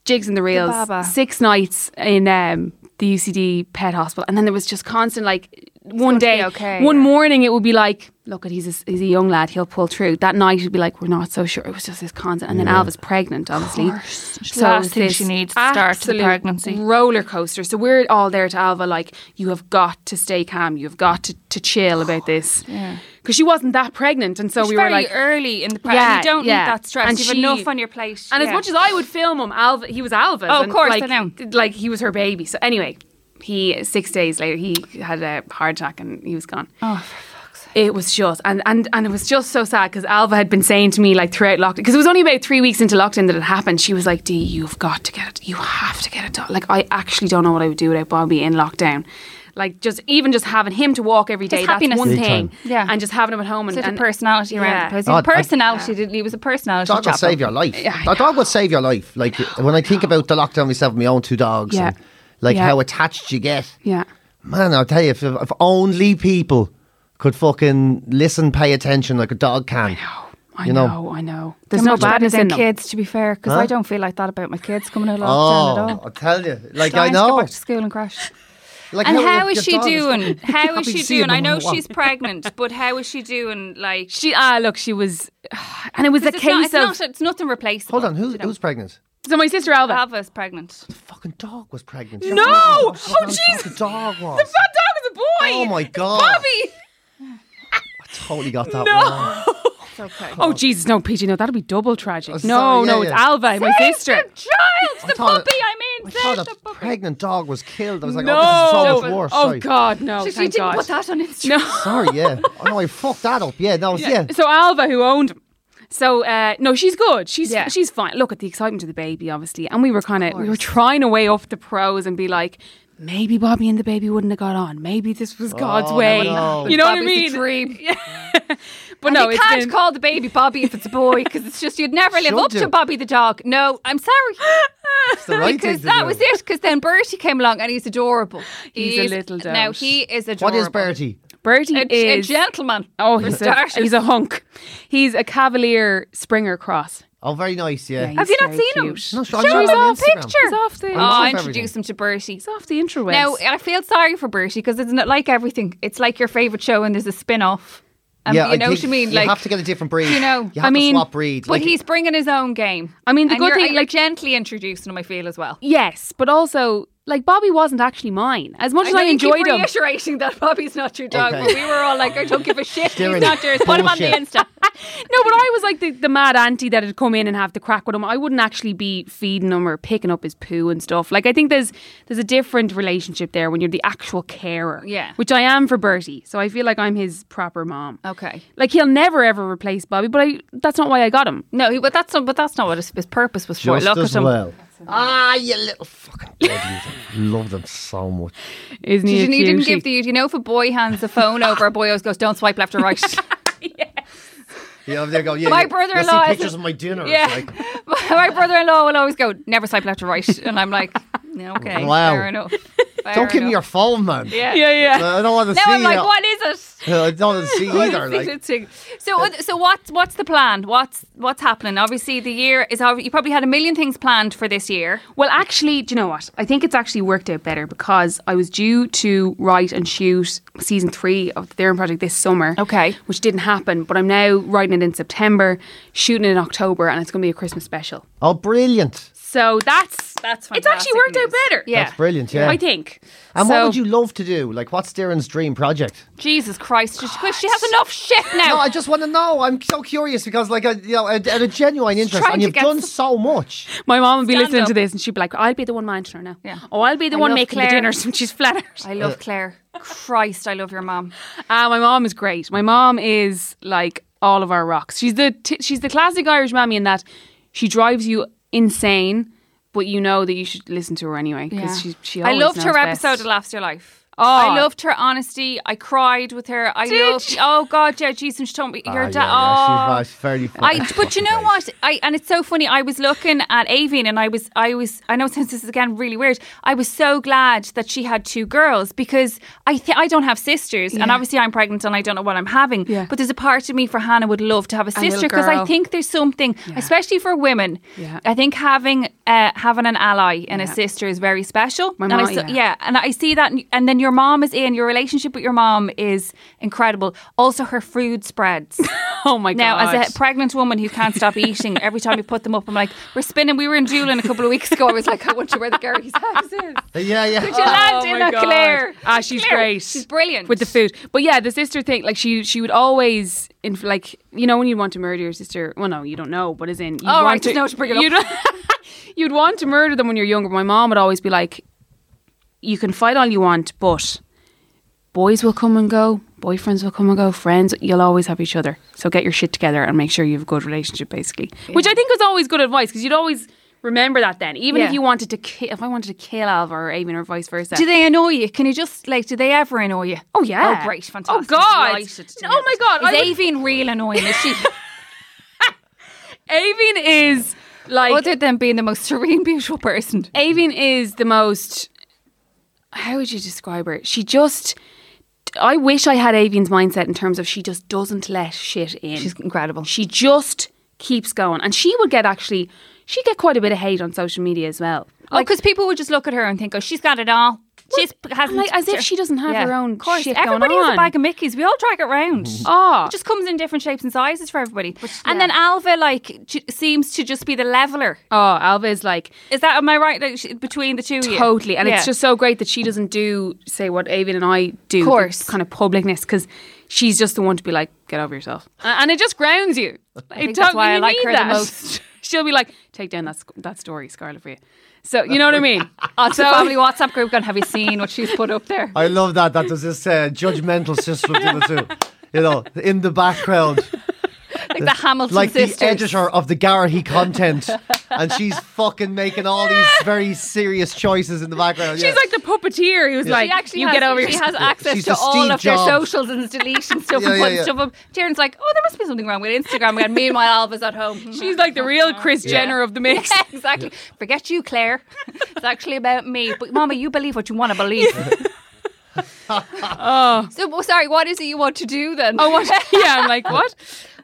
[SPEAKER 7] jigs and the reels.
[SPEAKER 2] baba.
[SPEAKER 7] Six nights in um, the UCD pet hospital, and then there was just constant like. One
[SPEAKER 2] to be
[SPEAKER 7] day,
[SPEAKER 2] okay,
[SPEAKER 7] one
[SPEAKER 2] yeah.
[SPEAKER 7] morning, it would be like, "Look, at he's a, he's a young lad; he'll pull through." That night, it'd be like, "We're not so sure." It was just this constant, and then Alva's pregnant, obviously. So
[SPEAKER 2] Last
[SPEAKER 7] it's
[SPEAKER 2] thing
[SPEAKER 7] this
[SPEAKER 2] she needs to start the
[SPEAKER 7] absolute
[SPEAKER 2] pregnancy.
[SPEAKER 7] roller coaster. So we're all there to Alva, like, you have got to stay calm. You have got to, to chill about this. Because because she wasn't that pregnant, and so
[SPEAKER 2] It's
[SPEAKER 7] we
[SPEAKER 2] very
[SPEAKER 7] were like
[SPEAKER 2] early in the prep.
[SPEAKER 7] Yeah,
[SPEAKER 2] you don't
[SPEAKER 7] yeah.
[SPEAKER 2] need that stress.
[SPEAKER 7] And
[SPEAKER 2] You've
[SPEAKER 7] she-
[SPEAKER 2] enough on your plate.
[SPEAKER 7] And
[SPEAKER 2] Yeah.
[SPEAKER 7] as much as I would film him, Alva, he was Alva.
[SPEAKER 2] Oh, of
[SPEAKER 7] and,
[SPEAKER 2] course,
[SPEAKER 7] like,
[SPEAKER 2] I know.
[SPEAKER 7] Like he was her baby. So anyway, he six days later he had a heart attack and he was gone. Oh. It was just and, and and it was just so sad because Alva had been saying to me like throughout lockdown because it was only about three weeks into lockdown that it happened. She was like, "Dee, you've got to get it. You have to get it done." Like I actually don't know what I would do without Bobby in lockdown. Like just even just having him to walk every day,
[SPEAKER 2] happiness.
[SPEAKER 7] that's one
[SPEAKER 2] Big
[SPEAKER 7] thing.
[SPEAKER 2] time. Yeah.
[SPEAKER 7] and just having him at home and,
[SPEAKER 2] such a
[SPEAKER 7] and
[SPEAKER 2] personality around the person.
[SPEAKER 1] God, I-
[SPEAKER 2] personality. didn't he He was a personality.
[SPEAKER 1] dog will
[SPEAKER 2] chap, though.
[SPEAKER 1] save your life. a dog will save your life. Like when I think about the lockdown myself, my own two dogs,
[SPEAKER 7] Yeah.
[SPEAKER 1] and like
[SPEAKER 7] Yeah.
[SPEAKER 1] how attached you get.
[SPEAKER 7] Yeah.
[SPEAKER 1] Man, I'll tell you, if, if only people could fucking listen, pay attention like a dog can.
[SPEAKER 7] I
[SPEAKER 1] You know.
[SPEAKER 7] know, I know.
[SPEAKER 2] They're
[SPEAKER 7] There's no
[SPEAKER 2] much better
[SPEAKER 7] badness
[SPEAKER 2] than
[SPEAKER 7] in them.
[SPEAKER 2] kids, to be fair, because
[SPEAKER 1] Huh?
[SPEAKER 2] I don't feel like that about my kids coming out of lockdown at
[SPEAKER 1] Oh,
[SPEAKER 2] all.
[SPEAKER 1] I'll tell you. Like I
[SPEAKER 2] Dying to go
[SPEAKER 1] know.
[SPEAKER 2] back to school and crash.
[SPEAKER 1] Like
[SPEAKER 2] And
[SPEAKER 1] your-
[SPEAKER 2] how is
[SPEAKER 1] your
[SPEAKER 2] she
[SPEAKER 1] dog [LAUGHS]
[SPEAKER 2] doing? How
[SPEAKER 1] happy
[SPEAKER 2] is
[SPEAKER 1] to
[SPEAKER 2] she
[SPEAKER 1] see you
[SPEAKER 2] doing? I
[SPEAKER 1] no
[SPEAKER 2] know
[SPEAKER 1] matter what.
[SPEAKER 2] she's pregnant, [LAUGHS] but how is she doing? Like
[SPEAKER 7] She ah look, she was, [SIGHS] and it was a
[SPEAKER 2] it's, not,
[SPEAKER 7] case
[SPEAKER 2] it's, not,
[SPEAKER 7] of
[SPEAKER 2] it's nothing replaceable.
[SPEAKER 1] Hold on, who's,
[SPEAKER 2] you know.
[SPEAKER 1] who's pregnant?
[SPEAKER 7] so my sister Alva.
[SPEAKER 2] Alva's pregnant.
[SPEAKER 1] Fucking dog was pregnant.
[SPEAKER 7] No! Oh,
[SPEAKER 1] jeez!
[SPEAKER 7] jeez.
[SPEAKER 1] The dog was.
[SPEAKER 7] That dog is a boy.
[SPEAKER 1] Oh my god!
[SPEAKER 7] Bobby.
[SPEAKER 1] Totally got that
[SPEAKER 2] [LAUGHS]
[SPEAKER 1] wrong.
[SPEAKER 7] Oh Jesus, no PG, no, that'll be double tragic.
[SPEAKER 1] Oh,
[SPEAKER 7] no,
[SPEAKER 1] sorry, yeah,
[SPEAKER 7] no, it's
[SPEAKER 1] yeah.
[SPEAKER 7] Alva, my sister.
[SPEAKER 2] Child, the
[SPEAKER 1] thought it-
[SPEAKER 2] puppy. I mean,
[SPEAKER 1] I thought
[SPEAKER 2] save
[SPEAKER 1] a
[SPEAKER 2] the puppy.
[SPEAKER 1] pregnant dog was killed. I was like, oh,
[SPEAKER 7] no.
[SPEAKER 1] this is so much worse.
[SPEAKER 7] oh
[SPEAKER 1] Sorry.
[SPEAKER 7] God, no.
[SPEAKER 2] She, she
[SPEAKER 7] thank
[SPEAKER 2] didn't
[SPEAKER 7] God.
[SPEAKER 2] put that on Instagram.
[SPEAKER 7] No.
[SPEAKER 1] Sorry, yeah. Oh no, I fucked that up. Yeah, no, yeah.
[SPEAKER 7] So Alva, who owned him. So uh, no, she's good. She's
[SPEAKER 2] Yeah.
[SPEAKER 7] she's fine. Look at the excitement of the baby, obviously, and we were kind of we were trying to weigh off the pros and be like, maybe Bobby and the baby wouldn't have got on. Maybe this was God's
[SPEAKER 1] no,
[SPEAKER 7] way.
[SPEAKER 1] Oh, no.
[SPEAKER 7] You know what I
[SPEAKER 2] Bobby's
[SPEAKER 7] mean?
[SPEAKER 2] the
[SPEAKER 7] [LAUGHS]
[SPEAKER 2] dream.
[SPEAKER 7] But
[SPEAKER 2] No,
[SPEAKER 7] no,
[SPEAKER 2] you
[SPEAKER 7] it's
[SPEAKER 2] can't
[SPEAKER 7] been-
[SPEAKER 2] call the baby Bobby if it's a boy because it's just you'd never live
[SPEAKER 1] Should
[SPEAKER 2] up
[SPEAKER 1] do.
[SPEAKER 2] to Bobby the dog. No, I'm sorry.
[SPEAKER 1] [LAUGHS] It's the right thing
[SPEAKER 2] because
[SPEAKER 1] to
[SPEAKER 2] that
[SPEAKER 1] do.
[SPEAKER 2] was it. Because then Bertie came along and he's adorable.
[SPEAKER 7] He's a little doge.
[SPEAKER 2] Now he is
[SPEAKER 1] What
[SPEAKER 2] adorable.
[SPEAKER 1] is Bertie?
[SPEAKER 7] Bertie
[SPEAKER 2] A, a
[SPEAKER 7] is
[SPEAKER 2] gentleman.
[SPEAKER 7] Oh,
[SPEAKER 2] for
[SPEAKER 7] he's a,
[SPEAKER 2] starters.
[SPEAKER 7] he's a hunk. He's a Cavalier Springer Cross.
[SPEAKER 1] Oh, very nice. Yeah.
[SPEAKER 7] he's
[SPEAKER 2] Have you not
[SPEAKER 7] very
[SPEAKER 2] seen him?
[SPEAKER 7] cute.
[SPEAKER 1] No, sure,
[SPEAKER 2] Show
[SPEAKER 1] I'm
[SPEAKER 2] us
[SPEAKER 1] not on
[SPEAKER 2] a
[SPEAKER 1] Instagram.
[SPEAKER 2] picture.
[SPEAKER 7] He's off the,
[SPEAKER 2] Oh,
[SPEAKER 1] love
[SPEAKER 2] I'll
[SPEAKER 1] everything.
[SPEAKER 2] introduce him to Bertie.
[SPEAKER 7] he's off the interwebs.
[SPEAKER 2] Now uh, I feel sorry for Bertie because it's not like everything. It's like your favorite show and there's a spin off. And
[SPEAKER 1] yeah,
[SPEAKER 2] um, you know
[SPEAKER 1] think
[SPEAKER 2] what I mean?
[SPEAKER 1] You
[SPEAKER 2] Like
[SPEAKER 1] have to get a different breed.
[SPEAKER 2] [SIGHS] you know,
[SPEAKER 1] you have
[SPEAKER 7] I mean,
[SPEAKER 1] to swap breeds.
[SPEAKER 2] but he's bringing his own game.
[SPEAKER 7] I mean, the
[SPEAKER 2] And
[SPEAKER 7] good
[SPEAKER 2] you're-
[SPEAKER 7] thing-
[SPEAKER 2] and you're
[SPEAKER 7] like-
[SPEAKER 2] gently introducing him, I feel as well.
[SPEAKER 7] yes, but also like Bobby wasn't actually mine. As much as
[SPEAKER 2] know
[SPEAKER 7] I
[SPEAKER 2] you
[SPEAKER 7] enjoyed
[SPEAKER 2] keep
[SPEAKER 7] him,
[SPEAKER 2] reiterating that Bobby's not your dog,
[SPEAKER 1] Okay.
[SPEAKER 2] but we were all like, I don't give a shit.
[SPEAKER 1] Darren,
[SPEAKER 2] He's not yours. Put him on the
[SPEAKER 1] bullshit.
[SPEAKER 2] Insta.
[SPEAKER 7] no, but I was like the, the mad auntie that had come in and have the crack with him. I wouldn't actually be feeding him or picking up his poo and stuff. Like I think there's there's a different relationship there when you're the actual carer.
[SPEAKER 2] Yeah.
[SPEAKER 7] which I am for Bertie, so I feel like I'm his proper mom.
[SPEAKER 2] Okay.
[SPEAKER 7] like he'll never ever replace Bobby, but I that's not why I got him.
[SPEAKER 2] [LAUGHS] No, he, but that's not. But that's not what his, his purpose was for.
[SPEAKER 1] just
[SPEAKER 2] Look
[SPEAKER 1] as
[SPEAKER 2] at him. [LAUGHS]
[SPEAKER 1] well. Ah, you little fucking babies. I love them so much.
[SPEAKER 7] Isn't
[SPEAKER 2] Did
[SPEAKER 7] he?
[SPEAKER 2] you,
[SPEAKER 7] a
[SPEAKER 2] you didn't
[SPEAKER 7] cutie?
[SPEAKER 2] give the. You know, if a boy hands the phone over, a boy always goes, "Don't swipe left or [LAUGHS] right."
[SPEAKER 1] Yeah, there go. Yeah,
[SPEAKER 2] My
[SPEAKER 1] yeah.
[SPEAKER 2] brother-in-law
[SPEAKER 1] You'll see
[SPEAKER 2] is-
[SPEAKER 1] pictures of my dinner. It's
[SPEAKER 2] yeah,
[SPEAKER 1] like,
[SPEAKER 2] my brother-in-law will always go, "Never swipe left or right," and I'm like, "Okay,
[SPEAKER 1] Wow.
[SPEAKER 2] fair enough." Fair
[SPEAKER 1] don't give me your
[SPEAKER 2] enough."
[SPEAKER 1] phone, man. [LAUGHS]
[SPEAKER 2] Yeah.
[SPEAKER 7] yeah, yeah.
[SPEAKER 1] I don't want to
[SPEAKER 2] Now
[SPEAKER 1] see
[SPEAKER 2] I'm like,
[SPEAKER 1] you.
[SPEAKER 2] what is it?
[SPEAKER 1] I don't
[SPEAKER 2] [LAUGHS]
[SPEAKER 1] want to see
[SPEAKER 2] What
[SPEAKER 1] either.
[SPEAKER 2] is
[SPEAKER 1] Like,
[SPEAKER 2] it? Thing. So, what- so what's what's the plan? What's what's happening? Obviously, the year is. alre- You probably had a million things planned for this year.
[SPEAKER 7] Well, actually, do you know what? I think it's actually worked out better because I was due to write and shoot season three of the Theorem Project this summer.
[SPEAKER 2] Okay.
[SPEAKER 7] Which didn't happen, but I'm now writing it in September, shooting it in October, and it's going to be a Christmas special.
[SPEAKER 1] oh, brilliant.
[SPEAKER 7] So that's
[SPEAKER 2] That's
[SPEAKER 7] It's actually
[SPEAKER 2] fantastic
[SPEAKER 7] worked out
[SPEAKER 2] news.
[SPEAKER 7] better.
[SPEAKER 2] Yeah.
[SPEAKER 1] That's brilliant, yeah.
[SPEAKER 7] I think.
[SPEAKER 1] And
[SPEAKER 7] So-
[SPEAKER 1] what would you love to do? Like, what's Darren's dream project?
[SPEAKER 2] Jesus Christ! She, she has enough shit now.
[SPEAKER 1] No, I just want to know. I'm so curious because, like, I, you know, I had a genuine interest,
[SPEAKER 2] trying
[SPEAKER 1] and
[SPEAKER 2] to
[SPEAKER 1] you've
[SPEAKER 2] get
[SPEAKER 1] done
[SPEAKER 2] some-
[SPEAKER 1] so much.
[SPEAKER 7] My mom would be
[SPEAKER 2] Stand
[SPEAKER 7] listening
[SPEAKER 2] up.
[SPEAKER 7] to this, and she'd be like, "I'll be the one managing her now.
[SPEAKER 2] Yeah.
[SPEAKER 7] Oh, I'll be the
[SPEAKER 2] I
[SPEAKER 7] one
[SPEAKER 2] love
[SPEAKER 7] making the
[SPEAKER 2] Claire.
[SPEAKER 7] dinners when she's flat
[SPEAKER 2] [LAUGHS]
[SPEAKER 7] out."
[SPEAKER 2] I love Claire. Christ, I love your mom.
[SPEAKER 7] Uh, my mom is great. My mom is like all of our rocks. She's the t- she's the classic Irish mammy in that she drives you insane, but you know that you should listen to her anyway because she she.
[SPEAKER 2] I
[SPEAKER 7] always
[SPEAKER 2] loved her
[SPEAKER 7] knows best.
[SPEAKER 2] episode of Last Your Life.
[SPEAKER 7] Oh.
[SPEAKER 2] I loved her honesty. I cried with her. I
[SPEAKER 7] Did
[SPEAKER 2] loved.
[SPEAKER 7] you?
[SPEAKER 2] Oh God, yeah, Jesus, she told me your
[SPEAKER 1] Ah,
[SPEAKER 2] dad.
[SPEAKER 1] yeah,
[SPEAKER 2] oh.
[SPEAKER 1] yeah, she's, uh, she's very
[SPEAKER 2] I,
[SPEAKER 1] fucking
[SPEAKER 2] but you know
[SPEAKER 1] great.
[SPEAKER 2] what? I and it's so funny. I was looking at Avian, and I was, I was, I know since this is again really weird. I was so glad that she had two girls because I, th- I don't have sisters, and
[SPEAKER 7] Yeah.
[SPEAKER 2] obviously I'm pregnant and I don't know what I'm having.
[SPEAKER 7] Yeah.
[SPEAKER 2] But there's a part of me for Hannah would love to have a
[SPEAKER 7] little
[SPEAKER 2] sister because I
[SPEAKER 7] girl.
[SPEAKER 2] think there's something, especially for women.
[SPEAKER 7] Yeah.
[SPEAKER 2] I think having uh, having an ally and a
[SPEAKER 7] Yeah.
[SPEAKER 2] sister is very special.
[SPEAKER 7] My
[SPEAKER 2] and I
[SPEAKER 7] mom-
[SPEAKER 2] so-
[SPEAKER 7] yeah.
[SPEAKER 2] yeah, and I see that, and, and then you're your mom is in, your relationship with your mom is incredible. Also, her food spreads.
[SPEAKER 7] [LAUGHS]
[SPEAKER 2] [LAUGHS]
[SPEAKER 7] Oh my
[SPEAKER 2] Now,
[SPEAKER 7] god!
[SPEAKER 2] as a pregnant woman who can't
[SPEAKER 7] [LAUGHS]
[SPEAKER 2] stop eating, every time you put them up, I'm like, we're spinning. We were in Doolin a couple of weeks ago. I was like, I wonder where the Gary's house
[SPEAKER 7] [LAUGHS]
[SPEAKER 2] is. Could
[SPEAKER 1] Yeah, yeah.
[SPEAKER 2] you land in
[SPEAKER 7] Oh my
[SPEAKER 2] at
[SPEAKER 7] God.
[SPEAKER 2] Claire?
[SPEAKER 7] Ah, she's
[SPEAKER 2] Claire,
[SPEAKER 7] great.
[SPEAKER 2] She's brilliant
[SPEAKER 7] with the food. But yeah, the sister thing, like she she would always, in like you know when you want to murder your sister. Well, no, you don't know, but as in, you
[SPEAKER 2] Oh,
[SPEAKER 7] want
[SPEAKER 2] right,
[SPEAKER 7] to,
[SPEAKER 2] just know to bring it up.
[SPEAKER 7] You'd, [LAUGHS] you'd want to murder them when you're younger. My mom would always be like, "You can fight all you want, but boys will come and go." Boyfriends will come and go, friends, you'll always have each other. So get your shit together and make sure you have a good relationship, basically. Which I think was always good advice because you'd always remember that then. Even
[SPEAKER 2] Yeah.
[SPEAKER 7] if you wanted to kill, if I wanted to kill Alva or Avon or vice versa.
[SPEAKER 2] Do they annoy you? Can you just like? Do they ever annoy you?
[SPEAKER 7] Oh yeah.
[SPEAKER 2] Oh great, fantastic.
[SPEAKER 7] Oh god.
[SPEAKER 2] Delighted to
[SPEAKER 7] No,
[SPEAKER 2] hear
[SPEAKER 7] oh my
[SPEAKER 2] that.
[SPEAKER 7] god. I
[SPEAKER 2] Is Avine real annoying? Is
[SPEAKER 7] [LAUGHS]
[SPEAKER 2] she?
[SPEAKER 7] Avon is like
[SPEAKER 2] Other than being the most serene, beautiful person.
[SPEAKER 7] Avon is the most. How would you describe her? She just. I wish I had Avon's mindset in terms of she just doesn't let shit in.
[SPEAKER 2] She's incredible.
[SPEAKER 7] She just keeps going, and she would get actually. She would get quite a bit of hate on social media as well.
[SPEAKER 2] Oh, because people would just look at her and think, "Oh, she's got it all." She's has
[SPEAKER 7] like, as if she doesn't have her own
[SPEAKER 2] Of course,
[SPEAKER 7] shit going
[SPEAKER 2] everybody has
[SPEAKER 7] on.
[SPEAKER 2] a bag of Mickey's. We all drag it
[SPEAKER 7] [LAUGHS]
[SPEAKER 2] round.
[SPEAKER 7] Ah.
[SPEAKER 2] it just comes in different shapes and sizes for everybody. And then Alva like j- seems to just be the leveler.
[SPEAKER 7] Oh, Alva is like
[SPEAKER 2] Is that am I right? Like, she, between the two, of you?
[SPEAKER 7] Totally. And
[SPEAKER 2] Oh, Yeah.
[SPEAKER 7] it's just so great that she doesn't do, say, what Avon and I do.
[SPEAKER 2] Course.
[SPEAKER 7] the Kind of publicness, because she's just the one to be like, get over yourself. A- And it just grounds you. I
[SPEAKER 2] think that's why I like her the [LAUGHS] most.
[SPEAKER 7] [LAUGHS] She'll be like, take down that, sc- that story, Scarlett, for you. So, you know what
[SPEAKER 2] [LAUGHS]
[SPEAKER 7] I mean?
[SPEAKER 2] Oh, to the family WhatsApp group. Gone. Have you seen what she's put
[SPEAKER 1] [LAUGHS]
[SPEAKER 2] up there?
[SPEAKER 1] I love that. That there's this uh, judgmental system to the two. You know, in the background,
[SPEAKER 2] Like the Hamilton
[SPEAKER 1] like
[SPEAKER 2] sisters.
[SPEAKER 1] the editor of the Garrity
[SPEAKER 2] [LAUGHS]
[SPEAKER 1] content, and she's fucking making all these very serious choices in the background. yeah.
[SPEAKER 7] She's like the puppeteer who's
[SPEAKER 2] She
[SPEAKER 7] like,
[SPEAKER 2] actually
[SPEAKER 7] you
[SPEAKER 2] has,
[SPEAKER 7] get over
[SPEAKER 2] She
[SPEAKER 7] yourself.
[SPEAKER 2] has access
[SPEAKER 1] She's
[SPEAKER 2] to
[SPEAKER 1] the
[SPEAKER 2] all
[SPEAKER 1] Steve
[SPEAKER 2] of
[SPEAKER 1] Jobs.
[SPEAKER 2] their socials
[SPEAKER 1] [LAUGHS]
[SPEAKER 2] and deleting stuff
[SPEAKER 1] Yeah,
[SPEAKER 2] and
[SPEAKER 1] yeah,
[SPEAKER 2] putting
[SPEAKER 1] yeah.
[SPEAKER 2] stuff up. Taryn's like, oh, there must be something wrong with Instagram again. Meanwhile, Alva's at
[SPEAKER 7] [LAUGHS]
[SPEAKER 2] home.
[SPEAKER 7] She's like the real
[SPEAKER 2] Uh-huh.
[SPEAKER 7] Chris Jenner of the mix.
[SPEAKER 2] [LAUGHS] exactly. Forget you, Claire. [LAUGHS] It's actually about me. But Mama, you believe what you want to
[SPEAKER 1] [LAUGHS]
[SPEAKER 2] believe. oh. So well, sorry. What is it you want to do then? [LAUGHS]
[SPEAKER 7] Oh, what? Yeah, I'm like, what?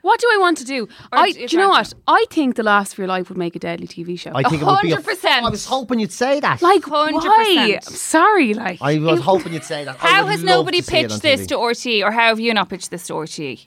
[SPEAKER 7] What do I want to do? I,
[SPEAKER 2] do
[SPEAKER 7] do
[SPEAKER 2] you
[SPEAKER 7] you know
[SPEAKER 2] try
[SPEAKER 7] what? I think The Last of Your Life would make a deadly TV show. Oh,
[SPEAKER 1] I think it would be a-
[SPEAKER 2] 100%.
[SPEAKER 1] I was hoping you'd say that.
[SPEAKER 7] like,
[SPEAKER 2] 100%.
[SPEAKER 7] why? I'm sorry, like.
[SPEAKER 1] I was hoping you'd say that. I
[SPEAKER 2] How
[SPEAKER 1] would
[SPEAKER 2] has
[SPEAKER 1] love
[SPEAKER 2] nobody
[SPEAKER 1] to see it on
[SPEAKER 2] pitched this
[SPEAKER 1] TV.
[SPEAKER 2] to RTE, or how have you not pitched this to RTE,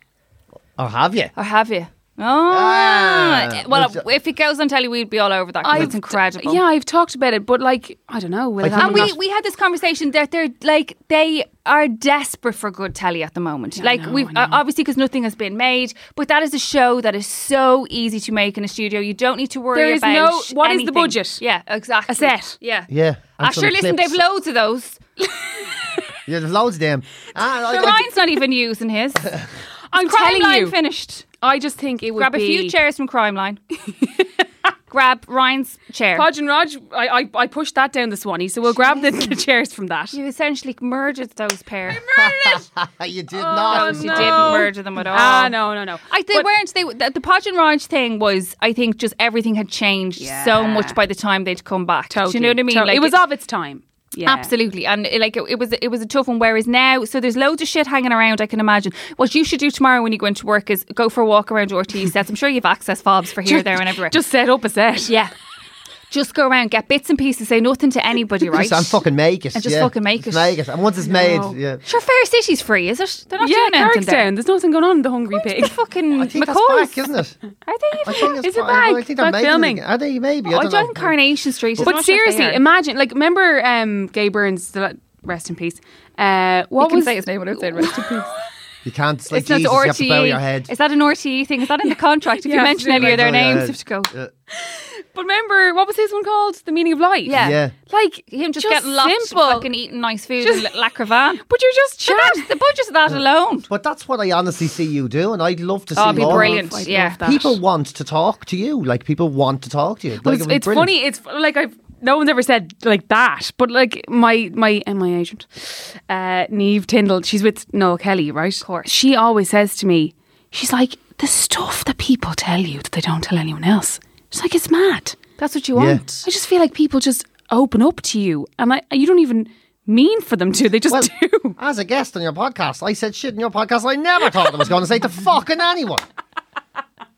[SPEAKER 1] Or Oh, have you?
[SPEAKER 2] or have you? Oh,
[SPEAKER 1] Ah.
[SPEAKER 2] well, if it goes on telly, we'd be all over that. 'cause it's
[SPEAKER 7] I've-
[SPEAKER 2] incredible.
[SPEAKER 7] Yeah, I've talked about it, but like, I don't know. Will it
[SPEAKER 1] Like,
[SPEAKER 7] happen
[SPEAKER 2] And
[SPEAKER 7] or
[SPEAKER 2] we,
[SPEAKER 7] not?
[SPEAKER 2] we had this conversation that they're like they are desperate for good telly at the moment. like
[SPEAKER 7] know,
[SPEAKER 2] we've
[SPEAKER 7] I know.
[SPEAKER 2] uh, obviously because nothing has been made, but that is a show that is so easy to make in a studio. You don't need to worry
[SPEAKER 7] There is
[SPEAKER 2] about
[SPEAKER 7] no- what is the
[SPEAKER 2] anything.
[SPEAKER 7] budget?
[SPEAKER 2] Yeah, exactly.
[SPEAKER 7] A set.
[SPEAKER 2] Yeah.
[SPEAKER 1] Yeah. and
[SPEAKER 2] Ah,
[SPEAKER 1] some
[SPEAKER 2] sure, listen,
[SPEAKER 1] clips.
[SPEAKER 2] they've loads of those.
[SPEAKER 1] Yeah, there's loads of them. Ah, I- I-
[SPEAKER 2] Ryan's not even
[SPEAKER 1] [LAUGHS]
[SPEAKER 2] using his.
[SPEAKER 7] I'm
[SPEAKER 2] Crime
[SPEAKER 7] telling
[SPEAKER 2] Line
[SPEAKER 7] you,
[SPEAKER 2] finished.
[SPEAKER 7] I just think it would
[SPEAKER 2] Grab a
[SPEAKER 7] be
[SPEAKER 2] few chairs from Crime Line. [LAUGHS] Grab Ryan's chair.
[SPEAKER 7] Podge and Rog. I, I I pushed that down the Swanee, so we'll grab
[SPEAKER 2] [LAUGHS]
[SPEAKER 7] the, the chairs from that.
[SPEAKER 2] you essentially murdered those pair.
[SPEAKER 1] you did not.
[SPEAKER 2] Those who didn't murder them at all.
[SPEAKER 7] Ah, no, no, no.
[SPEAKER 2] I, they
[SPEAKER 7] But-
[SPEAKER 2] weren't. They the, the Podge and Ranch thing was. I think just everything had changed so
[SPEAKER 7] Yeah.
[SPEAKER 2] much by the time they'd come back. Do you know what I mean?
[SPEAKER 7] Totally. it was
[SPEAKER 2] it-
[SPEAKER 7] of its time. Yeah.
[SPEAKER 2] absolutely, and it, like it, it was. It was a tough one. Whereas now, so there's loads of shit hanging around. I can imagine. What you should do tomorrow when you go into work is go for a walk around RTE sets. I'm sure you've access fobs for here, there, and everywhere.
[SPEAKER 7] [LAUGHS] Just set up a set.
[SPEAKER 2] yeah. Just go around, get bits and pieces, say nothing to anybody, right?
[SPEAKER 1] [LAUGHS] Just, and fucking make it.
[SPEAKER 2] And just
[SPEAKER 1] yeah.
[SPEAKER 2] fucking make
[SPEAKER 1] Just
[SPEAKER 2] it.
[SPEAKER 1] Make it. And once it's made, yeah.
[SPEAKER 2] Sure, Fair City's free, is it? They're not
[SPEAKER 7] yeah,
[SPEAKER 2] doing anything
[SPEAKER 7] Carrick's
[SPEAKER 2] there.
[SPEAKER 7] down. There's nothing going on in the Hungry
[SPEAKER 2] Where's
[SPEAKER 7] Pig. [LAUGHS]
[SPEAKER 2] the fucking
[SPEAKER 1] I think that's
[SPEAKER 2] McCall's?
[SPEAKER 1] back, isn't it?
[SPEAKER 2] Are they
[SPEAKER 1] I
[SPEAKER 2] even [LAUGHS]
[SPEAKER 1] think it's
[SPEAKER 7] Is it
[SPEAKER 1] back. I
[SPEAKER 7] back?
[SPEAKER 1] think they're
[SPEAKER 7] Back
[SPEAKER 1] making
[SPEAKER 7] filming?
[SPEAKER 1] it. again. Are they? Maybe.
[SPEAKER 2] Oh,
[SPEAKER 1] I
[SPEAKER 2] I
[SPEAKER 1] don't know.
[SPEAKER 2] don't Carnation Street.
[SPEAKER 7] But seriously, imagine like remember um, Gay Burns, the, la- rest in peace. Uh, what
[SPEAKER 2] I can
[SPEAKER 7] was
[SPEAKER 2] say his name without saying rest in peace.
[SPEAKER 1] You can't. It's like
[SPEAKER 2] It's not
[SPEAKER 1] Jesus,
[SPEAKER 2] the
[SPEAKER 1] you have to bow
[SPEAKER 2] RTE.
[SPEAKER 1] your head.
[SPEAKER 2] Is that an RTE thing? Is that in the contract? If
[SPEAKER 7] Yeah,
[SPEAKER 2] you mention any of
[SPEAKER 1] absolutely.
[SPEAKER 2] their
[SPEAKER 1] Bow your
[SPEAKER 2] names, you
[SPEAKER 1] head. Uh,
[SPEAKER 2] have to go.
[SPEAKER 1] Yeah.
[SPEAKER 7] [LAUGHS] But remember, what was his one called? The meaning of life.
[SPEAKER 2] Yeah.
[SPEAKER 1] Yeah.
[SPEAKER 7] Like
[SPEAKER 2] Him just, getting locked
[SPEAKER 7] simple.
[SPEAKER 2] fucking eating nice food
[SPEAKER 7] Just-
[SPEAKER 2] in La Cravan.
[SPEAKER 7] But you're just
[SPEAKER 2] So
[SPEAKER 7] chatting.
[SPEAKER 2] that's- the budget's of that alone.
[SPEAKER 1] But that's what I honestly see you do, and I'd love to see.
[SPEAKER 2] Oh, it'd be
[SPEAKER 1] more of
[SPEAKER 2] brilliant.
[SPEAKER 1] it.
[SPEAKER 2] Yeah.
[SPEAKER 7] love that.
[SPEAKER 1] People want to talk to you. Like people want to talk to you. Like,
[SPEAKER 7] Well, it's
[SPEAKER 1] it'd be
[SPEAKER 7] it's
[SPEAKER 1] brilliant.
[SPEAKER 7] funny. It's like I've no one's ever said like that. But like my my and my agent, uh, Neve Tyndall, she's with Noel Kelly, right? Of course. She always says to me, she's like the stuff that people tell you that they don't tell anyone else. She's like it's mad.
[SPEAKER 2] That's what you
[SPEAKER 1] Yeah.
[SPEAKER 2] want.
[SPEAKER 7] I just feel like people just open up to you, and I you don't even mean for them to. They just
[SPEAKER 1] Well,
[SPEAKER 7] do.
[SPEAKER 1] as a guest on your podcast, I said shit in your podcast I never thought I was going to
[SPEAKER 2] [LAUGHS]
[SPEAKER 1] say to fucking anyone.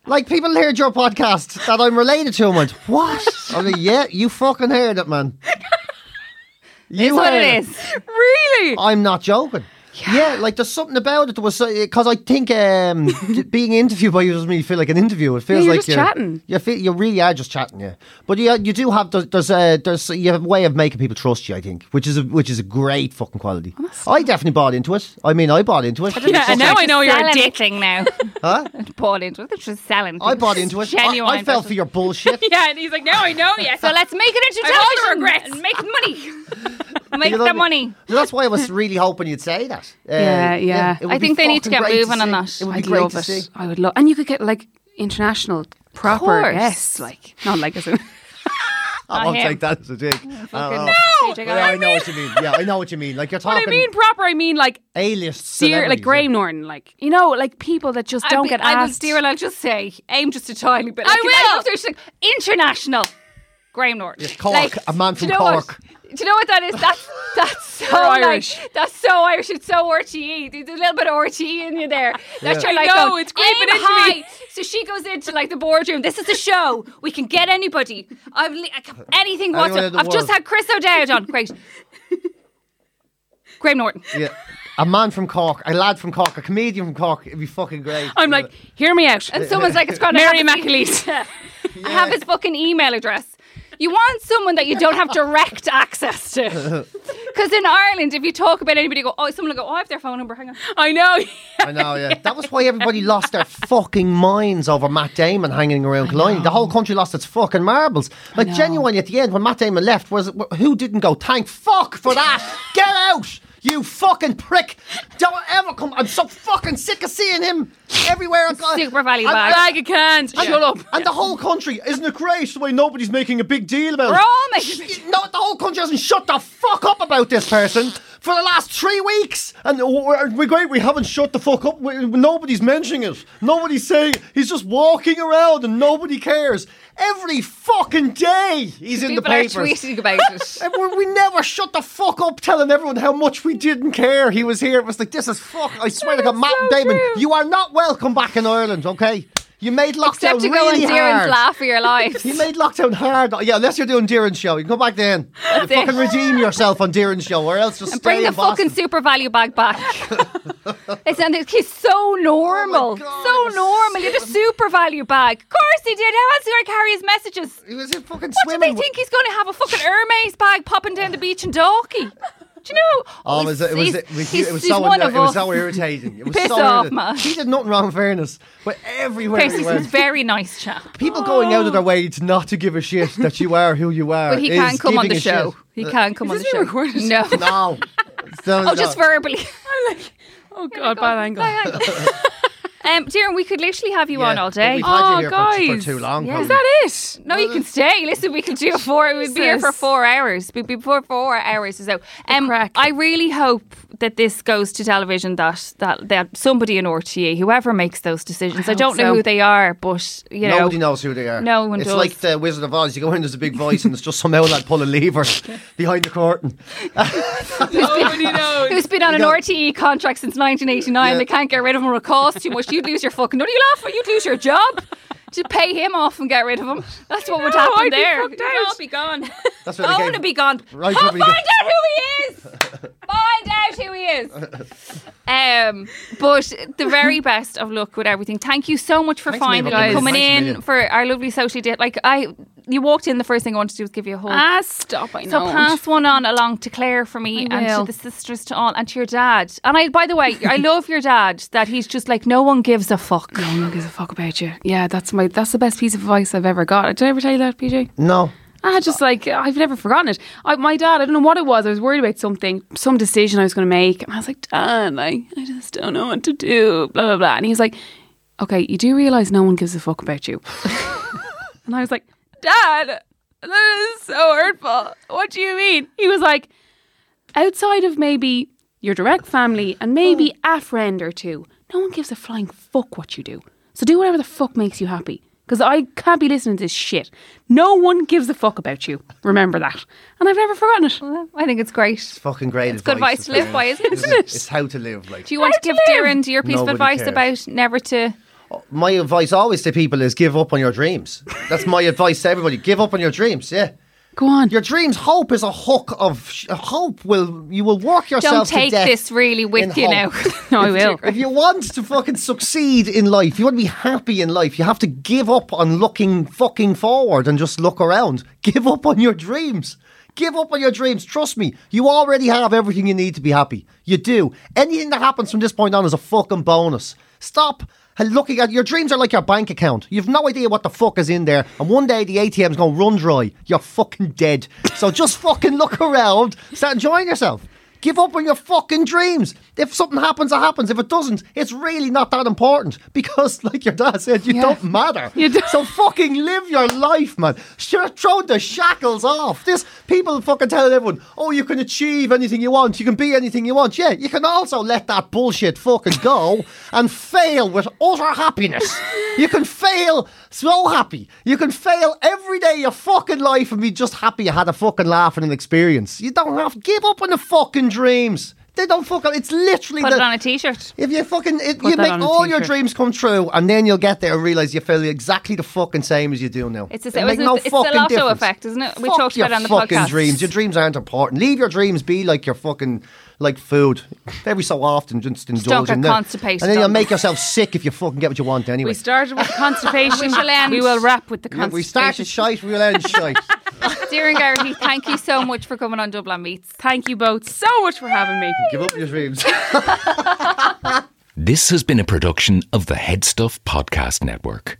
[SPEAKER 1] Like people heard your podcast
[SPEAKER 2] [LAUGHS]
[SPEAKER 1] that I'm related to and went, what? I mean, yeah, you fucking heard it, man. You
[SPEAKER 2] [LAUGHS] what
[SPEAKER 1] heard
[SPEAKER 2] it is. Oh,
[SPEAKER 7] Really?
[SPEAKER 1] I'm not joking. Yeah. like there's something about it that was because I think um, being interviewed by you doesn't really feel like an interview. It feels
[SPEAKER 7] you're
[SPEAKER 1] like
[SPEAKER 7] just chatting.
[SPEAKER 1] You feel, you really are just chatting, yeah. But you you do have there's there's a, there's you have a way of making people trust you. I think, which is a, which is a great fucking quality. I definitely bought into it. I mean, I bought into it.
[SPEAKER 7] Yeah, and now I know you're a
[SPEAKER 2] Selling
[SPEAKER 7] dick.
[SPEAKER 2] thing [LAUGHS] now.
[SPEAKER 1] [LAUGHS] Huh?
[SPEAKER 2] Bought into it. They're just selling.
[SPEAKER 1] I bought into it. I,
[SPEAKER 2] [LAUGHS] Genuine.
[SPEAKER 1] I fell for your bullshit.
[SPEAKER 2] [LAUGHS]
[SPEAKER 7] Yeah, and he's like, now I know. Yes.
[SPEAKER 2] So let's make it into
[SPEAKER 7] I have all the
[SPEAKER 2] television.
[SPEAKER 7] regrets.
[SPEAKER 2] and Make money.
[SPEAKER 1] [LAUGHS] You
[SPEAKER 2] make
[SPEAKER 1] know what I
[SPEAKER 2] the
[SPEAKER 1] mean?
[SPEAKER 2] money.
[SPEAKER 1] That's why I was really hoping you'd say that. Uh,
[SPEAKER 7] Yeah, yeah.
[SPEAKER 1] it would
[SPEAKER 2] I
[SPEAKER 1] be
[SPEAKER 2] think they need to
[SPEAKER 1] fucking
[SPEAKER 2] get
[SPEAKER 1] great
[SPEAKER 2] moving on
[SPEAKER 1] see.
[SPEAKER 2] that.
[SPEAKER 1] It would
[SPEAKER 7] I'd
[SPEAKER 1] be great
[SPEAKER 7] love
[SPEAKER 1] to
[SPEAKER 7] it.
[SPEAKER 1] see.
[SPEAKER 7] I would love, and you could get like international proper
[SPEAKER 2] course.
[SPEAKER 7] yes, like not like as a [LAUGHS]
[SPEAKER 1] I won't
[SPEAKER 2] him.
[SPEAKER 1] take that as a dig. I don't know.
[SPEAKER 2] No!
[SPEAKER 1] Yeah, I know what you mean. Yeah, I know what you mean. Like you're
[SPEAKER 7] But
[SPEAKER 1] talking
[SPEAKER 7] I mean proper. I mean like
[SPEAKER 1] A-list
[SPEAKER 7] dear,
[SPEAKER 1] celebrities,
[SPEAKER 7] like Graham Norton, like you know, like people that just don't
[SPEAKER 2] I,
[SPEAKER 7] get
[SPEAKER 2] I will
[SPEAKER 7] asked.
[SPEAKER 2] steer and I'll just say, aim just a tiny bit. Like,
[SPEAKER 7] I
[SPEAKER 2] you know,
[SPEAKER 7] will.
[SPEAKER 2] if there's, like, international. Graham Norton.
[SPEAKER 1] Cork, a man
[SPEAKER 2] do
[SPEAKER 1] from
[SPEAKER 2] you know
[SPEAKER 1] Cork.
[SPEAKER 2] What, do you know what that is? That's
[SPEAKER 1] [LAUGHS]
[SPEAKER 2] that's so
[SPEAKER 7] You're
[SPEAKER 2] like-
[SPEAKER 7] Irish.
[SPEAKER 2] that's so Irish. It's so RTE. There's a little bit of RTE in you there. That's your
[SPEAKER 7] I
[SPEAKER 2] like
[SPEAKER 7] know,
[SPEAKER 2] going,
[SPEAKER 7] it's creeping
[SPEAKER 2] aim
[SPEAKER 7] into
[SPEAKER 2] high.
[SPEAKER 7] me.
[SPEAKER 2] So she goes into like the boardroom. This is the show. We can get anybody. I've li- I can, anything
[SPEAKER 1] Anyone
[SPEAKER 2] whatsoever.
[SPEAKER 1] in the
[SPEAKER 2] I've just
[SPEAKER 1] world.
[SPEAKER 2] had Chris O'Dowd on. Great. Graham Norton.
[SPEAKER 1] Yeah. A man from Cork, a lad from Cork, a comedian from Cork. It'd be fucking great. [LAUGHS]
[SPEAKER 7] I'm like, hear me out.
[SPEAKER 2] And someone's like, it's got
[SPEAKER 7] Mary
[SPEAKER 2] McAleese.
[SPEAKER 7] [LAUGHS]
[SPEAKER 2] I have his fucking email address. You want someone that you don't have direct access to.
[SPEAKER 7] [LAUGHS]
[SPEAKER 2] Because in Ireland, if you talk about anybody, go, oh, someone will go, oh, I have their phone number, hang on.
[SPEAKER 7] I know.
[SPEAKER 1] I know, yeah. That was why everybody lost their fucking minds over Matt Damon hanging around Killiney. The whole country lost its fucking marbles. Like genuinely, at the end when Matt Damon left, was who didn't go? Thank fuck for that. Get out. You fucking prick! Don't ever come. I'm so fucking sick of seeing him everywhere. I go.
[SPEAKER 2] Super value
[SPEAKER 1] And-
[SPEAKER 2] bag.
[SPEAKER 7] Bag of cans. Shut up.
[SPEAKER 1] And the whole country, isn't it great the way nobody's making a big deal about
[SPEAKER 2] We're
[SPEAKER 1] it?
[SPEAKER 2] all making a big
[SPEAKER 1] Sh- No, the whole country hasn't shut the fuck up about this person for the last three weeks. And we're, we're great, we haven't shut the fuck up. We- Nobody's mentioning it. Nobody's saying he's just walking around and nobody cares. Every fucking day he's in the
[SPEAKER 2] People are
[SPEAKER 1] papers.
[SPEAKER 2] tweeting about it.
[SPEAKER 1] And we- we never shut the fuck up telling everyone how much we didn't care he was here. It was like, this is fuck. I swear to God, Matt
[SPEAKER 7] so
[SPEAKER 1] Damon,
[SPEAKER 7] true.
[SPEAKER 1] you are not welcome back in Ireland, okay? You made lockdown
[SPEAKER 2] Except to go
[SPEAKER 1] really
[SPEAKER 2] on Deeran's
[SPEAKER 1] hard.
[SPEAKER 2] laugh
[SPEAKER 1] [LAUGHS]
[SPEAKER 2] for your lives.
[SPEAKER 1] He made lockdown hard. Yeah, unless you're doing Deeran's show. You can go back then. You
[SPEAKER 2] it.
[SPEAKER 1] fucking redeem yourself on Deeran's show or else just
[SPEAKER 2] And
[SPEAKER 1] stay
[SPEAKER 2] bring the
[SPEAKER 1] in Boston.
[SPEAKER 2] fucking super value
[SPEAKER 1] [LAUGHS]
[SPEAKER 2] bag back. it's and it's- he's so normal,
[SPEAKER 1] Oh my God, it
[SPEAKER 2] so
[SPEAKER 1] was
[SPEAKER 2] normal. You have a super value bag. Of course he did. How else do I carry his messages?
[SPEAKER 1] He was in fucking
[SPEAKER 2] What do
[SPEAKER 1] swimming.
[SPEAKER 2] they think he's going to have a fucking Hermes bag popping down the beach in Dorky? Do you know?
[SPEAKER 1] [LAUGHS] Oh, it was, it was,
[SPEAKER 2] he's-
[SPEAKER 1] it was,
[SPEAKER 2] he's-
[SPEAKER 1] it was
[SPEAKER 2] he's
[SPEAKER 1] so
[SPEAKER 2] one
[SPEAKER 1] anno-
[SPEAKER 2] of
[SPEAKER 1] it was
[SPEAKER 2] us.
[SPEAKER 1] so
[SPEAKER 2] [LAUGHS]
[SPEAKER 1] irritating. It was
[SPEAKER 2] Piss
[SPEAKER 1] so
[SPEAKER 2] off,
[SPEAKER 1] irritating.
[SPEAKER 2] man.
[SPEAKER 1] He did nothing wrong, in fairness, but everywhere
[SPEAKER 2] Chris
[SPEAKER 1] he
[SPEAKER 2] is a
[SPEAKER 1] went,
[SPEAKER 2] very nice chap.
[SPEAKER 1] people going out of their way to not to give a shit that you are who you are.
[SPEAKER 2] But he
[SPEAKER 1] is
[SPEAKER 2] can't come on
[SPEAKER 1] giving
[SPEAKER 2] the
[SPEAKER 1] a shit. Uh,
[SPEAKER 2] show. He can't come on the
[SPEAKER 7] this
[SPEAKER 2] show.
[SPEAKER 7] being recorded?
[SPEAKER 2] No. [LAUGHS]
[SPEAKER 1] No. So-
[SPEAKER 2] Oh, just
[SPEAKER 1] no.
[SPEAKER 2] verbally.
[SPEAKER 7] [LAUGHS]
[SPEAKER 2] [LAUGHS]
[SPEAKER 7] [LAUGHS] Oh God, bad angle.
[SPEAKER 2] um, Darren, we could literally have you
[SPEAKER 1] Yeah,
[SPEAKER 2] on all
[SPEAKER 1] but
[SPEAKER 2] day.
[SPEAKER 1] We've had you
[SPEAKER 7] Oh,
[SPEAKER 1] here for, for
[SPEAKER 7] guys.
[SPEAKER 1] too long.
[SPEAKER 2] Yeah.
[SPEAKER 1] probably.
[SPEAKER 7] Is that it?
[SPEAKER 2] No, you can stay. Listen, we could do it for. We'd be here for
[SPEAKER 7] Jesus.
[SPEAKER 2] four hours. We'd be before four hours or so. Um,
[SPEAKER 7] crack.
[SPEAKER 2] I really hope that this goes to television. That that that somebody in RTE, whoever makes those decisions, I,
[SPEAKER 7] hope
[SPEAKER 2] don't know
[SPEAKER 7] so.
[SPEAKER 2] who they are, but you know,
[SPEAKER 1] Nobody knows who they are.
[SPEAKER 2] No one
[SPEAKER 1] It's
[SPEAKER 2] does.
[SPEAKER 1] like the Wizard of Oz. You go in, there's a big voice, and it's just some old lad pulling levers [LAUGHS] behind the curtain.
[SPEAKER 7] Nobody knows.
[SPEAKER 2] who's been on an
[SPEAKER 1] No.
[SPEAKER 2] RTE contract since 1989.
[SPEAKER 1] Yeah.
[SPEAKER 2] They can't get rid of him. or It costs too much. You'd lose your fucking. Don't you laugh? But You'd lose your job. To pay him off and get rid of him. That's what would happen
[SPEAKER 7] I'd be
[SPEAKER 2] there.
[SPEAKER 7] fucked
[SPEAKER 2] You'd
[SPEAKER 7] out.
[SPEAKER 2] all be gone.
[SPEAKER 1] That's where
[SPEAKER 2] I
[SPEAKER 1] they
[SPEAKER 2] want to
[SPEAKER 1] came.
[SPEAKER 2] be gone.
[SPEAKER 1] Right,
[SPEAKER 2] oh,
[SPEAKER 1] everybody
[SPEAKER 2] find
[SPEAKER 1] go-
[SPEAKER 2] out who he
[SPEAKER 1] [LAUGHS]
[SPEAKER 2] is. find out who he is. Um, but the
[SPEAKER 1] [LAUGHS]
[SPEAKER 2] very best of luck with everything. Thank you so much for
[SPEAKER 1] Thanks a million,
[SPEAKER 2] finding
[SPEAKER 1] Robin.
[SPEAKER 2] coming
[SPEAKER 1] Thanks a
[SPEAKER 2] in
[SPEAKER 1] million.
[SPEAKER 2] for our lovely social date. Like I, you walked in. The first thing I wanted to do was give you a hug.
[SPEAKER 7] Ah, stop! I
[SPEAKER 2] so
[SPEAKER 7] know.
[SPEAKER 2] pass one on along to Claire for me
[SPEAKER 7] I
[SPEAKER 2] and to
[SPEAKER 7] will.
[SPEAKER 2] the sisters to all and to your dad. And I, by the way,
[SPEAKER 1] [LAUGHS]
[SPEAKER 2] I love your dad. That he's just like no one gives a fuck.
[SPEAKER 7] No one gives a fuck about you. Yeah, that's my that's the best piece of advice I've ever got. Did I ever tell you that, PJ?
[SPEAKER 1] No.
[SPEAKER 7] I just like I've never forgotten it. I, my dad, I don't know what it was. I was worried about something, some decision I was going to make, and I was like, Dad, like I just don't know what to do. Blah blah blah. And he's like, Okay, you do realize no one gives a fuck about you. and I was like, Dad, that is so hurtful. What do you mean? He was like, outside of maybe your direct family and maybe a friend or two, no one gives a flying fuck what you do. So do whatever the fuck makes you happy. Because I can't be listening to this shit. No one gives a fuck about you. Remember that. And I've never forgotten it.
[SPEAKER 2] I think it's great.
[SPEAKER 1] Fucking great it's
[SPEAKER 2] good
[SPEAKER 1] advice.
[SPEAKER 2] advice to live by, isn't
[SPEAKER 1] it? It's how to live. Like
[SPEAKER 2] Do you want to give Darren your piece
[SPEAKER 1] Nobody
[SPEAKER 2] of advice
[SPEAKER 1] cares.
[SPEAKER 2] about never to?
[SPEAKER 1] my advice always to people is give up on your dreams. That's my advice to everybody. Give up on your dreams. Yeah.
[SPEAKER 7] Go on.
[SPEAKER 1] Your dreams, hope is a hook of sh- hope. Will you will work
[SPEAKER 2] Don't
[SPEAKER 1] yourself? to
[SPEAKER 2] take
[SPEAKER 1] death
[SPEAKER 2] this really with
[SPEAKER 1] in
[SPEAKER 2] you now.
[SPEAKER 1] hope.
[SPEAKER 2] [LAUGHS]
[SPEAKER 7] no, I will.
[SPEAKER 1] If you want to fucking succeed in life, you want to be happy in life, you have to give up on looking fucking forward and just look around. [LAUGHS] Give up on your dreams. Give up on your dreams. Trust me, you already have everything you need to be happy. You do. Anything that happens from this point on is a fucking bonus. Stop looking at your dreams are like your bank account. You've no idea what the fuck is in there, and one day the ATM's gonna run dry. You're fucking dead. So just [LAUGHS] fucking look around. Start enjoying yourself. Give up on your fucking dreams. If something happens, it happens. If it doesn't, it's really not that important [LAUGHS] because, like your dad said, you don't matter. You
[SPEAKER 7] don't.
[SPEAKER 1] So fucking live your life, man. Sure, throw the shackles off. This people fucking telling everyone, oh, you can achieve anything you want. You can be anything you want. Yeah, you can also let that bullshit fucking go and fail with utter happiness. You can fail so happy. You can fail every day of your fucking life and be just happy you had a fucking laugh and an experience. You don't have to give up on the fucking dreams. They don't fucking. It's literally
[SPEAKER 2] Put
[SPEAKER 1] the,
[SPEAKER 2] it on a t-shirt.
[SPEAKER 1] if you fucking, it,
[SPEAKER 7] Put
[SPEAKER 1] you
[SPEAKER 7] that
[SPEAKER 1] make
[SPEAKER 7] on a
[SPEAKER 1] all your
[SPEAKER 7] t-shirt.
[SPEAKER 1] dreams come true, and then you'll get there and realize you feel exactly the fucking same as you do now.
[SPEAKER 2] It's the
[SPEAKER 1] It
[SPEAKER 2] same-
[SPEAKER 1] make
[SPEAKER 2] isn't it- it's the
[SPEAKER 1] fucking
[SPEAKER 2] lotto
[SPEAKER 1] difference.
[SPEAKER 2] effect, isn't it? We
[SPEAKER 1] Fuck
[SPEAKER 2] talked
[SPEAKER 1] your
[SPEAKER 2] about it on the
[SPEAKER 1] fucking
[SPEAKER 2] podcast.
[SPEAKER 1] dreams. Your dreams aren't important. Leave your dreams be like your fucking like food. Every so often, just indulge
[SPEAKER 2] don't get
[SPEAKER 1] in them.
[SPEAKER 2] constipated
[SPEAKER 1] and then
[SPEAKER 2] on
[SPEAKER 1] you'll
[SPEAKER 2] them.
[SPEAKER 1] make yourself sick if you fucking get what you want anyway.
[SPEAKER 7] We started
[SPEAKER 1] [LAUGHS]
[SPEAKER 7] with constipation.
[SPEAKER 2] We shall end.
[SPEAKER 7] We will wrap with the
[SPEAKER 1] Yeah,
[SPEAKER 7] constipation.
[SPEAKER 1] we started shite, we'll end shite.
[SPEAKER 2] Dear and Garrity, thank you so much for coming on Dublin Meets.
[SPEAKER 7] Thank you both so much for having me.
[SPEAKER 1] Give up your dreams.
[SPEAKER 8] This has been a production of the Headstuff Podcast Network.